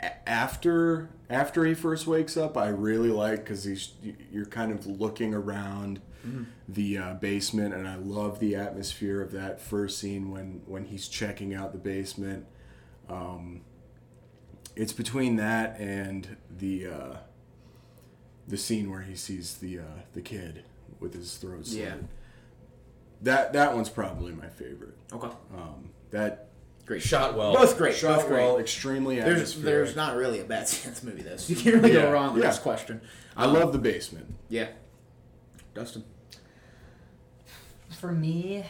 [SPEAKER 4] a- after after he first wakes up, I really like because he's you're kind of looking around
[SPEAKER 1] Mm-hmm.
[SPEAKER 4] the uh, basement, and I love the atmosphere of that first scene when when he's checking out the basement. Um, it's between that and the. Uh, the scene where he sees the uh, the kid with his throat slit.
[SPEAKER 1] Yeah.
[SPEAKER 4] That that one's probably my favorite.
[SPEAKER 1] Okay.
[SPEAKER 4] Um, that
[SPEAKER 1] Great.
[SPEAKER 2] Shot well.
[SPEAKER 1] Both great.
[SPEAKER 4] shot
[SPEAKER 1] Both great.
[SPEAKER 4] well, extremely
[SPEAKER 1] There's
[SPEAKER 4] atmospheric.
[SPEAKER 1] there's not really a bad sense movie though, so you can't really
[SPEAKER 4] Yeah,
[SPEAKER 1] go wrong with
[SPEAKER 4] yeah.
[SPEAKER 1] this question.
[SPEAKER 4] I love the basement.
[SPEAKER 1] Yeah. Dustin.
[SPEAKER 3] For me,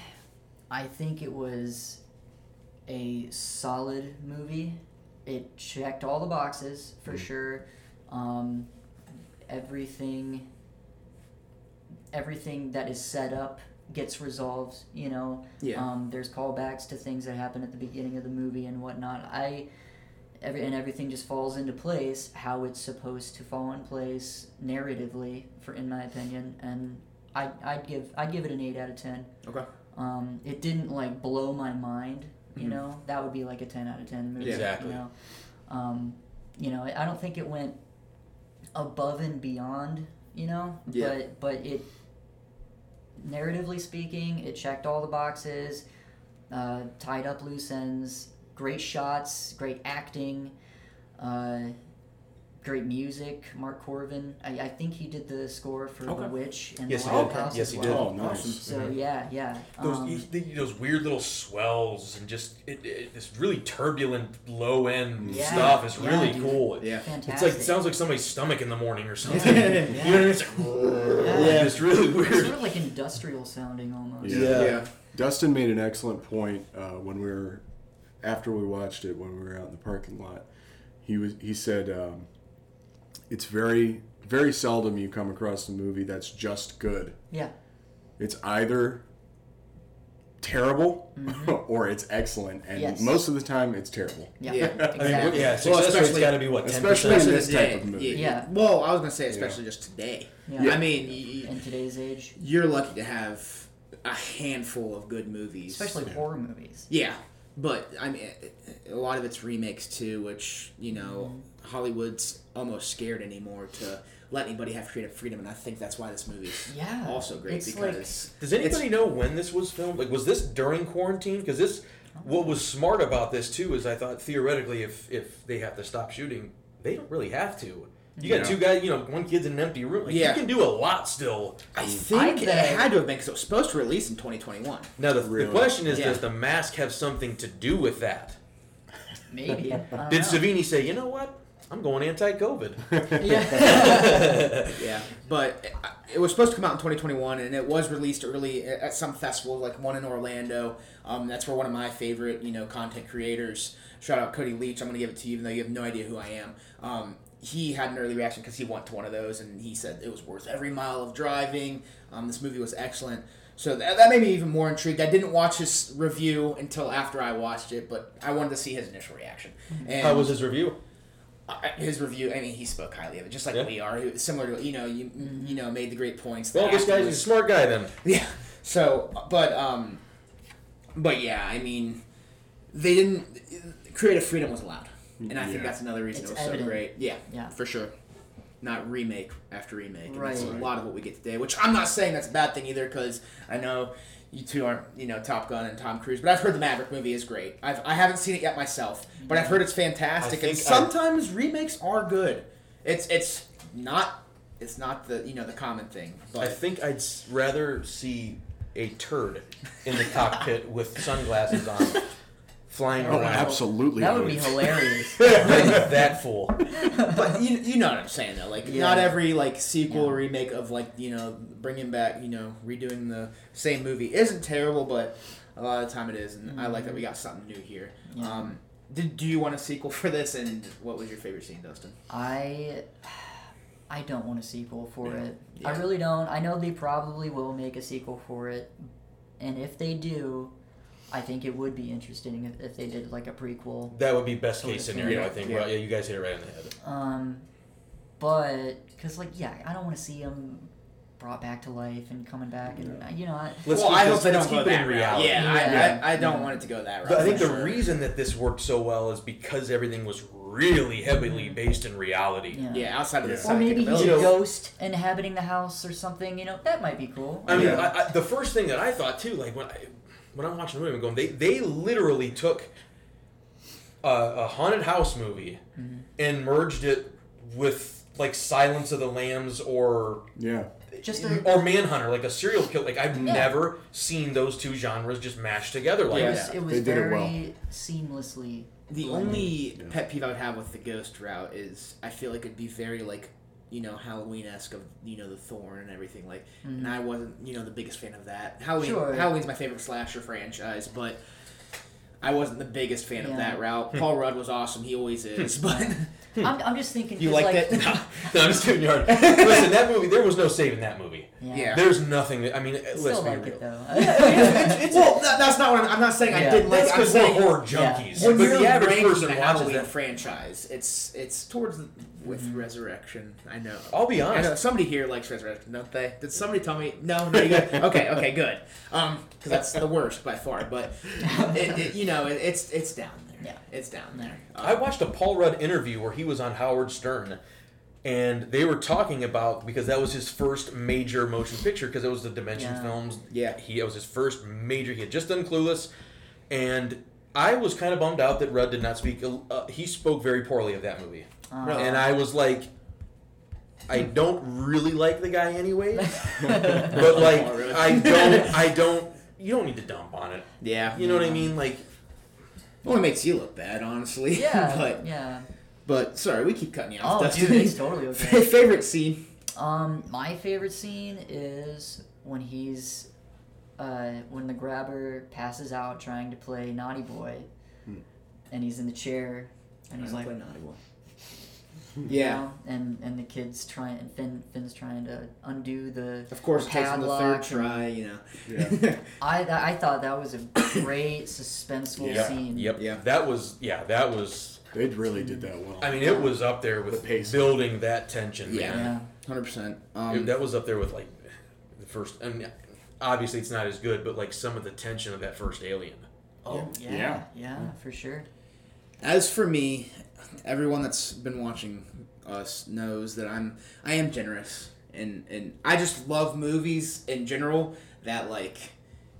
[SPEAKER 3] I think it was a solid movie. It checked all the boxes for sure. Um, everything, everything that is set up gets resolved. You know,
[SPEAKER 1] Yeah.
[SPEAKER 3] um, there's callbacks to things that happen at the beginning of the movie and whatnot. I every and everything just falls into place how it's supposed to fall in place narratively, for in my opinion. And I I'd give I'd give it an eight out of ten.
[SPEAKER 1] Okay.
[SPEAKER 3] Um, it didn't like blow my mind,
[SPEAKER 1] Mm-hmm.
[SPEAKER 3] you know. That would be like a ten out of ten movie.
[SPEAKER 1] Yeah.
[SPEAKER 2] Exactly.
[SPEAKER 3] You know, um, you know, I I don't think it went above and beyond, you know.
[SPEAKER 1] Yeah.
[SPEAKER 3] But but it, narratively speaking, it checked all the boxes, uh, tied up loose ends, great shots, great acting. Uh, Great music, Mark Corvin. I, I think he did the score for
[SPEAKER 1] Okay.
[SPEAKER 3] The Witch and
[SPEAKER 2] Yes,
[SPEAKER 3] The
[SPEAKER 2] he did.
[SPEAKER 3] Lighthouse
[SPEAKER 2] Yes,
[SPEAKER 3] as
[SPEAKER 2] he
[SPEAKER 3] well.
[SPEAKER 2] did.
[SPEAKER 4] Oh, nice.
[SPEAKER 3] So yeah, yeah.
[SPEAKER 2] Those,
[SPEAKER 3] um,
[SPEAKER 2] you think those weird little swells and just it, it, this really turbulent low end
[SPEAKER 3] Yeah,
[SPEAKER 2] stuff is
[SPEAKER 3] yeah,
[SPEAKER 2] really
[SPEAKER 3] dude.
[SPEAKER 2] cool.
[SPEAKER 1] Yeah.
[SPEAKER 3] fantastic.
[SPEAKER 2] It's like it sounds like somebody's stomach in the morning or something. You know what I mean? It's like,
[SPEAKER 3] Yeah.
[SPEAKER 2] It's really
[SPEAKER 3] It's
[SPEAKER 2] weird.
[SPEAKER 3] sort of like industrial sounding almost.
[SPEAKER 4] Yeah.
[SPEAKER 1] Yeah.
[SPEAKER 4] Dustin made an excellent point uh, when we were after we watched it when we were out in the parking lot. He was he said um, it's very very seldom you come across a movie that's just good.
[SPEAKER 3] Yeah.
[SPEAKER 4] it's either terrible or it's excellent and
[SPEAKER 3] Yes.
[SPEAKER 4] most of the time it's terrible
[SPEAKER 3] Yeah.
[SPEAKER 1] Yeah.
[SPEAKER 2] I mean,
[SPEAKER 3] Exactly.
[SPEAKER 2] yeah,
[SPEAKER 1] Well,
[SPEAKER 2] success rate's
[SPEAKER 1] especially-
[SPEAKER 2] got to be what ten
[SPEAKER 4] especially in
[SPEAKER 2] percent.
[SPEAKER 4] this
[SPEAKER 1] Today,
[SPEAKER 4] type of movie
[SPEAKER 3] Yeah.
[SPEAKER 1] Well, I was gonna say especially just today.
[SPEAKER 3] Yeah.
[SPEAKER 1] I mean, y- y-
[SPEAKER 3] In today's age,
[SPEAKER 1] you're lucky to have a handful of good movies,
[SPEAKER 3] especially horror movies.
[SPEAKER 1] Yeah, but I mean, a lot of it's remakes too, which you know
[SPEAKER 3] Mm-hmm.
[SPEAKER 1] Hollywood's almost scared anymore to let anybody have creative freedom, and I think that's why this movie's
[SPEAKER 3] Yeah,
[SPEAKER 1] also great
[SPEAKER 3] it's like-
[SPEAKER 1] because
[SPEAKER 2] Does anybody know when this was filmed? Like, was this during quarantine? Because this, what was smart about this too is I thought theoretically, if if they have to stop shooting, they don't really have to. You got
[SPEAKER 4] Yeah.
[SPEAKER 2] two guys, you know, one kid's in an empty room. Like,
[SPEAKER 1] Yeah.
[SPEAKER 2] you can do a lot still.
[SPEAKER 1] I think it
[SPEAKER 3] bet-
[SPEAKER 1] had to have been because it was supposed to release in 2021.
[SPEAKER 2] Now the,
[SPEAKER 4] Really?
[SPEAKER 2] the question is,
[SPEAKER 1] Yeah.
[SPEAKER 2] does the mask have something to do with that?
[SPEAKER 3] Maybe. I don't
[SPEAKER 2] Did
[SPEAKER 3] know.
[SPEAKER 2] Savini say, you know what? I'm going anti-COVID.
[SPEAKER 3] Yeah.
[SPEAKER 1] Yeah, but it, it was supposed to come out in 2021, and it was released early at at some festival, like one in Orlando. Um, that's where one of my favorite, you know, content creators. Shout out Cody Leach. I'm gonna give it to you, even though you have no idea who I am. Um, he had an early reaction because he went to one of those, and he said it was worth every mile of driving. Um, this movie was excellent. So that, that made me even more intrigued. I didn't watch his review until after I watched it, but I wanted to see his initial reaction. And
[SPEAKER 2] Mm-hmm. How was his review?
[SPEAKER 1] I- his review. I mean, he spoke highly of it, just like
[SPEAKER 2] Yeah.
[SPEAKER 1] we are. He- Similar to you know, you you know, made the great points.
[SPEAKER 2] Well,
[SPEAKER 1] that
[SPEAKER 2] this guy's a
[SPEAKER 1] afterwards-
[SPEAKER 2] smart guy then.
[SPEAKER 1] yeah. So, but um, but yeah, I mean, they didn't. Creative freedom was allowed, and I think
[SPEAKER 4] Yeah.
[SPEAKER 1] that's another reason
[SPEAKER 3] It's
[SPEAKER 1] it was so
[SPEAKER 3] evident.
[SPEAKER 1] great. Yeah,
[SPEAKER 3] Yeah.
[SPEAKER 1] for sure. not remake after remake. And That's a
[SPEAKER 3] Right.
[SPEAKER 1] lot of what we get today, which I'm not saying that's a bad thing either, because I know you two aren't, you know, Top Gun and Tom Cruise, but I've heard the Maverick movie is great. I've, I haven't seen it yet myself, but I've heard it's fantastic.
[SPEAKER 2] I
[SPEAKER 1] And
[SPEAKER 2] think I-
[SPEAKER 1] sometimes remakes are good. It's it's not it's not the you know the common thing,
[SPEAKER 2] I
[SPEAKER 1] but
[SPEAKER 2] think I'd s- rather see a turd in the cockpit with sunglasses on, flying
[SPEAKER 4] Oh,
[SPEAKER 2] around.
[SPEAKER 4] absolutely.
[SPEAKER 3] That
[SPEAKER 4] I
[SPEAKER 3] would be hilarious.
[SPEAKER 2] Like that fool.
[SPEAKER 1] but you, you know what I'm saying though. Like
[SPEAKER 3] Yeah.
[SPEAKER 1] not every like sequel
[SPEAKER 3] Yeah.
[SPEAKER 1] or remake of like you know bringing back you know redoing the same movie isn't terrible, but a lot of the time it is, and I like that we got something new here.
[SPEAKER 3] Mm-hmm. Yeah.
[SPEAKER 1] Um, did do you want a sequel for this? And what was your favorite scene, Dustin?
[SPEAKER 3] I I don't want a sequel for it. I
[SPEAKER 1] Yeah.
[SPEAKER 3] really don't. I know they probably will make a sequel for it, and if they do, I think it would be interesting if, if they did like a prequel.
[SPEAKER 2] That would be best
[SPEAKER 3] Sort
[SPEAKER 2] case
[SPEAKER 3] of thing.
[SPEAKER 2] scenario, I
[SPEAKER 1] Yeah,
[SPEAKER 2] think.
[SPEAKER 1] yeah.
[SPEAKER 2] Well, yeah, you guys hit it right on the head.
[SPEAKER 3] Um, but because like yeah, I don't want to see them brought back to life and coming back, and you know, I,
[SPEAKER 2] Let's
[SPEAKER 1] well,
[SPEAKER 2] keep
[SPEAKER 1] I
[SPEAKER 2] this-
[SPEAKER 1] hope they
[SPEAKER 2] let's
[SPEAKER 1] don't go
[SPEAKER 2] keep it
[SPEAKER 1] that
[SPEAKER 2] in
[SPEAKER 1] route.
[SPEAKER 2] reality.
[SPEAKER 1] Yeah,
[SPEAKER 3] Yeah.
[SPEAKER 1] I, I, I don't
[SPEAKER 3] Yeah.
[SPEAKER 1] want it to go that route.
[SPEAKER 2] But I think
[SPEAKER 1] for
[SPEAKER 2] the
[SPEAKER 1] sure.
[SPEAKER 2] reason that this worked so well is because everything was really heavily based in reality.
[SPEAKER 3] yeah.
[SPEAKER 1] yeah, outside of the
[SPEAKER 4] Or
[SPEAKER 3] Or
[SPEAKER 1] psychic
[SPEAKER 3] maybe he's
[SPEAKER 1] ability.
[SPEAKER 2] You
[SPEAKER 3] a
[SPEAKER 2] know-
[SPEAKER 3] ghost inhabiting the house or something. You know, that might be cool.
[SPEAKER 2] I mean,
[SPEAKER 4] Yeah.
[SPEAKER 2] I, I, the first thing that I thought too, like when I, when I'm watching the movie, I'm going, they they literally took a, a haunted house movie
[SPEAKER 1] Mm-hmm.
[SPEAKER 2] and merged it with like Silence of the Lambs or
[SPEAKER 4] Yeah.
[SPEAKER 3] Just a-
[SPEAKER 2] or Manhunter, like a serial kill. Like I've never seen those two genres just mashed together like
[SPEAKER 3] It
[SPEAKER 1] Yeah.
[SPEAKER 2] that.
[SPEAKER 3] was, it was
[SPEAKER 4] They did it
[SPEAKER 3] very
[SPEAKER 4] well.
[SPEAKER 3] seamlessly.
[SPEAKER 1] The
[SPEAKER 3] blended.
[SPEAKER 1] only
[SPEAKER 4] Yeah.
[SPEAKER 1] pet peeve I would have with the ghost route is I feel like it'd be very like you know Halloween esque of you know the thorn and everything like, and I wasn't you know the biggest fan of that. Halloween
[SPEAKER 3] Mm. Sure.
[SPEAKER 1] Halloween's my favorite slasher franchise, but I wasn't the biggest fan
[SPEAKER 3] Yeah.
[SPEAKER 1] of that
[SPEAKER 2] Hmm.
[SPEAKER 1] route. Paul Rudd was awesome, he always is, but
[SPEAKER 3] I'm, I'm just thinking.
[SPEAKER 1] you
[SPEAKER 3] 'cause,
[SPEAKER 1] liked
[SPEAKER 3] like,
[SPEAKER 1] it.
[SPEAKER 2] no, I'm just doing yard. Listen, that movie, there was no saving that movie.
[SPEAKER 1] Yeah.
[SPEAKER 2] There's nothing. That, I mean,
[SPEAKER 3] I
[SPEAKER 2] let's
[SPEAKER 3] Still
[SPEAKER 2] be
[SPEAKER 3] like
[SPEAKER 2] real.
[SPEAKER 3] it though.
[SPEAKER 1] well, that, that's not what I'm, I'm not saying I
[SPEAKER 3] Yeah.
[SPEAKER 1] didn't like.
[SPEAKER 2] That's
[SPEAKER 1] it. I'm
[SPEAKER 2] because we're
[SPEAKER 1] saying
[SPEAKER 2] horror
[SPEAKER 3] Yeah.
[SPEAKER 2] junkies.
[SPEAKER 1] when
[SPEAKER 2] But
[SPEAKER 1] you're
[SPEAKER 2] the average
[SPEAKER 1] ranking
[SPEAKER 2] person
[SPEAKER 1] the
[SPEAKER 2] watches
[SPEAKER 1] Halloween
[SPEAKER 2] that.
[SPEAKER 1] franchise, it's it's towards the, with
[SPEAKER 3] Mm-hmm.
[SPEAKER 1] Resurrection. I know.
[SPEAKER 2] I'll be
[SPEAKER 1] I know
[SPEAKER 2] honest.
[SPEAKER 1] Oh, somebody here likes Resurrection, don't they? Did somebody tell me? No, no, you good. Okay, okay, good. Um, because that's the worst by far. But it, it, you know, it, it's it's down there.
[SPEAKER 3] Yeah.
[SPEAKER 1] it's down there. Uh,
[SPEAKER 2] I watched a Paul Rudd interview where he was on Howard Stern, and they were talking about because that was his first major motion picture because it was the Dimension
[SPEAKER 3] Yeah.
[SPEAKER 2] films.
[SPEAKER 1] Yeah.
[SPEAKER 2] he it was his first major. He had just done Clueless, and I was kind of bummed out that Rudd did not speak. Uh, he spoke very poorly of that movie,
[SPEAKER 3] Um,
[SPEAKER 1] Really? Hmm.
[SPEAKER 2] and I was like, I don't really like the guy anyway.
[SPEAKER 3] Yeah.
[SPEAKER 2] but like,
[SPEAKER 1] Oh, really?
[SPEAKER 2] I don't, I don't. You don't need to dump on it.
[SPEAKER 1] yeah,
[SPEAKER 2] You know what I mean? Like,
[SPEAKER 1] only makes you look bad, honestly.
[SPEAKER 3] yeah.
[SPEAKER 1] but
[SPEAKER 3] yeah.
[SPEAKER 1] but sorry, we keep cutting you off.
[SPEAKER 3] Oh,
[SPEAKER 1] Dustin.
[SPEAKER 3] dude, it's totally okay.
[SPEAKER 1] Favorite scene.
[SPEAKER 3] Um, my favorite scene is when he's, uh, when the grabber passes out trying to play naughty boy, and he's in the chair, and he's like,
[SPEAKER 1] Play Naughty Boy.
[SPEAKER 3] you
[SPEAKER 1] Yeah.
[SPEAKER 3] know, and and the kids trying, and Finn Finn's trying to undo the
[SPEAKER 1] Of course,
[SPEAKER 3] the
[SPEAKER 1] it takes him the third
[SPEAKER 3] padlock,
[SPEAKER 1] try, you know.
[SPEAKER 4] Yeah.
[SPEAKER 3] I that, I thought that was a great suspenseful
[SPEAKER 2] yeah,
[SPEAKER 3] scene.
[SPEAKER 2] yep,
[SPEAKER 1] Yeah.
[SPEAKER 2] That was, yeah, that was.
[SPEAKER 4] They really did that well.
[SPEAKER 2] I mean, it was up there with
[SPEAKER 4] The pace.
[SPEAKER 2] building that tension.
[SPEAKER 1] Yeah.
[SPEAKER 2] man.
[SPEAKER 3] Yeah.
[SPEAKER 1] Hundred percent. Um,
[SPEAKER 2] It- that was up there with like the first. I mean, obviously, it's not as good, but like some of the tension of that first Alien.
[SPEAKER 3] Oh
[SPEAKER 4] Yeah.
[SPEAKER 3] yeah.
[SPEAKER 4] Yeah.
[SPEAKER 3] Yeah, for sure.
[SPEAKER 1] As for me, everyone that's been watching us knows that I'm I am generous and and I just love movies in general that like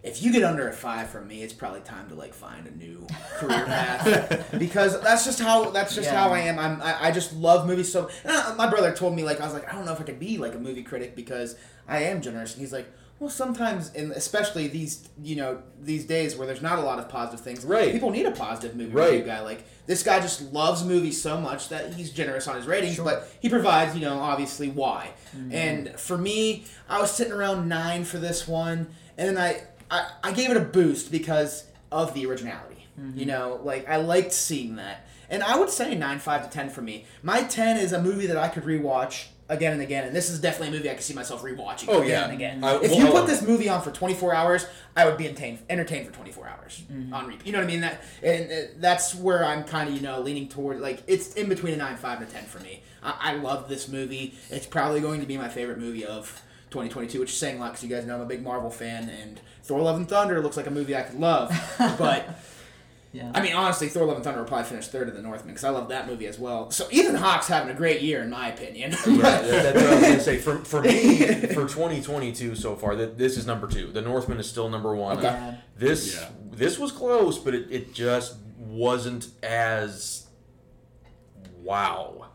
[SPEAKER 1] if you get under a five from me, it's probably time to like find a new career path because that's just how that's just
[SPEAKER 3] Yeah.
[SPEAKER 1] how I am. I'm I, I just love movies so. Uh, my brother told me like I was like I don't know if I could be like a movie critic because I am generous and he's like. Well, sometimes, and especially these, you know, these days where there's not a lot of positive things.
[SPEAKER 2] Right.
[SPEAKER 1] People need a positive movie
[SPEAKER 2] Right.
[SPEAKER 1] review guy. Like this guy just loves movies so much that he's generous on his ratings,
[SPEAKER 3] Sure.
[SPEAKER 1] but he provides, you know, obviously why.
[SPEAKER 2] Mm-hmm.
[SPEAKER 1] And for me, I was sitting around nine for this one, and then I I, I gave it a boost because of the originality.
[SPEAKER 2] Mm-hmm.
[SPEAKER 1] You know, like I liked seeing that. And I would say nine five to ten for me. My ten is a movie that I could rewatch again and again, and this is definitely a movie I could see myself rewatching
[SPEAKER 2] Oh,
[SPEAKER 1] again
[SPEAKER 2] yeah.
[SPEAKER 1] and again.
[SPEAKER 2] I-
[SPEAKER 1] if
[SPEAKER 2] well,
[SPEAKER 1] you
[SPEAKER 2] I
[SPEAKER 1] put
[SPEAKER 2] love
[SPEAKER 1] this movie on for 24 hours, I would be entertained, entertained for 24 hours on repeat. You know what I mean? That and uh, that's where I'm kind of you know leaning toward. Like it's in between a nine five and a ten for me. I, I love this movie. It's probably going to be my favorite movie of 2022, which is saying a lot because you guys know I'm a big Marvel fan, and Thor: Love and Thunder looks like a movie I could love, but.
[SPEAKER 3] Yeah.
[SPEAKER 1] I mean, honestly, Thor: Love and Thunder will probably finish third of the Northman because I love that movie as well. So Ethan Hawke's having a great year, in my opinion.
[SPEAKER 2] Right, that- that's what I was gonna say. For, for me, for 2022 so far, that this is number two. The Northman is still number one.
[SPEAKER 1] Okay.
[SPEAKER 3] Yeah.
[SPEAKER 2] This
[SPEAKER 4] Yeah.
[SPEAKER 2] this was close, but it, it just wasn't as wow.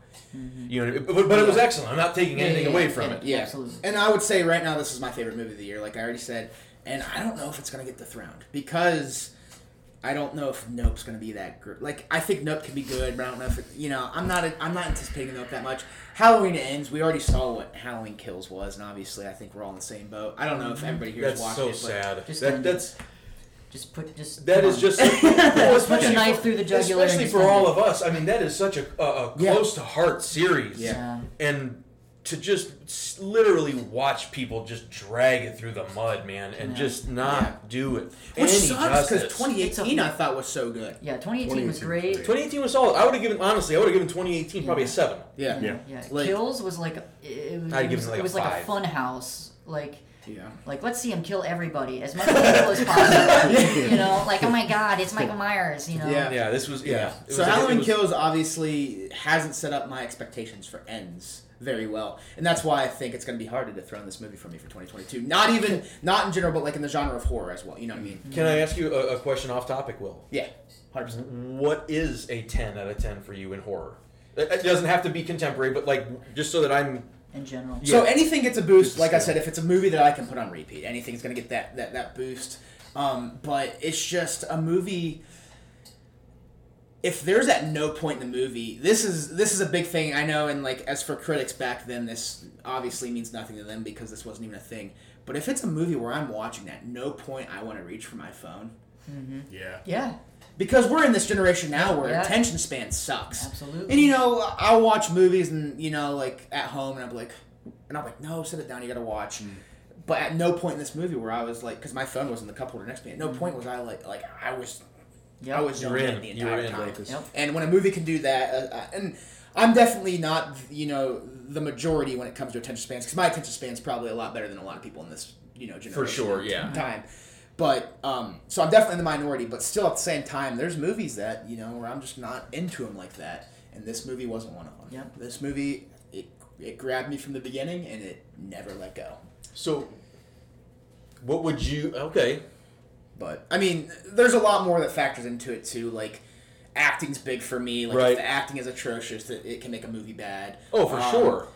[SPEAKER 2] You know, but, but it was excellent. I'm not taking
[SPEAKER 3] Yeah,
[SPEAKER 2] anything
[SPEAKER 3] yeah,
[SPEAKER 2] away
[SPEAKER 3] yeah.
[SPEAKER 2] from it.
[SPEAKER 1] yeah,
[SPEAKER 3] Absolutely.
[SPEAKER 1] and I would say right now this is my favorite movie of the year, like I already said, and I don't know if it's gonna get dethroned because I don't know if Nope's gonna be that gr Like I think Nope could be good, but I don't know if it, you know. I'm not I'm not anticipating Nope that much. Halloween ends. We already saw what Halloween Kills was, and obviously I think we're all in the same boat. I don't know if everybody here has
[SPEAKER 2] That's
[SPEAKER 1] watched
[SPEAKER 2] so
[SPEAKER 1] it, but
[SPEAKER 2] sad.
[SPEAKER 3] Just
[SPEAKER 2] That,
[SPEAKER 3] end it.
[SPEAKER 2] that's
[SPEAKER 3] Just put just
[SPEAKER 2] that
[SPEAKER 3] come
[SPEAKER 2] is
[SPEAKER 3] on.
[SPEAKER 2] just well,
[SPEAKER 3] put a
[SPEAKER 2] especially
[SPEAKER 3] knife
[SPEAKER 2] for-
[SPEAKER 3] through the jugular. and
[SPEAKER 2] Especially
[SPEAKER 3] just
[SPEAKER 2] for
[SPEAKER 3] end
[SPEAKER 2] all
[SPEAKER 3] it.
[SPEAKER 2] of us. I mean, that is such a, a, a
[SPEAKER 1] Yeah.
[SPEAKER 2] close to heart series.
[SPEAKER 1] Yeah.
[SPEAKER 3] Yeah.
[SPEAKER 2] and to just s- literally watch people just drag it through the mud, man, and
[SPEAKER 3] Yeah.
[SPEAKER 2] just not
[SPEAKER 1] Yeah.
[SPEAKER 2] do it
[SPEAKER 1] Which
[SPEAKER 2] any
[SPEAKER 1] sucks because
[SPEAKER 2] justice.
[SPEAKER 1] 2018 I thought was so good.
[SPEAKER 3] Yeah, 2018 was
[SPEAKER 4] 2018
[SPEAKER 3] great.
[SPEAKER 2] 2018 was solid. I would have given honestly, I would have given 2018 probably a seven.
[SPEAKER 1] Yeah.
[SPEAKER 4] Yeah.
[SPEAKER 3] Yeah,
[SPEAKER 1] Like-
[SPEAKER 3] kills was like it was,
[SPEAKER 2] I'd
[SPEAKER 3] it
[SPEAKER 2] give
[SPEAKER 3] was,
[SPEAKER 2] it like
[SPEAKER 3] it
[SPEAKER 2] a
[SPEAKER 3] was like a
[SPEAKER 2] five.
[SPEAKER 3] fun house. Like
[SPEAKER 1] Yeah.
[SPEAKER 3] like let's see him kill everybody as much people as possible. you know, like oh my god, it's Michael Myers. You know.
[SPEAKER 1] Yeah.
[SPEAKER 2] Yeah, this was yeah. It
[SPEAKER 1] So
[SPEAKER 2] was like- it
[SPEAKER 1] Halloween
[SPEAKER 2] was-
[SPEAKER 1] Kills obviously hasn't set up my expectations for ends very well, and that's why I think it's going to be hard to dethrone this movie for me for 2022. Not even not in general, but like in the genre of horror as well. You know what I mean?
[SPEAKER 2] Can I ask you a, a question off topic, Will?
[SPEAKER 1] Yeah, hundred percent.
[SPEAKER 2] What is a 10 out of 10 for you in horror? It it doesn't have to be contemporary, but like just so that I'm
[SPEAKER 3] In general.
[SPEAKER 1] So
[SPEAKER 2] Yeah.
[SPEAKER 1] anything gets a boost.
[SPEAKER 2] It's
[SPEAKER 1] Like I
[SPEAKER 2] still-
[SPEAKER 1] said, if it's a movie that I can put on repeat, anything's going to get that that that boost. Um, but it's just a movie. If there's at no point in the movie, this is this is a big thing I know. And like as for critics back then, this obviously means nothing to them because this wasn't even a thing. But if it's a movie where I'm watching at no point I want to reach for my phone
[SPEAKER 4] Yeah.
[SPEAKER 3] Yeah.
[SPEAKER 1] because we're in this generation now where
[SPEAKER 3] Yeah.
[SPEAKER 1] attention span sucks.
[SPEAKER 3] Absolutely.
[SPEAKER 1] And you know, I'll watch movies and you know, like at home, and I'm like, and I'm like, no, sit it down, you gotta watch.
[SPEAKER 3] Mm.
[SPEAKER 1] But at no point in this movie where I was like, because my phone was in the cup holder next to me, at no
[SPEAKER 3] Mm.
[SPEAKER 1] point was I like, like I was,
[SPEAKER 3] Yep.
[SPEAKER 1] I was
[SPEAKER 2] you're
[SPEAKER 1] zoned in
[SPEAKER 2] in.
[SPEAKER 1] the
[SPEAKER 2] You're
[SPEAKER 1] entire
[SPEAKER 2] in,
[SPEAKER 1] time.
[SPEAKER 2] Lucas.
[SPEAKER 3] Yep.
[SPEAKER 1] And when a movie can do that, uh, uh, and I'm definitely not, you know, the majority when it comes to attention spans, because my attention span's probably a lot better than a lot of people in this, you know, generation.
[SPEAKER 2] sure, yeah.
[SPEAKER 1] Time. But, um, so I'm definitely in the minority, but still at the same time, there's movies that, you know, where I'm just not into them like that. And this movie wasn't one of them.
[SPEAKER 3] Yep.
[SPEAKER 1] This movie, it, it grabbed me from the beginning and it never let go.
[SPEAKER 2] So what would you okay,
[SPEAKER 1] But I mean, there's a lot more that factors into it too. Like acting's big for me. Like
[SPEAKER 2] Right.
[SPEAKER 1] if the acting is atrocious, that it can make a movie bad.
[SPEAKER 2] Oh, for
[SPEAKER 1] Um,
[SPEAKER 2] sure.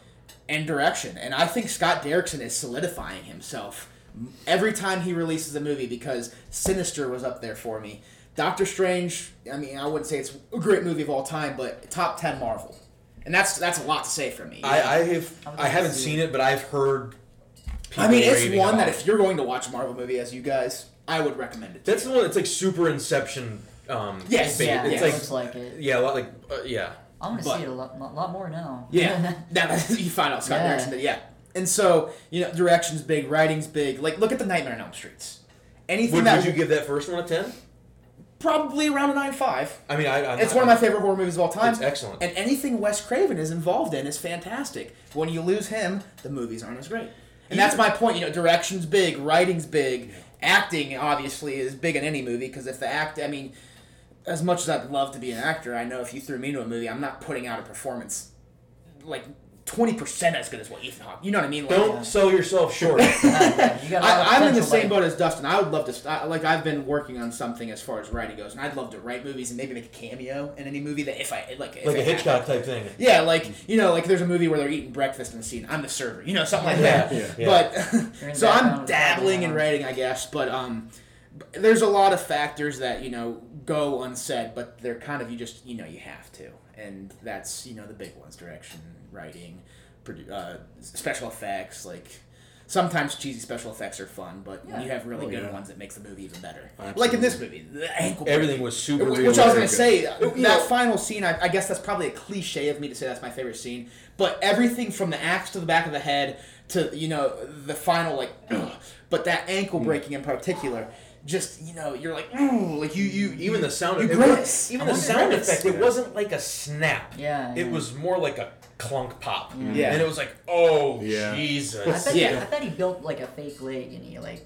[SPEAKER 1] And direction, and I think Scott Derrickson is solidifying himself m- every time he releases a movie because Sinister was up there for me. Doctor Strange, I mean, I wouldn't say it's a great movie of all time, but top ten Marvel, and that's that's a lot to say for me.
[SPEAKER 2] I, I have
[SPEAKER 3] I would
[SPEAKER 2] I
[SPEAKER 3] like to
[SPEAKER 2] haven't
[SPEAKER 3] see
[SPEAKER 2] seen it, but I've heard.
[SPEAKER 1] I mean,
[SPEAKER 2] people
[SPEAKER 1] it's
[SPEAKER 2] raving
[SPEAKER 1] one
[SPEAKER 2] about
[SPEAKER 1] that
[SPEAKER 2] it.
[SPEAKER 1] if you're going to watch a Marvel movie, as you guys, I would recommend it. To
[SPEAKER 2] that's
[SPEAKER 1] you.
[SPEAKER 2] the one that's like super Inception. Um,
[SPEAKER 1] Yes,
[SPEAKER 2] ba-
[SPEAKER 3] Yeah,
[SPEAKER 2] it's
[SPEAKER 3] it
[SPEAKER 1] yes.
[SPEAKER 2] like
[SPEAKER 3] looks like it.
[SPEAKER 2] yeah, a lot like uh, yeah.
[SPEAKER 3] I want to
[SPEAKER 1] But-
[SPEAKER 3] see it a lot, lot lot more now.
[SPEAKER 1] Yeah, that you find out Scott
[SPEAKER 3] Yeah.
[SPEAKER 1] Derrickson did. Yeah, and so you know, direction's big, writing's big. Like, look at the Nightmare on Elm Streets. Anything
[SPEAKER 2] Would,
[SPEAKER 1] that
[SPEAKER 2] would you give that first one a ten?
[SPEAKER 1] probably around a nine five.
[SPEAKER 2] I mean, I, I'm
[SPEAKER 1] It's one
[SPEAKER 2] not-
[SPEAKER 1] of my favorite horror movies of all time.
[SPEAKER 2] It's excellent.
[SPEAKER 1] And anything Wes Craven is involved in is fantastic. When you lose him, the movies aren't as great. And that's my point. You know, direction's big, writing's big, acting obviously is big in any movie because if the act, I mean, as much as I'd love to be an actor, I know if you threw me into a movie, I'm not putting out a performance like twenty percent as good as what Ethan Hawke. You know what I mean? Like,
[SPEAKER 2] Don't sell yourself short.
[SPEAKER 3] Yeah, yeah, you got a lot of
[SPEAKER 1] I, I'm in the
[SPEAKER 3] potential,
[SPEAKER 1] same
[SPEAKER 3] like-
[SPEAKER 1] boat as Dustin. I would love to. I, like I've been working on something as far as writing goes, and I'd love to write movies and maybe make a cameo in any movie that if I like. If
[SPEAKER 2] like a
[SPEAKER 1] it happened.
[SPEAKER 2] Hitchcock type thing.
[SPEAKER 1] Yeah, like you know, like there's a movie where they're eating breakfast in the scene. I'm the server, you know, something like
[SPEAKER 2] Yeah,
[SPEAKER 1] that.
[SPEAKER 4] yeah,
[SPEAKER 2] yeah.
[SPEAKER 3] You're in
[SPEAKER 1] But so
[SPEAKER 3] background
[SPEAKER 1] I'm
[SPEAKER 3] with
[SPEAKER 1] dabbling in
[SPEAKER 3] background.
[SPEAKER 1] writing, I guess. But um, b- there's a lot of factors that you know go unsaid, but they're kind of you just you know you have to, and that's you know the big ones: direction, writing, produ- uh, special effects. Like sometimes cheesy special effects are fun, but when you
[SPEAKER 3] Yeah.
[SPEAKER 1] have really
[SPEAKER 4] Oh,
[SPEAKER 1] good
[SPEAKER 4] yeah.
[SPEAKER 1] ones, it makes the movie even better. Like in this movie, the ankle. break.
[SPEAKER 2] Everything was super.
[SPEAKER 1] Which I was going to
[SPEAKER 2] realistic.
[SPEAKER 1] say,
[SPEAKER 2] You know-
[SPEAKER 1] that final scene, I, I guess that's probably a cliche of me to say that's my favorite scene, but everything from the axe to the back of the head to, you know, the final, like, but that ankle breaking in particular, just, you know, you're like, "Ugh," like you, you,
[SPEAKER 2] even the sound.
[SPEAKER 1] you
[SPEAKER 2] it
[SPEAKER 1] grimace.
[SPEAKER 2] was, even
[SPEAKER 1] I
[SPEAKER 2] the
[SPEAKER 1] wanted
[SPEAKER 2] sound
[SPEAKER 1] grimace.
[SPEAKER 2] effect. It wasn't like a snap.
[SPEAKER 3] Yeah,
[SPEAKER 2] It
[SPEAKER 3] yeah.
[SPEAKER 2] was more like a clunk pop.
[SPEAKER 1] Yeah.
[SPEAKER 2] And it was like, oh
[SPEAKER 4] Yeah.
[SPEAKER 3] I
[SPEAKER 2] Jesus.
[SPEAKER 3] bet,
[SPEAKER 1] Yeah.
[SPEAKER 3] I bet he built like a fake leg and he like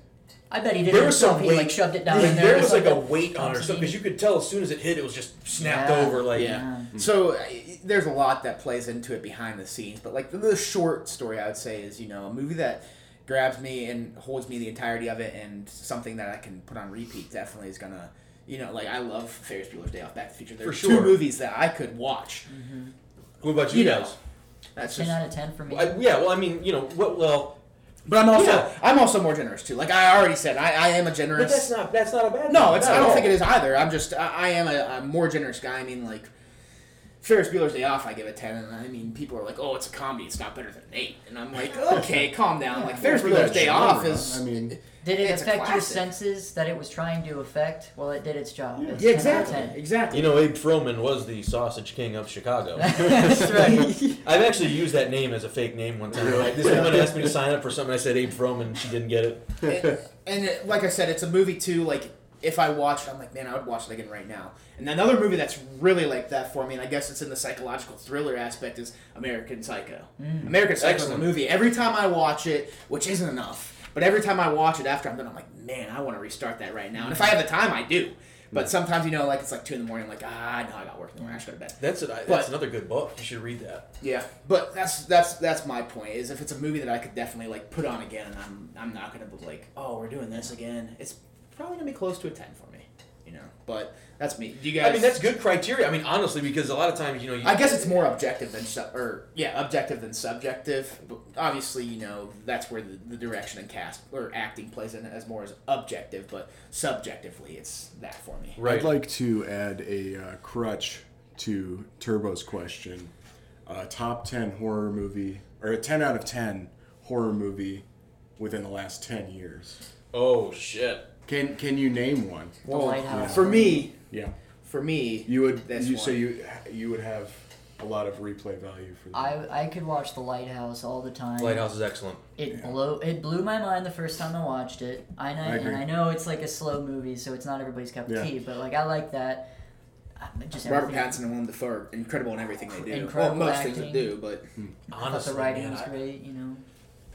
[SPEAKER 3] I bet he did.
[SPEAKER 2] There was some
[SPEAKER 3] He
[SPEAKER 2] weight.
[SPEAKER 3] like shoved it down
[SPEAKER 2] Yeah,
[SPEAKER 3] in there.
[SPEAKER 2] there
[SPEAKER 3] or
[SPEAKER 2] was like a
[SPEAKER 3] something.
[SPEAKER 2] weight on her stuff because you could tell as soon as it hit, it was just snapped
[SPEAKER 3] Yeah.
[SPEAKER 2] over. Like
[SPEAKER 1] Yeah. So I- there's a lot that plays into it behind the scenes, but like the, the short story, I would say is you know a movie that grabs me and holds me the entirety of it, and something that I can put on repeat definitely is gonna. You know, like I love Ferris Bueller's Day Off, Back to the Future. There's
[SPEAKER 2] For sure.
[SPEAKER 1] two movies that I could watch.
[SPEAKER 2] what about you,
[SPEAKER 1] You know.
[SPEAKER 2] guys?
[SPEAKER 1] That's
[SPEAKER 3] Ten
[SPEAKER 1] just,
[SPEAKER 3] out of ten for me.
[SPEAKER 2] I- yeah, well, I mean, you know, what? Well,
[SPEAKER 1] but I'm also
[SPEAKER 2] Yeah.
[SPEAKER 1] I'm also more generous too. Like I already said, I, I am a generous.
[SPEAKER 2] but that's not that's not a bad.
[SPEAKER 1] No, it's,
[SPEAKER 2] not
[SPEAKER 1] I
[SPEAKER 2] at
[SPEAKER 1] don't
[SPEAKER 2] all.
[SPEAKER 1] think it is either. I'm just, I, I am a, a more generous guy. I mean, like, Ferris Bueller's Day Off, I give a 10, and I mean, people are like, oh, it's a comedy, it's not better than 8. And I'm like, okay, calm down. Like, Ferris
[SPEAKER 4] For that
[SPEAKER 1] Bueller's Day
[SPEAKER 4] genre,
[SPEAKER 1] Off is.
[SPEAKER 4] I mean,
[SPEAKER 3] did it
[SPEAKER 1] it's a
[SPEAKER 3] affect your
[SPEAKER 1] classic.
[SPEAKER 3] senses that it was trying to affect? Well, it did its job.
[SPEAKER 4] Yeah.
[SPEAKER 3] It's
[SPEAKER 1] Yeah,
[SPEAKER 3] 10 out of
[SPEAKER 1] exactly. Exactly.
[SPEAKER 2] You know, Abe Froman was the sausage king of Chicago.
[SPEAKER 3] 10. That's right.
[SPEAKER 2] I've actually used that name as a fake name one time. Like, this woman asked me to sign up for something. I said Abe Froman. She didn't get it.
[SPEAKER 1] and, and it, like I said, it's a movie too. Like if I watched, I'm like, man, I would watch it again right now. And another movie that's really like that for me, and I guess it's in the psychological thriller aspect, is American Psycho. American Psycho
[SPEAKER 2] Excellent.
[SPEAKER 1] is a movie. Every time I watch it, which isn't enough, but every time I watch it after I'm done, I'm like, man, I want to restart that right now. And if I have the time, I do. But sometimes you know, like it's like two in the morning, I'm like ah, no, I got work in the morning, I should go to bed.
[SPEAKER 2] That's it. I- That's
[SPEAKER 1] But-
[SPEAKER 2] another good book. You should read that.
[SPEAKER 1] Yeah, but that's that's that's my point. Is if it's a movie that I could definitely like put on again, and I'm I'm not gonna be like, oh, we're doing this again. It's probably gonna be close to a ten for me, you know. But that's me. Do you guys?
[SPEAKER 2] I mean, that's good criteria. I mean, honestly, because a lot of times, you know, you,
[SPEAKER 1] I guess it's more objective than sub, or yeah, objective than subjective. But obviously, you know, that's where the, the direction and cast or acting plays in as more as objective, but subjectively, it's that for me.
[SPEAKER 2] right.
[SPEAKER 4] I'd like to add a uh, crutch to Turbo's question. Uh, top 10 horror movie, or a 10 out of 10 horror movie within the last 10 years.
[SPEAKER 2] oh shit.
[SPEAKER 4] Can can you name one?
[SPEAKER 3] The Lighthouse.
[SPEAKER 1] for me,
[SPEAKER 4] Yeah.
[SPEAKER 1] for me,
[SPEAKER 4] You would
[SPEAKER 1] This
[SPEAKER 4] you, so
[SPEAKER 1] one.
[SPEAKER 4] you you would have a lot of replay value for that.
[SPEAKER 3] I, I could watch The Lighthouse all the time.
[SPEAKER 2] Lighthouse is excellent.
[SPEAKER 3] It blew it blew my mind the first time I watched it. I know,
[SPEAKER 4] agree.
[SPEAKER 3] and I know it's like a slow movie, so it's not everybody's cup of
[SPEAKER 4] Yeah.
[SPEAKER 3] tea. But like I like that. Uh, Just
[SPEAKER 1] Robert
[SPEAKER 3] everything-
[SPEAKER 1] Pattinson and Willem Dafoe are incredible in everything they do.
[SPEAKER 3] Incredible
[SPEAKER 1] well, most things
[SPEAKER 3] acting.
[SPEAKER 1] they do, but
[SPEAKER 3] I thought
[SPEAKER 2] Honestly,
[SPEAKER 3] the writing
[SPEAKER 2] man,
[SPEAKER 3] was
[SPEAKER 2] I-
[SPEAKER 3] great. You know,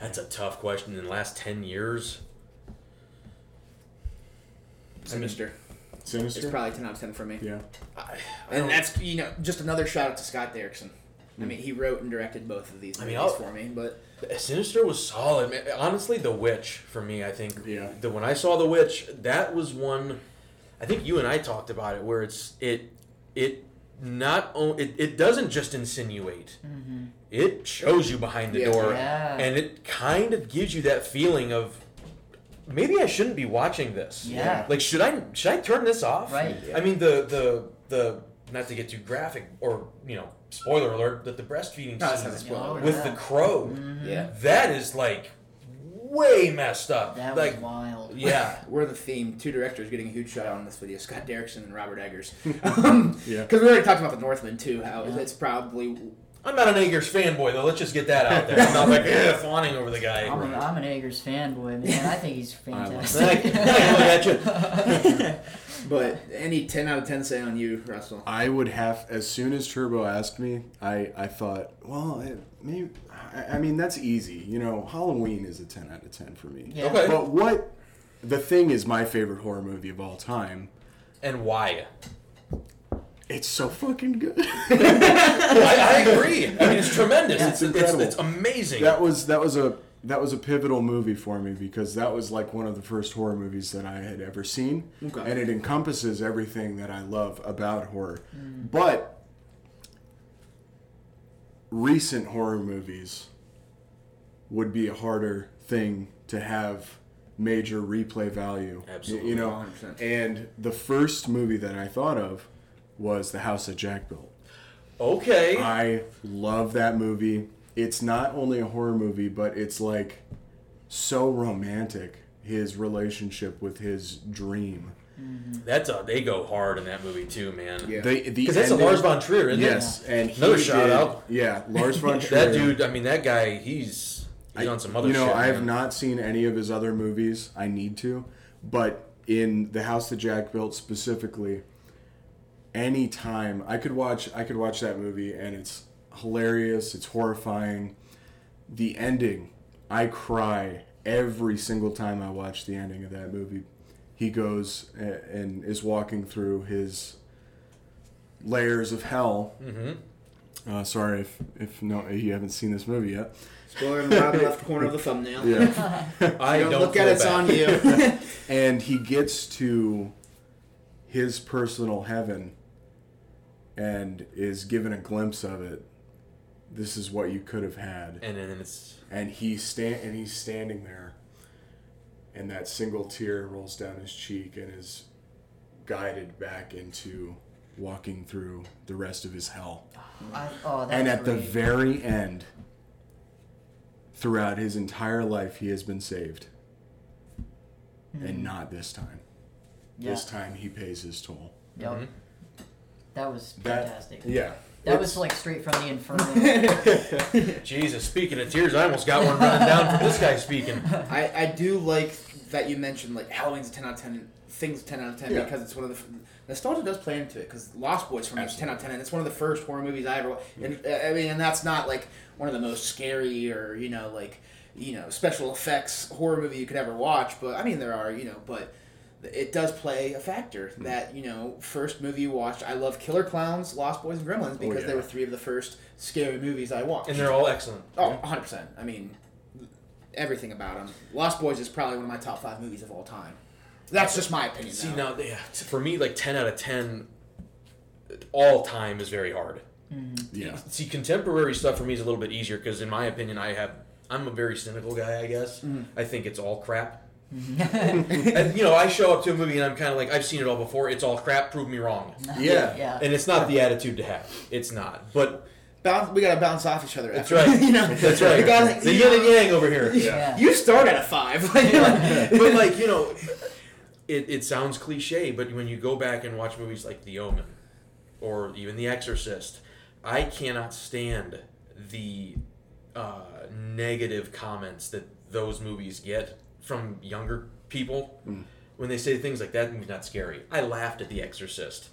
[SPEAKER 2] that's a tough question. In the last ten years,
[SPEAKER 1] Sinister. It's
[SPEAKER 4] Sinister?
[SPEAKER 1] probably ten out of ten for me.
[SPEAKER 4] yeah.
[SPEAKER 2] I, I
[SPEAKER 1] And
[SPEAKER 2] don't-
[SPEAKER 1] that's you know just another shout out to Scott Derrickson. I mean, he wrote and directed both of these
[SPEAKER 2] Hmm. I
[SPEAKER 1] movies
[SPEAKER 2] mean, oh.
[SPEAKER 1] for
[SPEAKER 2] I'll-
[SPEAKER 1] me, but
[SPEAKER 2] Sinister was solid. Man. Honestly, The Witch for me, I think.
[SPEAKER 4] Yeah.
[SPEAKER 2] The, when I saw The Witch, that was one. I think you and I talked about it, where it's it it not o- it, it doesn't just insinuate. It shows you behind the
[SPEAKER 1] Yeah.
[SPEAKER 2] door,
[SPEAKER 3] Mm-hmm. Yeah.
[SPEAKER 2] and it kind of gives you that feeling of maybe I shouldn't be watching this.
[SPEAKER 3] Yeah.
[SPEAKER 2] Like should I should I turn this off?
[SPEAKER 3] Right.
[SPEAKER 2] I mean the the the not to get too graphic or you know spoiler alert that the breastfeeding
[SPEAKER 1] No, it's
[SPEAKER 2] scene
[SPEAKER 1] not a
[SPEAKER 3] spoiler.
[SPEAKER 2] with
[SPEAKER 3] Yeah. Mm-hmm.
[SPEAKER 2] the crow
[SPEAKER 1] yeah,
[SPEAKER 2] that is like way messed up.
[SPEAKER 3] that
[SPEAKER 2] like,
[SPEAKER 3] was wild.
[SPEAKER 2] yeah,
[SPEAKER 1] we're the theme. Two directors getting a huge shout out on this video: Scott Derrickson and Robert Eggers. Um 'cause
[SPEAKER 4] Yeah.
[SPEAKER 1] because we already talked about the Northman too. How
[SPEAKER 3] Yeah.
[SPEAKER 1] it's probably
[SPEAKER 2] I'm not an Eggers fanboy though. Let's just get that out there. I'm not like eh, fawning over the guy.
[SPEAKER 3] I'm, an, I'm an Eggers fanboy, man. I think he's
[SPEAKER 2] Like,
[SPEAKER 3] fantastic.
[SPEAKER 2] look at you.
[SPEAKER 1] but any ten out of ten say on you, Russell.
[SPEAKER 4] I would have as soon as Turbo asked me, I, I thought, well, it, maybe I, I mean that's easy. You know, Halloween is a ten out of ten for me.
[SPEAKER 3] Yeah.
[SPEAKER 2] Okay.
[SPEAKER 4] But what the thing is my favorite horror movie of all time.
[SPEAKER 2] And why?
[SPEAKER 4] It's so fucking good.
[SPEAKER 2] I, I agree. I mean, it's tremendous. it's, it's, it's,
[SPEAKER 4] incredible.
[SPEAKER 2] amazing.
[SPEAKER 4] that was that was a that was a pivotal movie for me because that was like one of the first horror movies that I had ever seen,
[SPEAKER 1] Okay.
[SPEAKER 4] and it encompasses everything that I love about horror.
[SPEAKER 2] Mm.
[SPEAKER 4] But recent horror movies would be a harder thing to have major replay value. Y-
[SPEAKER 2] Absolutely.
[SPEAKER 4] you know.
[SPEAKER 1] 100%.
[SPEAKER 4] And the first movie that I thought of was The House that Jack Built.
[SPEAKER 2] okay.
[SPEAKER 4] I love that movie. It's not only a horror movie, but it's like so romantic. His relationship with his dream.
[SPEAKER 2] That's a they go hard in that movie too, man.
[SPEAKER 1] Yeah.
[SPEAKER 4] They, the
[SPEAKER 2] Because that's a
[SPEAKER 4] ending-
[SPEAKER 2] Lars von Trier, isn't
[SPEAKER 4] Yes,
[SPEAKER 2] it?
[SPEAKER 4] and he
[SPEAKER 2] Another shout
[SPEAKER 4] did-
[SPEAKER 2] out.
[SPEAKER 4] Yeah, Lars von Trier.
[SPEAKER 2] That dude. I mean, that guy. He's he's on some other.
[SPEAKER 4] You know,
[SPEAKER 2] shit,
[SPEAKER 4] I have
[SPEAKER 2] man.
[SPEAKER 4] not seen any of his other movies. I need to, but in the house that Jack built specifically, any time I could watch, I could watch that movie, and it's hilarious. It's horrifying. The ending, I cry every single time I watch the ending of that movie, he goes a- and is walking through his layers of hell.
[SPEAKER 2] Mhm.
[SPEAKER 4] Uh, sorry if if no if you haven't seen this movie yet.
[SPEAKER 1] Spoiler in the bottom left corner of the thumbnail.
[SPEAKER 4] Yeah,
[SPEAKER 2] I
[SPEAKER 1] Don't,
[SPEAKER 2] don't,
[SPEAKER 1] look
[SPEAKER 2] feel
[SPEAKER 1] at it, it's
[SPEAKER 2] bad.
[SPEAKER 1] on you.
[SPEAKER 4] and he gets to his personal heaven and is given a glimpse of it. This is what you could have had.
[SPEAKER 2] And then it's
[SPEAKER 4] and he's stand and he's standing there and that single tear rolls down his cheek and is guided back into walking through the rest of his hell
[SPEAKER 3] I, oh, that's
[SPEAKER 4] and at the
[SPEAKER 3] great.
[SPEAKER 4] very end throughout his entire life he has been saved and not this time
[SPEAKER 3] Hmm. yeah.
[SPEAKER 4] this time he pays his toll
[SPEAKER 3] Yep.
[SPEAKER 2] Mhm.
[SPEAKER 3] That was
[SPEAKER 4] That-
[SPEAKER 3] fantastic.
[SPEAKER 4] yeah
[SPEAKER 3] That was like straight from the inferno.
[SPEAKER 2] Jesus. Speaking of tears, I almost got one running down from this guy speaking.
[SPEAKER 1] I, I do like that you mentioned like Halloween's a ten out of ten things ten out of ten
[SPEAKER 4] Yeah.
[SPEAKER 1] because it's one of the f- nostalgia does play into it because Lost Boys for me is ten out of ten and it's one of the first horror movies I ever wa- and uh, I mean and that's not like one of the most scary or you know like you know special effects horror movie you could ever watch but I mean there are you know but it does play a factor
[SPEAKER 4] Hmm.
[SPEAKER 1] that you know first movie you watched I love Killer Clowns Lost Boys and Gremlins because
[SPEAKER 4] Oh, yeah.
[SPEAKER 1] they were three of the first scary movies I watched
[SPEAKER 2] And they're all excellent.
[SPEAKER 1] Oh, 100 percent. I mean, everything about him. Lost Boys is probably one of my top five movies of all time. That's just my opinion.
[SPEAKER 2] See
[SPEAKER 1] though.
[SPEAKER 2] now, yeah, t- for me, like ten out of ten, all time is very hard.
[SPEAKER 4] yeah
[SPEAKER 2] See, contemporary stuff for me is a little bit easier because, in my opinion, I have I'm a very cynical guy. I guess
[SPEAKER 1] Mm.
[SPEAKER 2] I think it's all crap. and you know, I show up to a movie and I'm kind of like, I've seen it all before. It's all crap. Prove me wrong.
[SPEAKER 4] yeah
[SPEAKER 3] yeah.
[SPEAKER 2] And it's not the attitude to have. It's not. But
[SPEAKER 1] bounce, we gotta bounce off each other.
[SPEAKER 2] that's
[SPEAKER 1] after-
[SPEAKER 2] right.
[SPEAKER 1] you know,
[SPEAKER 2] that's right.
[SPEAKER 1] We gotta,
[SPEAKER 2] the
[SPEAKER 1] you
[SPEAKER 2] yin and
[SPEAKER 1] know,
[SPEAKER 2] yang over here.
[SPEAKER 3] Yeah.
[SPEAKER 1] You start at a five. Like,
[SPEAKER 2] but like you know, it, it sounds cliche, but when you go back and watch movies like The Omen, or even The Exorcist, I cannot stand the uh, negative comments that those movies get from younger people when they say things like that movie's not scary. I laughed at The Exorcist.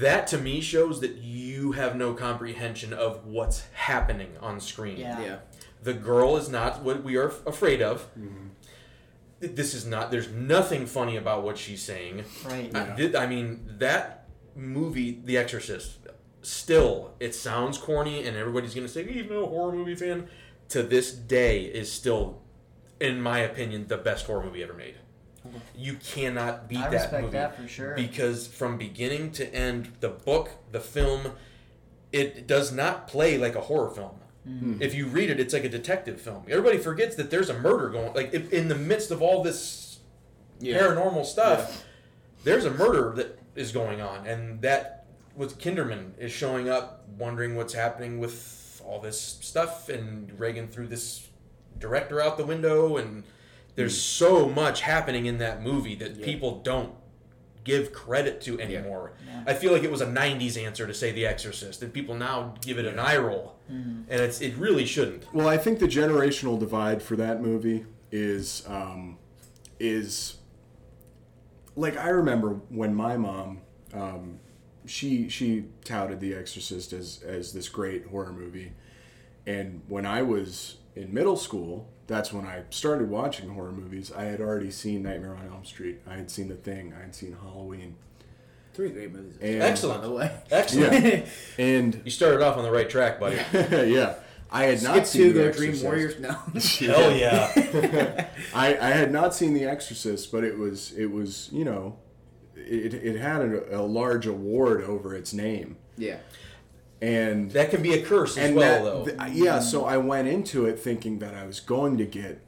[SPEAKER 2] That to me shows that you have no comprehension of what's happening on screen.
[SPEAKER 3] Yeah.
[SPEAKER 1] yeah.
[SPEAKER 2] The girl is not what we are f- afraid of. Th- This is not. There's nothing funny about what she's saying.
[SPEAKER 3] Right.
[SPEAKER 2] I, did- I mean, that movie, The Exorcist, still it sounds corny, and everybody's gonna say, "Even a horror movie fan," to this day is still, in my opinion, the best horror movie ever made. You cannot beat
[SPEAKER 3] I
[SPEAKER 2] that
[SPEAKER 3] respect
[SPEAKER 2] movie
[SPEAKER 3] that for sure.
[SPEAKER 2] because from beginning to end, the book, the film, it does not play like a horror film.
[SPEAKER 3] Mm.
[SPEAKER 2] If you read it, it's like a detective film. Everybody forgets that there's a murder going. Like if, in the midst of all this paranormal stuff, there's a murder that is going on, and that with Kinderman is showing up, wondering what's happening with all this stuff, and Reagan threw this director out the window, and there's
[SPEAKER 1] Hmm.
[SPEAKER 2] so much happening in that movie that people don't give credit to anymore. I feel like it was a '90s answer to say The Exorcist, and people now give it an eye roll,
[SPEAKER 1] Mm-hmm.
[SPEAKER 2] and it's it really shouldn't.
[SPEAKER 4] Well, I think the generational divide for that movie is um, is like I remember when my mom um, she she touted The Exorcist as as this great horror movie, and when I was in middle school, that's when I started watching horror movies. I had already seen Nightmare on Elm Street. I had seen The Thing. I had seen Halloween.
[SPEAKER 1] Three great movies.
[SPEAKER 4] And,
[SPEAKER 1] By the
[SPEAKER 2] Excellent,
[SPEAKER 1] way,
[SPEAKER 2] excellent.
[SPEAKER 4] Yeah, and
[SPEAKER 2] You started off on the right track, buddy.
[SPEAKER 4] yeah, I had not
[SPEAKER 1] skip
[SPEAKER 4] seen
[SPEAKER 1] two.
[SPEAKER 4] The
[SPEAKER 1] Go Dream
[SPEAKER 4] Exorcist.
[SPEAKER 1] Warriors. No.
[SPEAKER 2] Hell yeah!
[SPEAKER 4] I, I had not seen The Exorcist, but it was it was you know, it, it had a, a large award over its name,
[SPEAKER 1] yeah.
[SPEAKER 4] and
[SPEAKER 2] that can be a curse as
[SPEAKER 4] and
[SPEAKER 2] well,
[SPEAKER 4] that-
[SPEAKER 2] though.
[SPEAKER 4] th- yeah. So I went into it thinking that I was going to get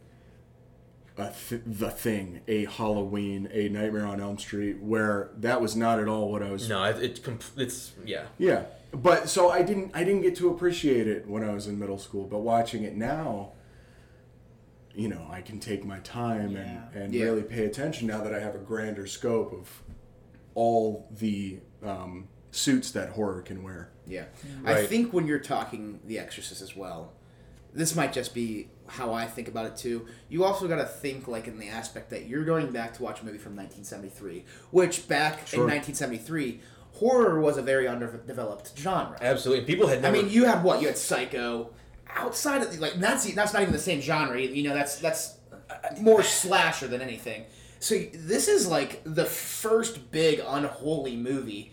[SPEAKER 4] a th- the thing, a Halloween, a Nightmare on Elm Street, where that was not at all what I was.
[SPEAKER 2] No, it, it's com- it's yeah.
[SPEAKER 4] Yeah, but so I didn't I didn't get to appreciate it when I was in middle school, but watching it now, you know, I can take my time and and
[SPEAKER 1] Yeah.
[SPEAKER 4] really pay attention now that I have a grander scope of all the um, suits that horror can wear.
[SPEAKER 1] Yeah. I
[SPEAKER 2] Right.
[SPEAKER 1] think when you're talking The Exorcist as well, this might just be how I think about it too. You also got to think like in the aspect that you're going back to watch a movie from 1973, which back
[SPEAKER 4] Sure.
[SPEAKER 1] in 1973, horror was a very underdeveloped genre.
[SPEAKER 2] Absolutely. People had
[SPEAKER 1] I
[SPEAKER 2] never.
[SPEAKER 1] mean, you had what? You had Psycho outside of like and that's that's not even the same genre. You know, that's that's more slasher than anything. So this is like the first big unholy movie,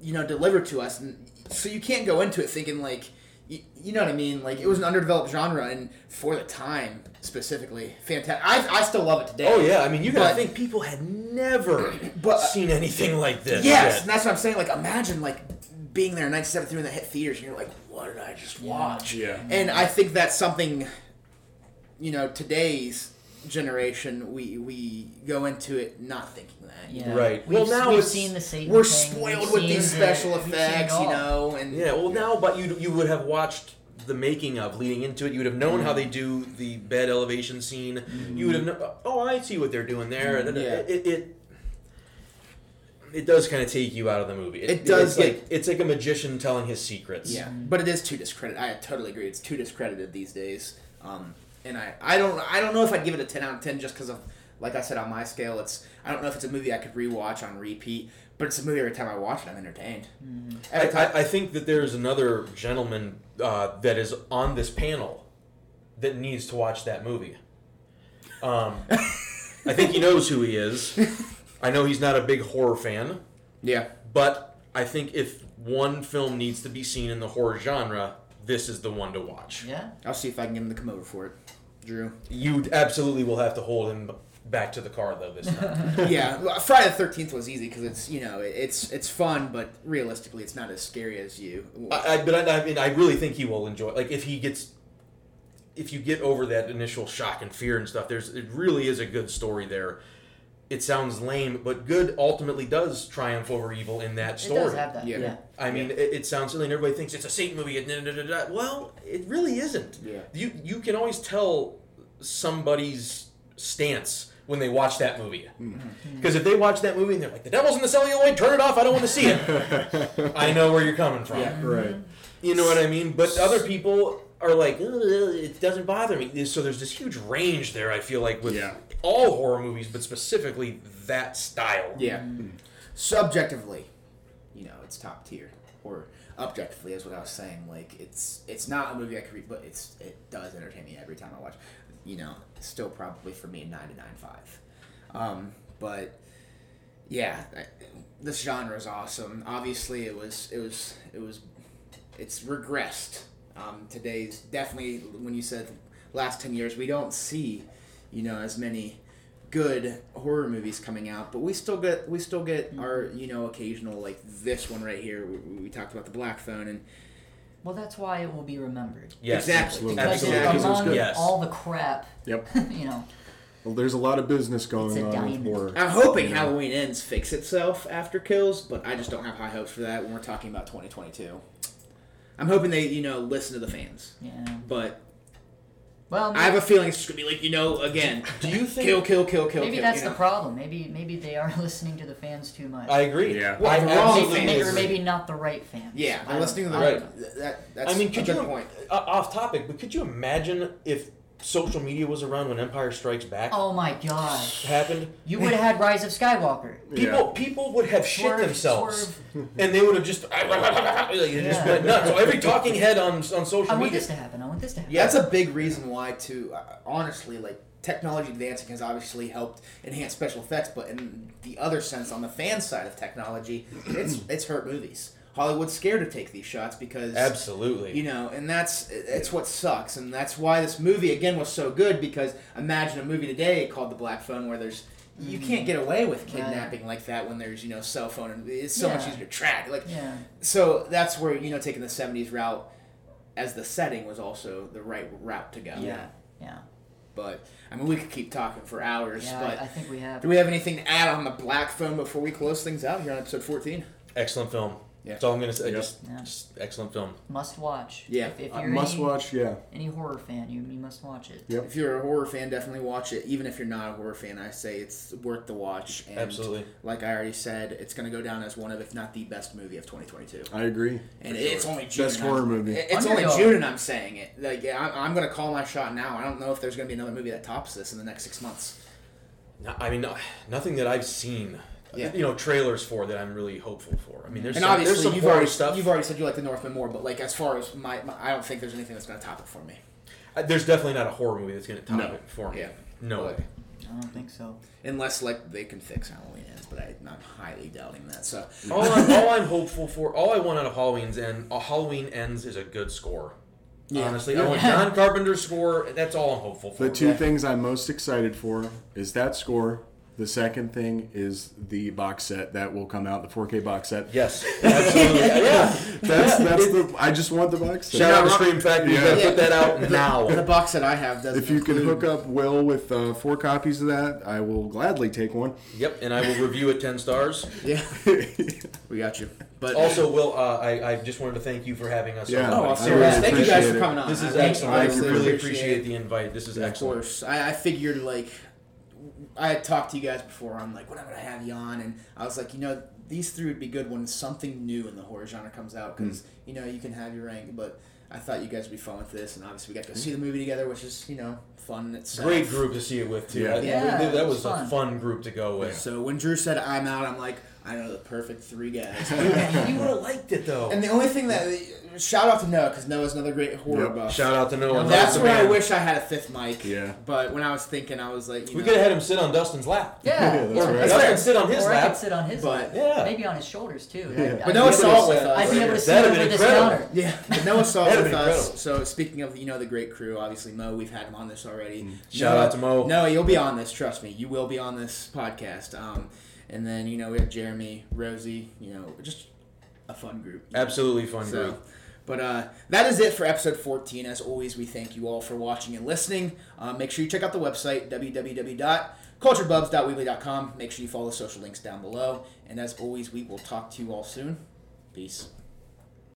[SPEAKER 1] you know, delivered to us. And so you can't go into it thinking like, you, you know what I mean? Like it was an underdeveloped genre, and for the time specifically, fantastic. I, I still love it today.
[SPEAKER 2] Oh yeah, I mean you gotta
[SPEAKER 1] But-
[SPEAKER 2] think people had never
[SPEAKER 1] But- uh,
[SPEAKER 2] seen anything like this.
[SPEAKER 1] Yes,
[SPEAKER 2] yet.
[SPEAKER 1] and that's what I'm saying. Like, imagine like being there in '97 through when that hit theaters, and you're like, "What did I just watch?"
[SPEAKER 4] Yeah.
[SPEAKER 1] And I think that's something, you know, today's generation we we go into it not thinking that. you
[SPEAKER 3] Yeah.
[SPEAKER 2] Right.
[SPEAKER 3] We've,
[SPEAKER 2] Well, now
[SPEAKER 3] we've
[SPEAKER 2] it's-
[SPEAKER 3] seen the Satan.
[SPEAKER 1] know? We're
[SPEAKER 3] thing, we've
[SPEAKER 1] spoiled with
[SPEAKER 3] seen
[SPEAKER 1] these
[SPEAKER 3] the-
[SPEAKER 1] special
[SPEAKER 3] we've seen it
[SPEAKER 1] effects, you
[SPEAKER 3] all.
[SPEAKER 1] know, and
[SPEAKER 2] Yeah, well now, but you you would have watched the making of leading into it. You would have known
[SPEAKER 1] Mm-hmm.
[SPEAKER 2] how they do the bed elevation scene. You would have known. Oh, I see what they're doing there. And
[SPEAKER 1] Mm-hmm.
[SPEAKER 2] uh,
[SPEAKER 1] Yeah.
[SPEAKER 2] It, it, it it does kind of take you out of the movie.
[SPEAKER 1] It does
[SPEAKER 2] It's
[SPEAKER 1] get-
[SPEAKER 2] like it's like a magician telling his secrets.
[SPEAKER 1] Yeah, but it is too discredited. I totally agree. It's too discredited these days. Um, and I, I don't I don't know if I'd give it a ten out of ten just because of like I said on my scale. It's I don't know if it's a movie I could rewatch on repeat, but it's a movie every time I watch it I'm entertained.
[SPEAKER 2] I,
[SPEAKER 3] Mm-hmm.
[SPEAKER 1] Every time.
[SPEAKER 2] I, I think that there's another gentleman uh, that is on this panel that needs to watch that movie. Um, I think he knows who he is. I know he's not a big horror fan,
[SPEAKER 1] yeah.
[SPEAKER 2] but I think if one film needs to be seen in the horror genre, this is the one to watch.
[SPEAKER 3] Yeah.
[SPEAKER 1] I'll see if I can get him to come over for it, Drew.
[SPEAKER 2] You absolutely will have to hold him back to the car though this time.
[SPEAKER 1] yeah, well, Friday the Thirteenth was easy because it's you know it- it's it's fun, but realistically it's not as scary as you.
[SPEAKER 2] I, I, but I, I mean, I really think he will enjoy. Like if he gets, if you get over that initial shock and fear and stuff, there's it really is a good story there. It sounds lame, but good ultimately does triumph over evil in that
[SPEAKER 3] It
[SPEAKER 2] story.
[SPEAKER 3] does have that.
[SPEAKER 1] Yeah.
[SPEAKER 3] Yeah.
[SPEAKER 2] I mean, it, it sounds silly, and everybody thinks it's a Satan movie. And da, da, da, da, da. Well, it really isn't.
[SPEAKER 1] Yeah.
[SPEAKER 2] You you can always tell somebody's stance when they watch that movie,
[SPEAKER 1] Mm-hmm.
[SPEAKER 2] because if they watch that movie and they're like, "The devil's in the celluloid, turn it off. I don't want to see it." I know where you're coming from.
[SPEAKER 1] Yeah.
[SPEAKER 4] right.
[SPEAKER 2] You know what I mean? But other people are like, "Ugh, it doesn't bother me. So there's this huge range there. I feel like with
[SPEAKER 4] Yeah.
[SPEAKER 2] all horror movies, but specifically that style.
[SPEAKER 1] Yeah. Subjectively, you know, it's top tier. Or objectively is what I was saying. Like it's it's not a movie I could read, but it's it does entertain me every time I watch. You know, still probably for me a nine to nine five. Um, but yeah, I, this genre is awesome. Obviously, it was it was it was it's regressed. Um, today's definitely when you said last ten years, we don't see you know as many good horror movies coming out, but we still get we still get
[SPEAKER 2] Mm-hmm.
[SPEAKER 1] our you know occasional like this one right here. We, we talked about the Black Phone and
[SPEAKER 3] Well, that's why it will be remembered.
[SPEAKER 2] Yes.
[SPEAKER 1] Exactly.
[SPEAKER 3] Because
[SPEAKER 2] Absolutely.
[SPEAKER 1] Exactly.
[SPEAKER 3] it's among
[SPEAKER 2] Yes.
[SPEAKER 3] all the crap,
[SPEAKER 4] Yep.
[SPEAKER 3] you know.
[SPEAKER 4] Well, there's a lot of business going
[SPEAKER 3] a
[SPEAKER 4] on
[SPEAKER 3] diamond.
[SPEAKER 4] with horror.
[SPEAKER 1] I'm hoping Halloween Ends fix itself after Kills, but I just don't have high hopes for that when we're talking about 2022. I'm hoping they you know listen to the fans,
[SPEAKER 3] Yeah.
[SPEAKER 1] but
[SPEAKER 3] Well,
[SPEAKER 1] I have a feeling it's just gonna be like you know again.
[SPEAKER 2] Do you think?
[SPEAKER 1] Kill, kill, kill, kill.
[SPEAKER 3] maybe
[SPEAKER 1] kill,
[SPEAKER 3] that's
[SPEAKER 1] you know?
[SPEAKER 3] the problem. Maybe maybe they are listening to the fans too much.
[SPEAKER 2] I agree.
[SPEAKER 4] Yeah.
[SPEAKER 1] Well,
[SPEAKER 2] I
[SPEAKER 1] the wrong
[SPEAKER 2] absolutely
[SPEAKER 1] thing
[SPEAKER 3] maybe,
[SPEAKER 1] is-
[SPEAKER 3] or
[SPEAKER 2] agree.
[SPEAKER 3] maybe not the right fans.
[SPEAKER 1] Yeah,
[SPEAKER 3] I
[SPEAKER 1] I'm listening to the
[SPEAKER 3] don't- I don't know.
[SPEAKER 1] right. That, that's
[SPEAKER 2] I mean,
[SPEAKER 1] a
[SPEAKER 2] could
[SPEAKER 1] good
[SPEAKER 2] you
[SPEAKER 1] point.
[SPEAKER 2] uh, off topic? But could you imagine if social media was around when Empire Strikes Back
[SPEAKER 3] Oh my god.
[SPEAKER 2] happened?
[SPEAKER 3] You would have had Rise of Skywalker.
[SPEAKER 2] People people would have shit
[SPEAKER 3] Swerve,
[SPEAKER 2] themselves, and they would have just it just
[SPEAKER 3] Yeah.
[SPEAKER 2] went nuts. So every talking head on on social
[SPEAKER 3] I want
[SPEAKER 2] media.
[SPEAKER 3] this to happen. I want this to happen.
[SPEAKER 1] Yeah, that's a big reason why, too. Uh, honestly, like technology advancing has obviously helped enhance special effects, but in the other sense, on the fan side of technology, it's it's hurt movies. Hollywood's scared to take these shots because
[SPEAKER 2] Absolutely.
[SPEAKER 1] you know, and that's it's what sucks, and that's why this movie again was so good because imagine a movie today called The Black Phone where there's you can't get away with kidnapping like that when there's you know cell phone and it's so much
[SPEAKER 3] Yeah.
[SPEAKER 1] easier to track like
[SPEAKER 3] Yeah.
[SPEAKER 1] so that's where you know taking the 70s route as the setting was also the right route to go
[SPEAKER 3] Yeah. Yeah.
[SPEAKER 1] but i mean we could keep talking for hours
[SPEAKER 3] Yeah,
[SPEAKER 1] but
[SPEAKER 3] I, I think we have.
[SPEAKER 1] do we have anything to add on the black phone before we close things out here on episode 14
[SPEAKER 2] Excellent film.
[SPEAKER 1] Yeah.
[SPEAKER 2] That's all I'm gonna say.
[SPEAKER 4] Yeah.
[SPEAKER 2] Just,
[SPEAKER 3] Yeah.
[SPEAKER 2] just excellent film.
[SPEAKER 3] Must watch.
[SPEAKER 1] Yeah.
[SPEAKER 3] If, if
[SPEAKER 4] Uh,
[SPEAKER 3] you're
[SPEAKER 4] must
[SPEAKER 3] any,
[SPEAKER 4] watch, yeah.
[SPEAKER 3] any horror fan, you, you must watch it.
[SPEAKER 4] Yep.
[SPEAKER 1] if you're a horror fan definitely watch it even if you're not a horror fan i say it's worth the watch and
[SPEAKER 2] Absolutely.
[SPEAKER 1] like i already said it's going to go down as one of if not the best movie of 2022
[SPEAKER 4] I agree.
[SPEAKER 1] and
[SPEAKER 2] sure.
[SPEAKER 1] it's only June.
[SPEAKER 4] Best
[SPEAKER 1] and I'm-
[SPEAKER 4] horror movie.
[SPEAKER 1] it- It's only
[SPEAKER 3] Underdog.
[SPEAKER 1] June, and I'm saying it. Like yeah, I'm, I'm gonna call my shot now. I don't know if there's gonna be another movie that tops this in the next six months.
[SPEAKER 2] No- I mean, no- nothing that I've seen.
[SPEAKER 1] Yeah.
[SPEAKER 2] You know, trailers for that I'm really hopeful for. I mean, there's
[SPEAKER 1] and
[SPEAKER 2] some,
[SPEAKER 1] obviously,
[SPEAKER 2] there's some
[SPEAKER 1] you've
[SPEAKER 2] horror
[SPEAKER 1] already
[SPEAKER 2] stuff.
[SPEAKER 1] you've already said you like the Northman more, but like as far as my, my I don't think there's anything that's gonna top it for me.
[SPEAKER 2] Uh, There's definitely not a horror movie that's going to top
[SPEAKER 4] No.
[SPEAKER 2] it for me.
[SPEAKER 1] Yeah.
[SPEAKER 2] No
[SPEAKER 1] But-
[SPEAKER 2] way.
[SPEAKER 3] I don't think so.
[SPEAKER 1] unless like they can fix Halloween ends, but I, I'm highly doubting that. So
[SPEAKER 4] Oh.
[SPEAKER 2] All I'm, all I'm hopeful for, all I want out of Halloween's end, uh, Halloween ends is a good score.
[SPEAKER 1] Yeah.
[SPEAKER 2] Honestly, I want John Carpenter's score. That's all I'm hopeful for.
[SPEAKER 4] The two things I'm most excited for is that score. The second thing is the box set that will come out, the 4K box set.
[SPEAKER 2] Yes, absolutely. yeah.
[SPEAKER 4] That's
[SPEAKER 2] Yeah.
[SPEAKER 4] that's the. I just want the box set.
[SPEAKER 2] Shout out to Scream Factory. You
[SPEAKER 4] Yeah.
[SPEAKER 2] gotta put that out now.
[SPEAKER 1] the box that I have doesn't.
[SPEAKER 4] If you can
[SPEAKER 1] include-
[SPEAKER 4] hook up Will with uh, four copies of that, I will gladly take one.
[SPEAKER 2] Yep, and I will review it ten stars.
[SPEAKER 1] yeah, we got you. But
[SPEAKER 2] Also, Will, uh, I, I just wanted to thank you for having us.
[SPEAKER 4] Yeah.
[SPEAKER 2] on.
[SPEAKER 1] no,
[SPEAKER 4] I
[SPEAKER 1] I'll
[SPEAKER 4] really
[SPEAKER 1] say that. Thank you guys
[SPEAKER 4] appreciate
[SPEAKER 1] for
[SPEAKER 4] it.
[SPEAKER 1] coming on.
[SPEAKER 2] This is
[SPEAKER 1] I really-
[SPEAKER 2] excellent.
[SPEAKER 1] I
[SPEAKER 2] I
[SPEAKER 1] honestly
[SPEAKER 2] really appreciate the invite. This is
[SPEAKER 1] Of
[SPEAKER 2] excellent.
[SPEAKER 1] course, I, I figured like I had talked to you guys before. I'm like, when am I gonna have you on? And I was like, you know, these three would be good when something new in the horror genre comes out because
[SPEAKER 2] Hmm.
[SPEAKER 1] you know you can have your rank, but. I thought you guys would be fun with this, and obviously we got to go see the movie together, which is you know fun. in itself.
[SPEAKER 2] Hmm. Great group to see it with too.
[SPEAKER 4] Yeah.
[SPEAKER 2] That-
[SPEAKER 3] Yeah,
[SPEAKER 2] that,
[SPEAKER 3] it
[SPEAKER 2] that was,
[SPEAKER 3] was
[SPEAKER 2] a
[SPEAKER 3] fun.
[SPEAKER 2] fun group to go with.
[SPEAKER 1] So when Drew said I'm out, I'm like, I know the perfect three guys.
[SPEAKER 2] you would have liked it though.
[SPEAKER 1] and the only thing that shout out to Noah because Noah's another great horror
[SPEAKER 4] Yep.
[SPEAKER 1] buff.
[SPEAKER 2] Shout out to Noah.
[SPEAKER 1] That's
[SPEAKER 2] Noah's
[SPEAKER 1] where
[SPEAKER 2] the
[SPEAKER 1] I
[SPEAKER 2] man.
[SPEAKER 1] wish I had a fifth mic.
[SPEAKER 4] Yeah.
[SPEAKER 1] But when I was thinking, I was like, you
[SPEAKER 2] we
[SPEAKER 1] know,
[SPEAKER 2] could have had him sit on Dustin's lap.
[SPEAKER 3] Yeah.
[SPEAKER 4] Yeah, that's
[SPEAKER 2] or
[SPEAKER 4] right.
[SPEAKER 2] Dustin sit on his
[SPEAKER 3] Or I
[SPEAKER 2] lap.
[SPEAKER 3] could sit on his
[SPEAKER 1] But-
[SPEAKER 3] lap.
[SPEAKER 2] Yeah.
[SPEAKER 3] Maybe on his shoulders too.
[SPEAKER 4] Yeah.
[SPEAKER 3] I,
[SPEAKER 1] But Noah
[SPEAKER 2] That'd
[SPEAKER 1] saw it
[SPEAKER 2] been
[SPEAKER 1] with us.
[SPEAKER 3] I'd be able to see
[SPEAKER 2] That'd
[SPEAKER 3] over
[SPEAKER 2] been
[SPEAKER 3] this
[SPEAKER 2] incredible.
[SPEAKER 3] counter.
[SPEAKER 1] Yeah, but Noah saw it
[SPEAKER 2] That'd
[SPEAKER 1] with
[SPEAKER 2] be
[SPEAKER 1] us.
[SPEAKER 2] incredible.
[SPEAKER 1] So speaking of you know the great crew, obviously Mo, we've had him on this already.
[SPEAKER 2] Mm. Shout out to Mo.
[SPEAKER 1] Noah, you'll be on this. Trust me, you will be on this podcast. Um, and then you know we have Jeremy, Rosie. You know, just a fun group.
[SPEAKER 2] Absolutely fun
[SPEAKER 1] So,
[SPEAKER 2] group.
[SPEAKER 1] but uh, that is it for episode 14. As always, we thank you all for watching and listening. Uh, make sure you check out the website, www.culturebubs.weebly.com. Make sure you follow the social links down below. And as always, we will talk to you all soon. Peace.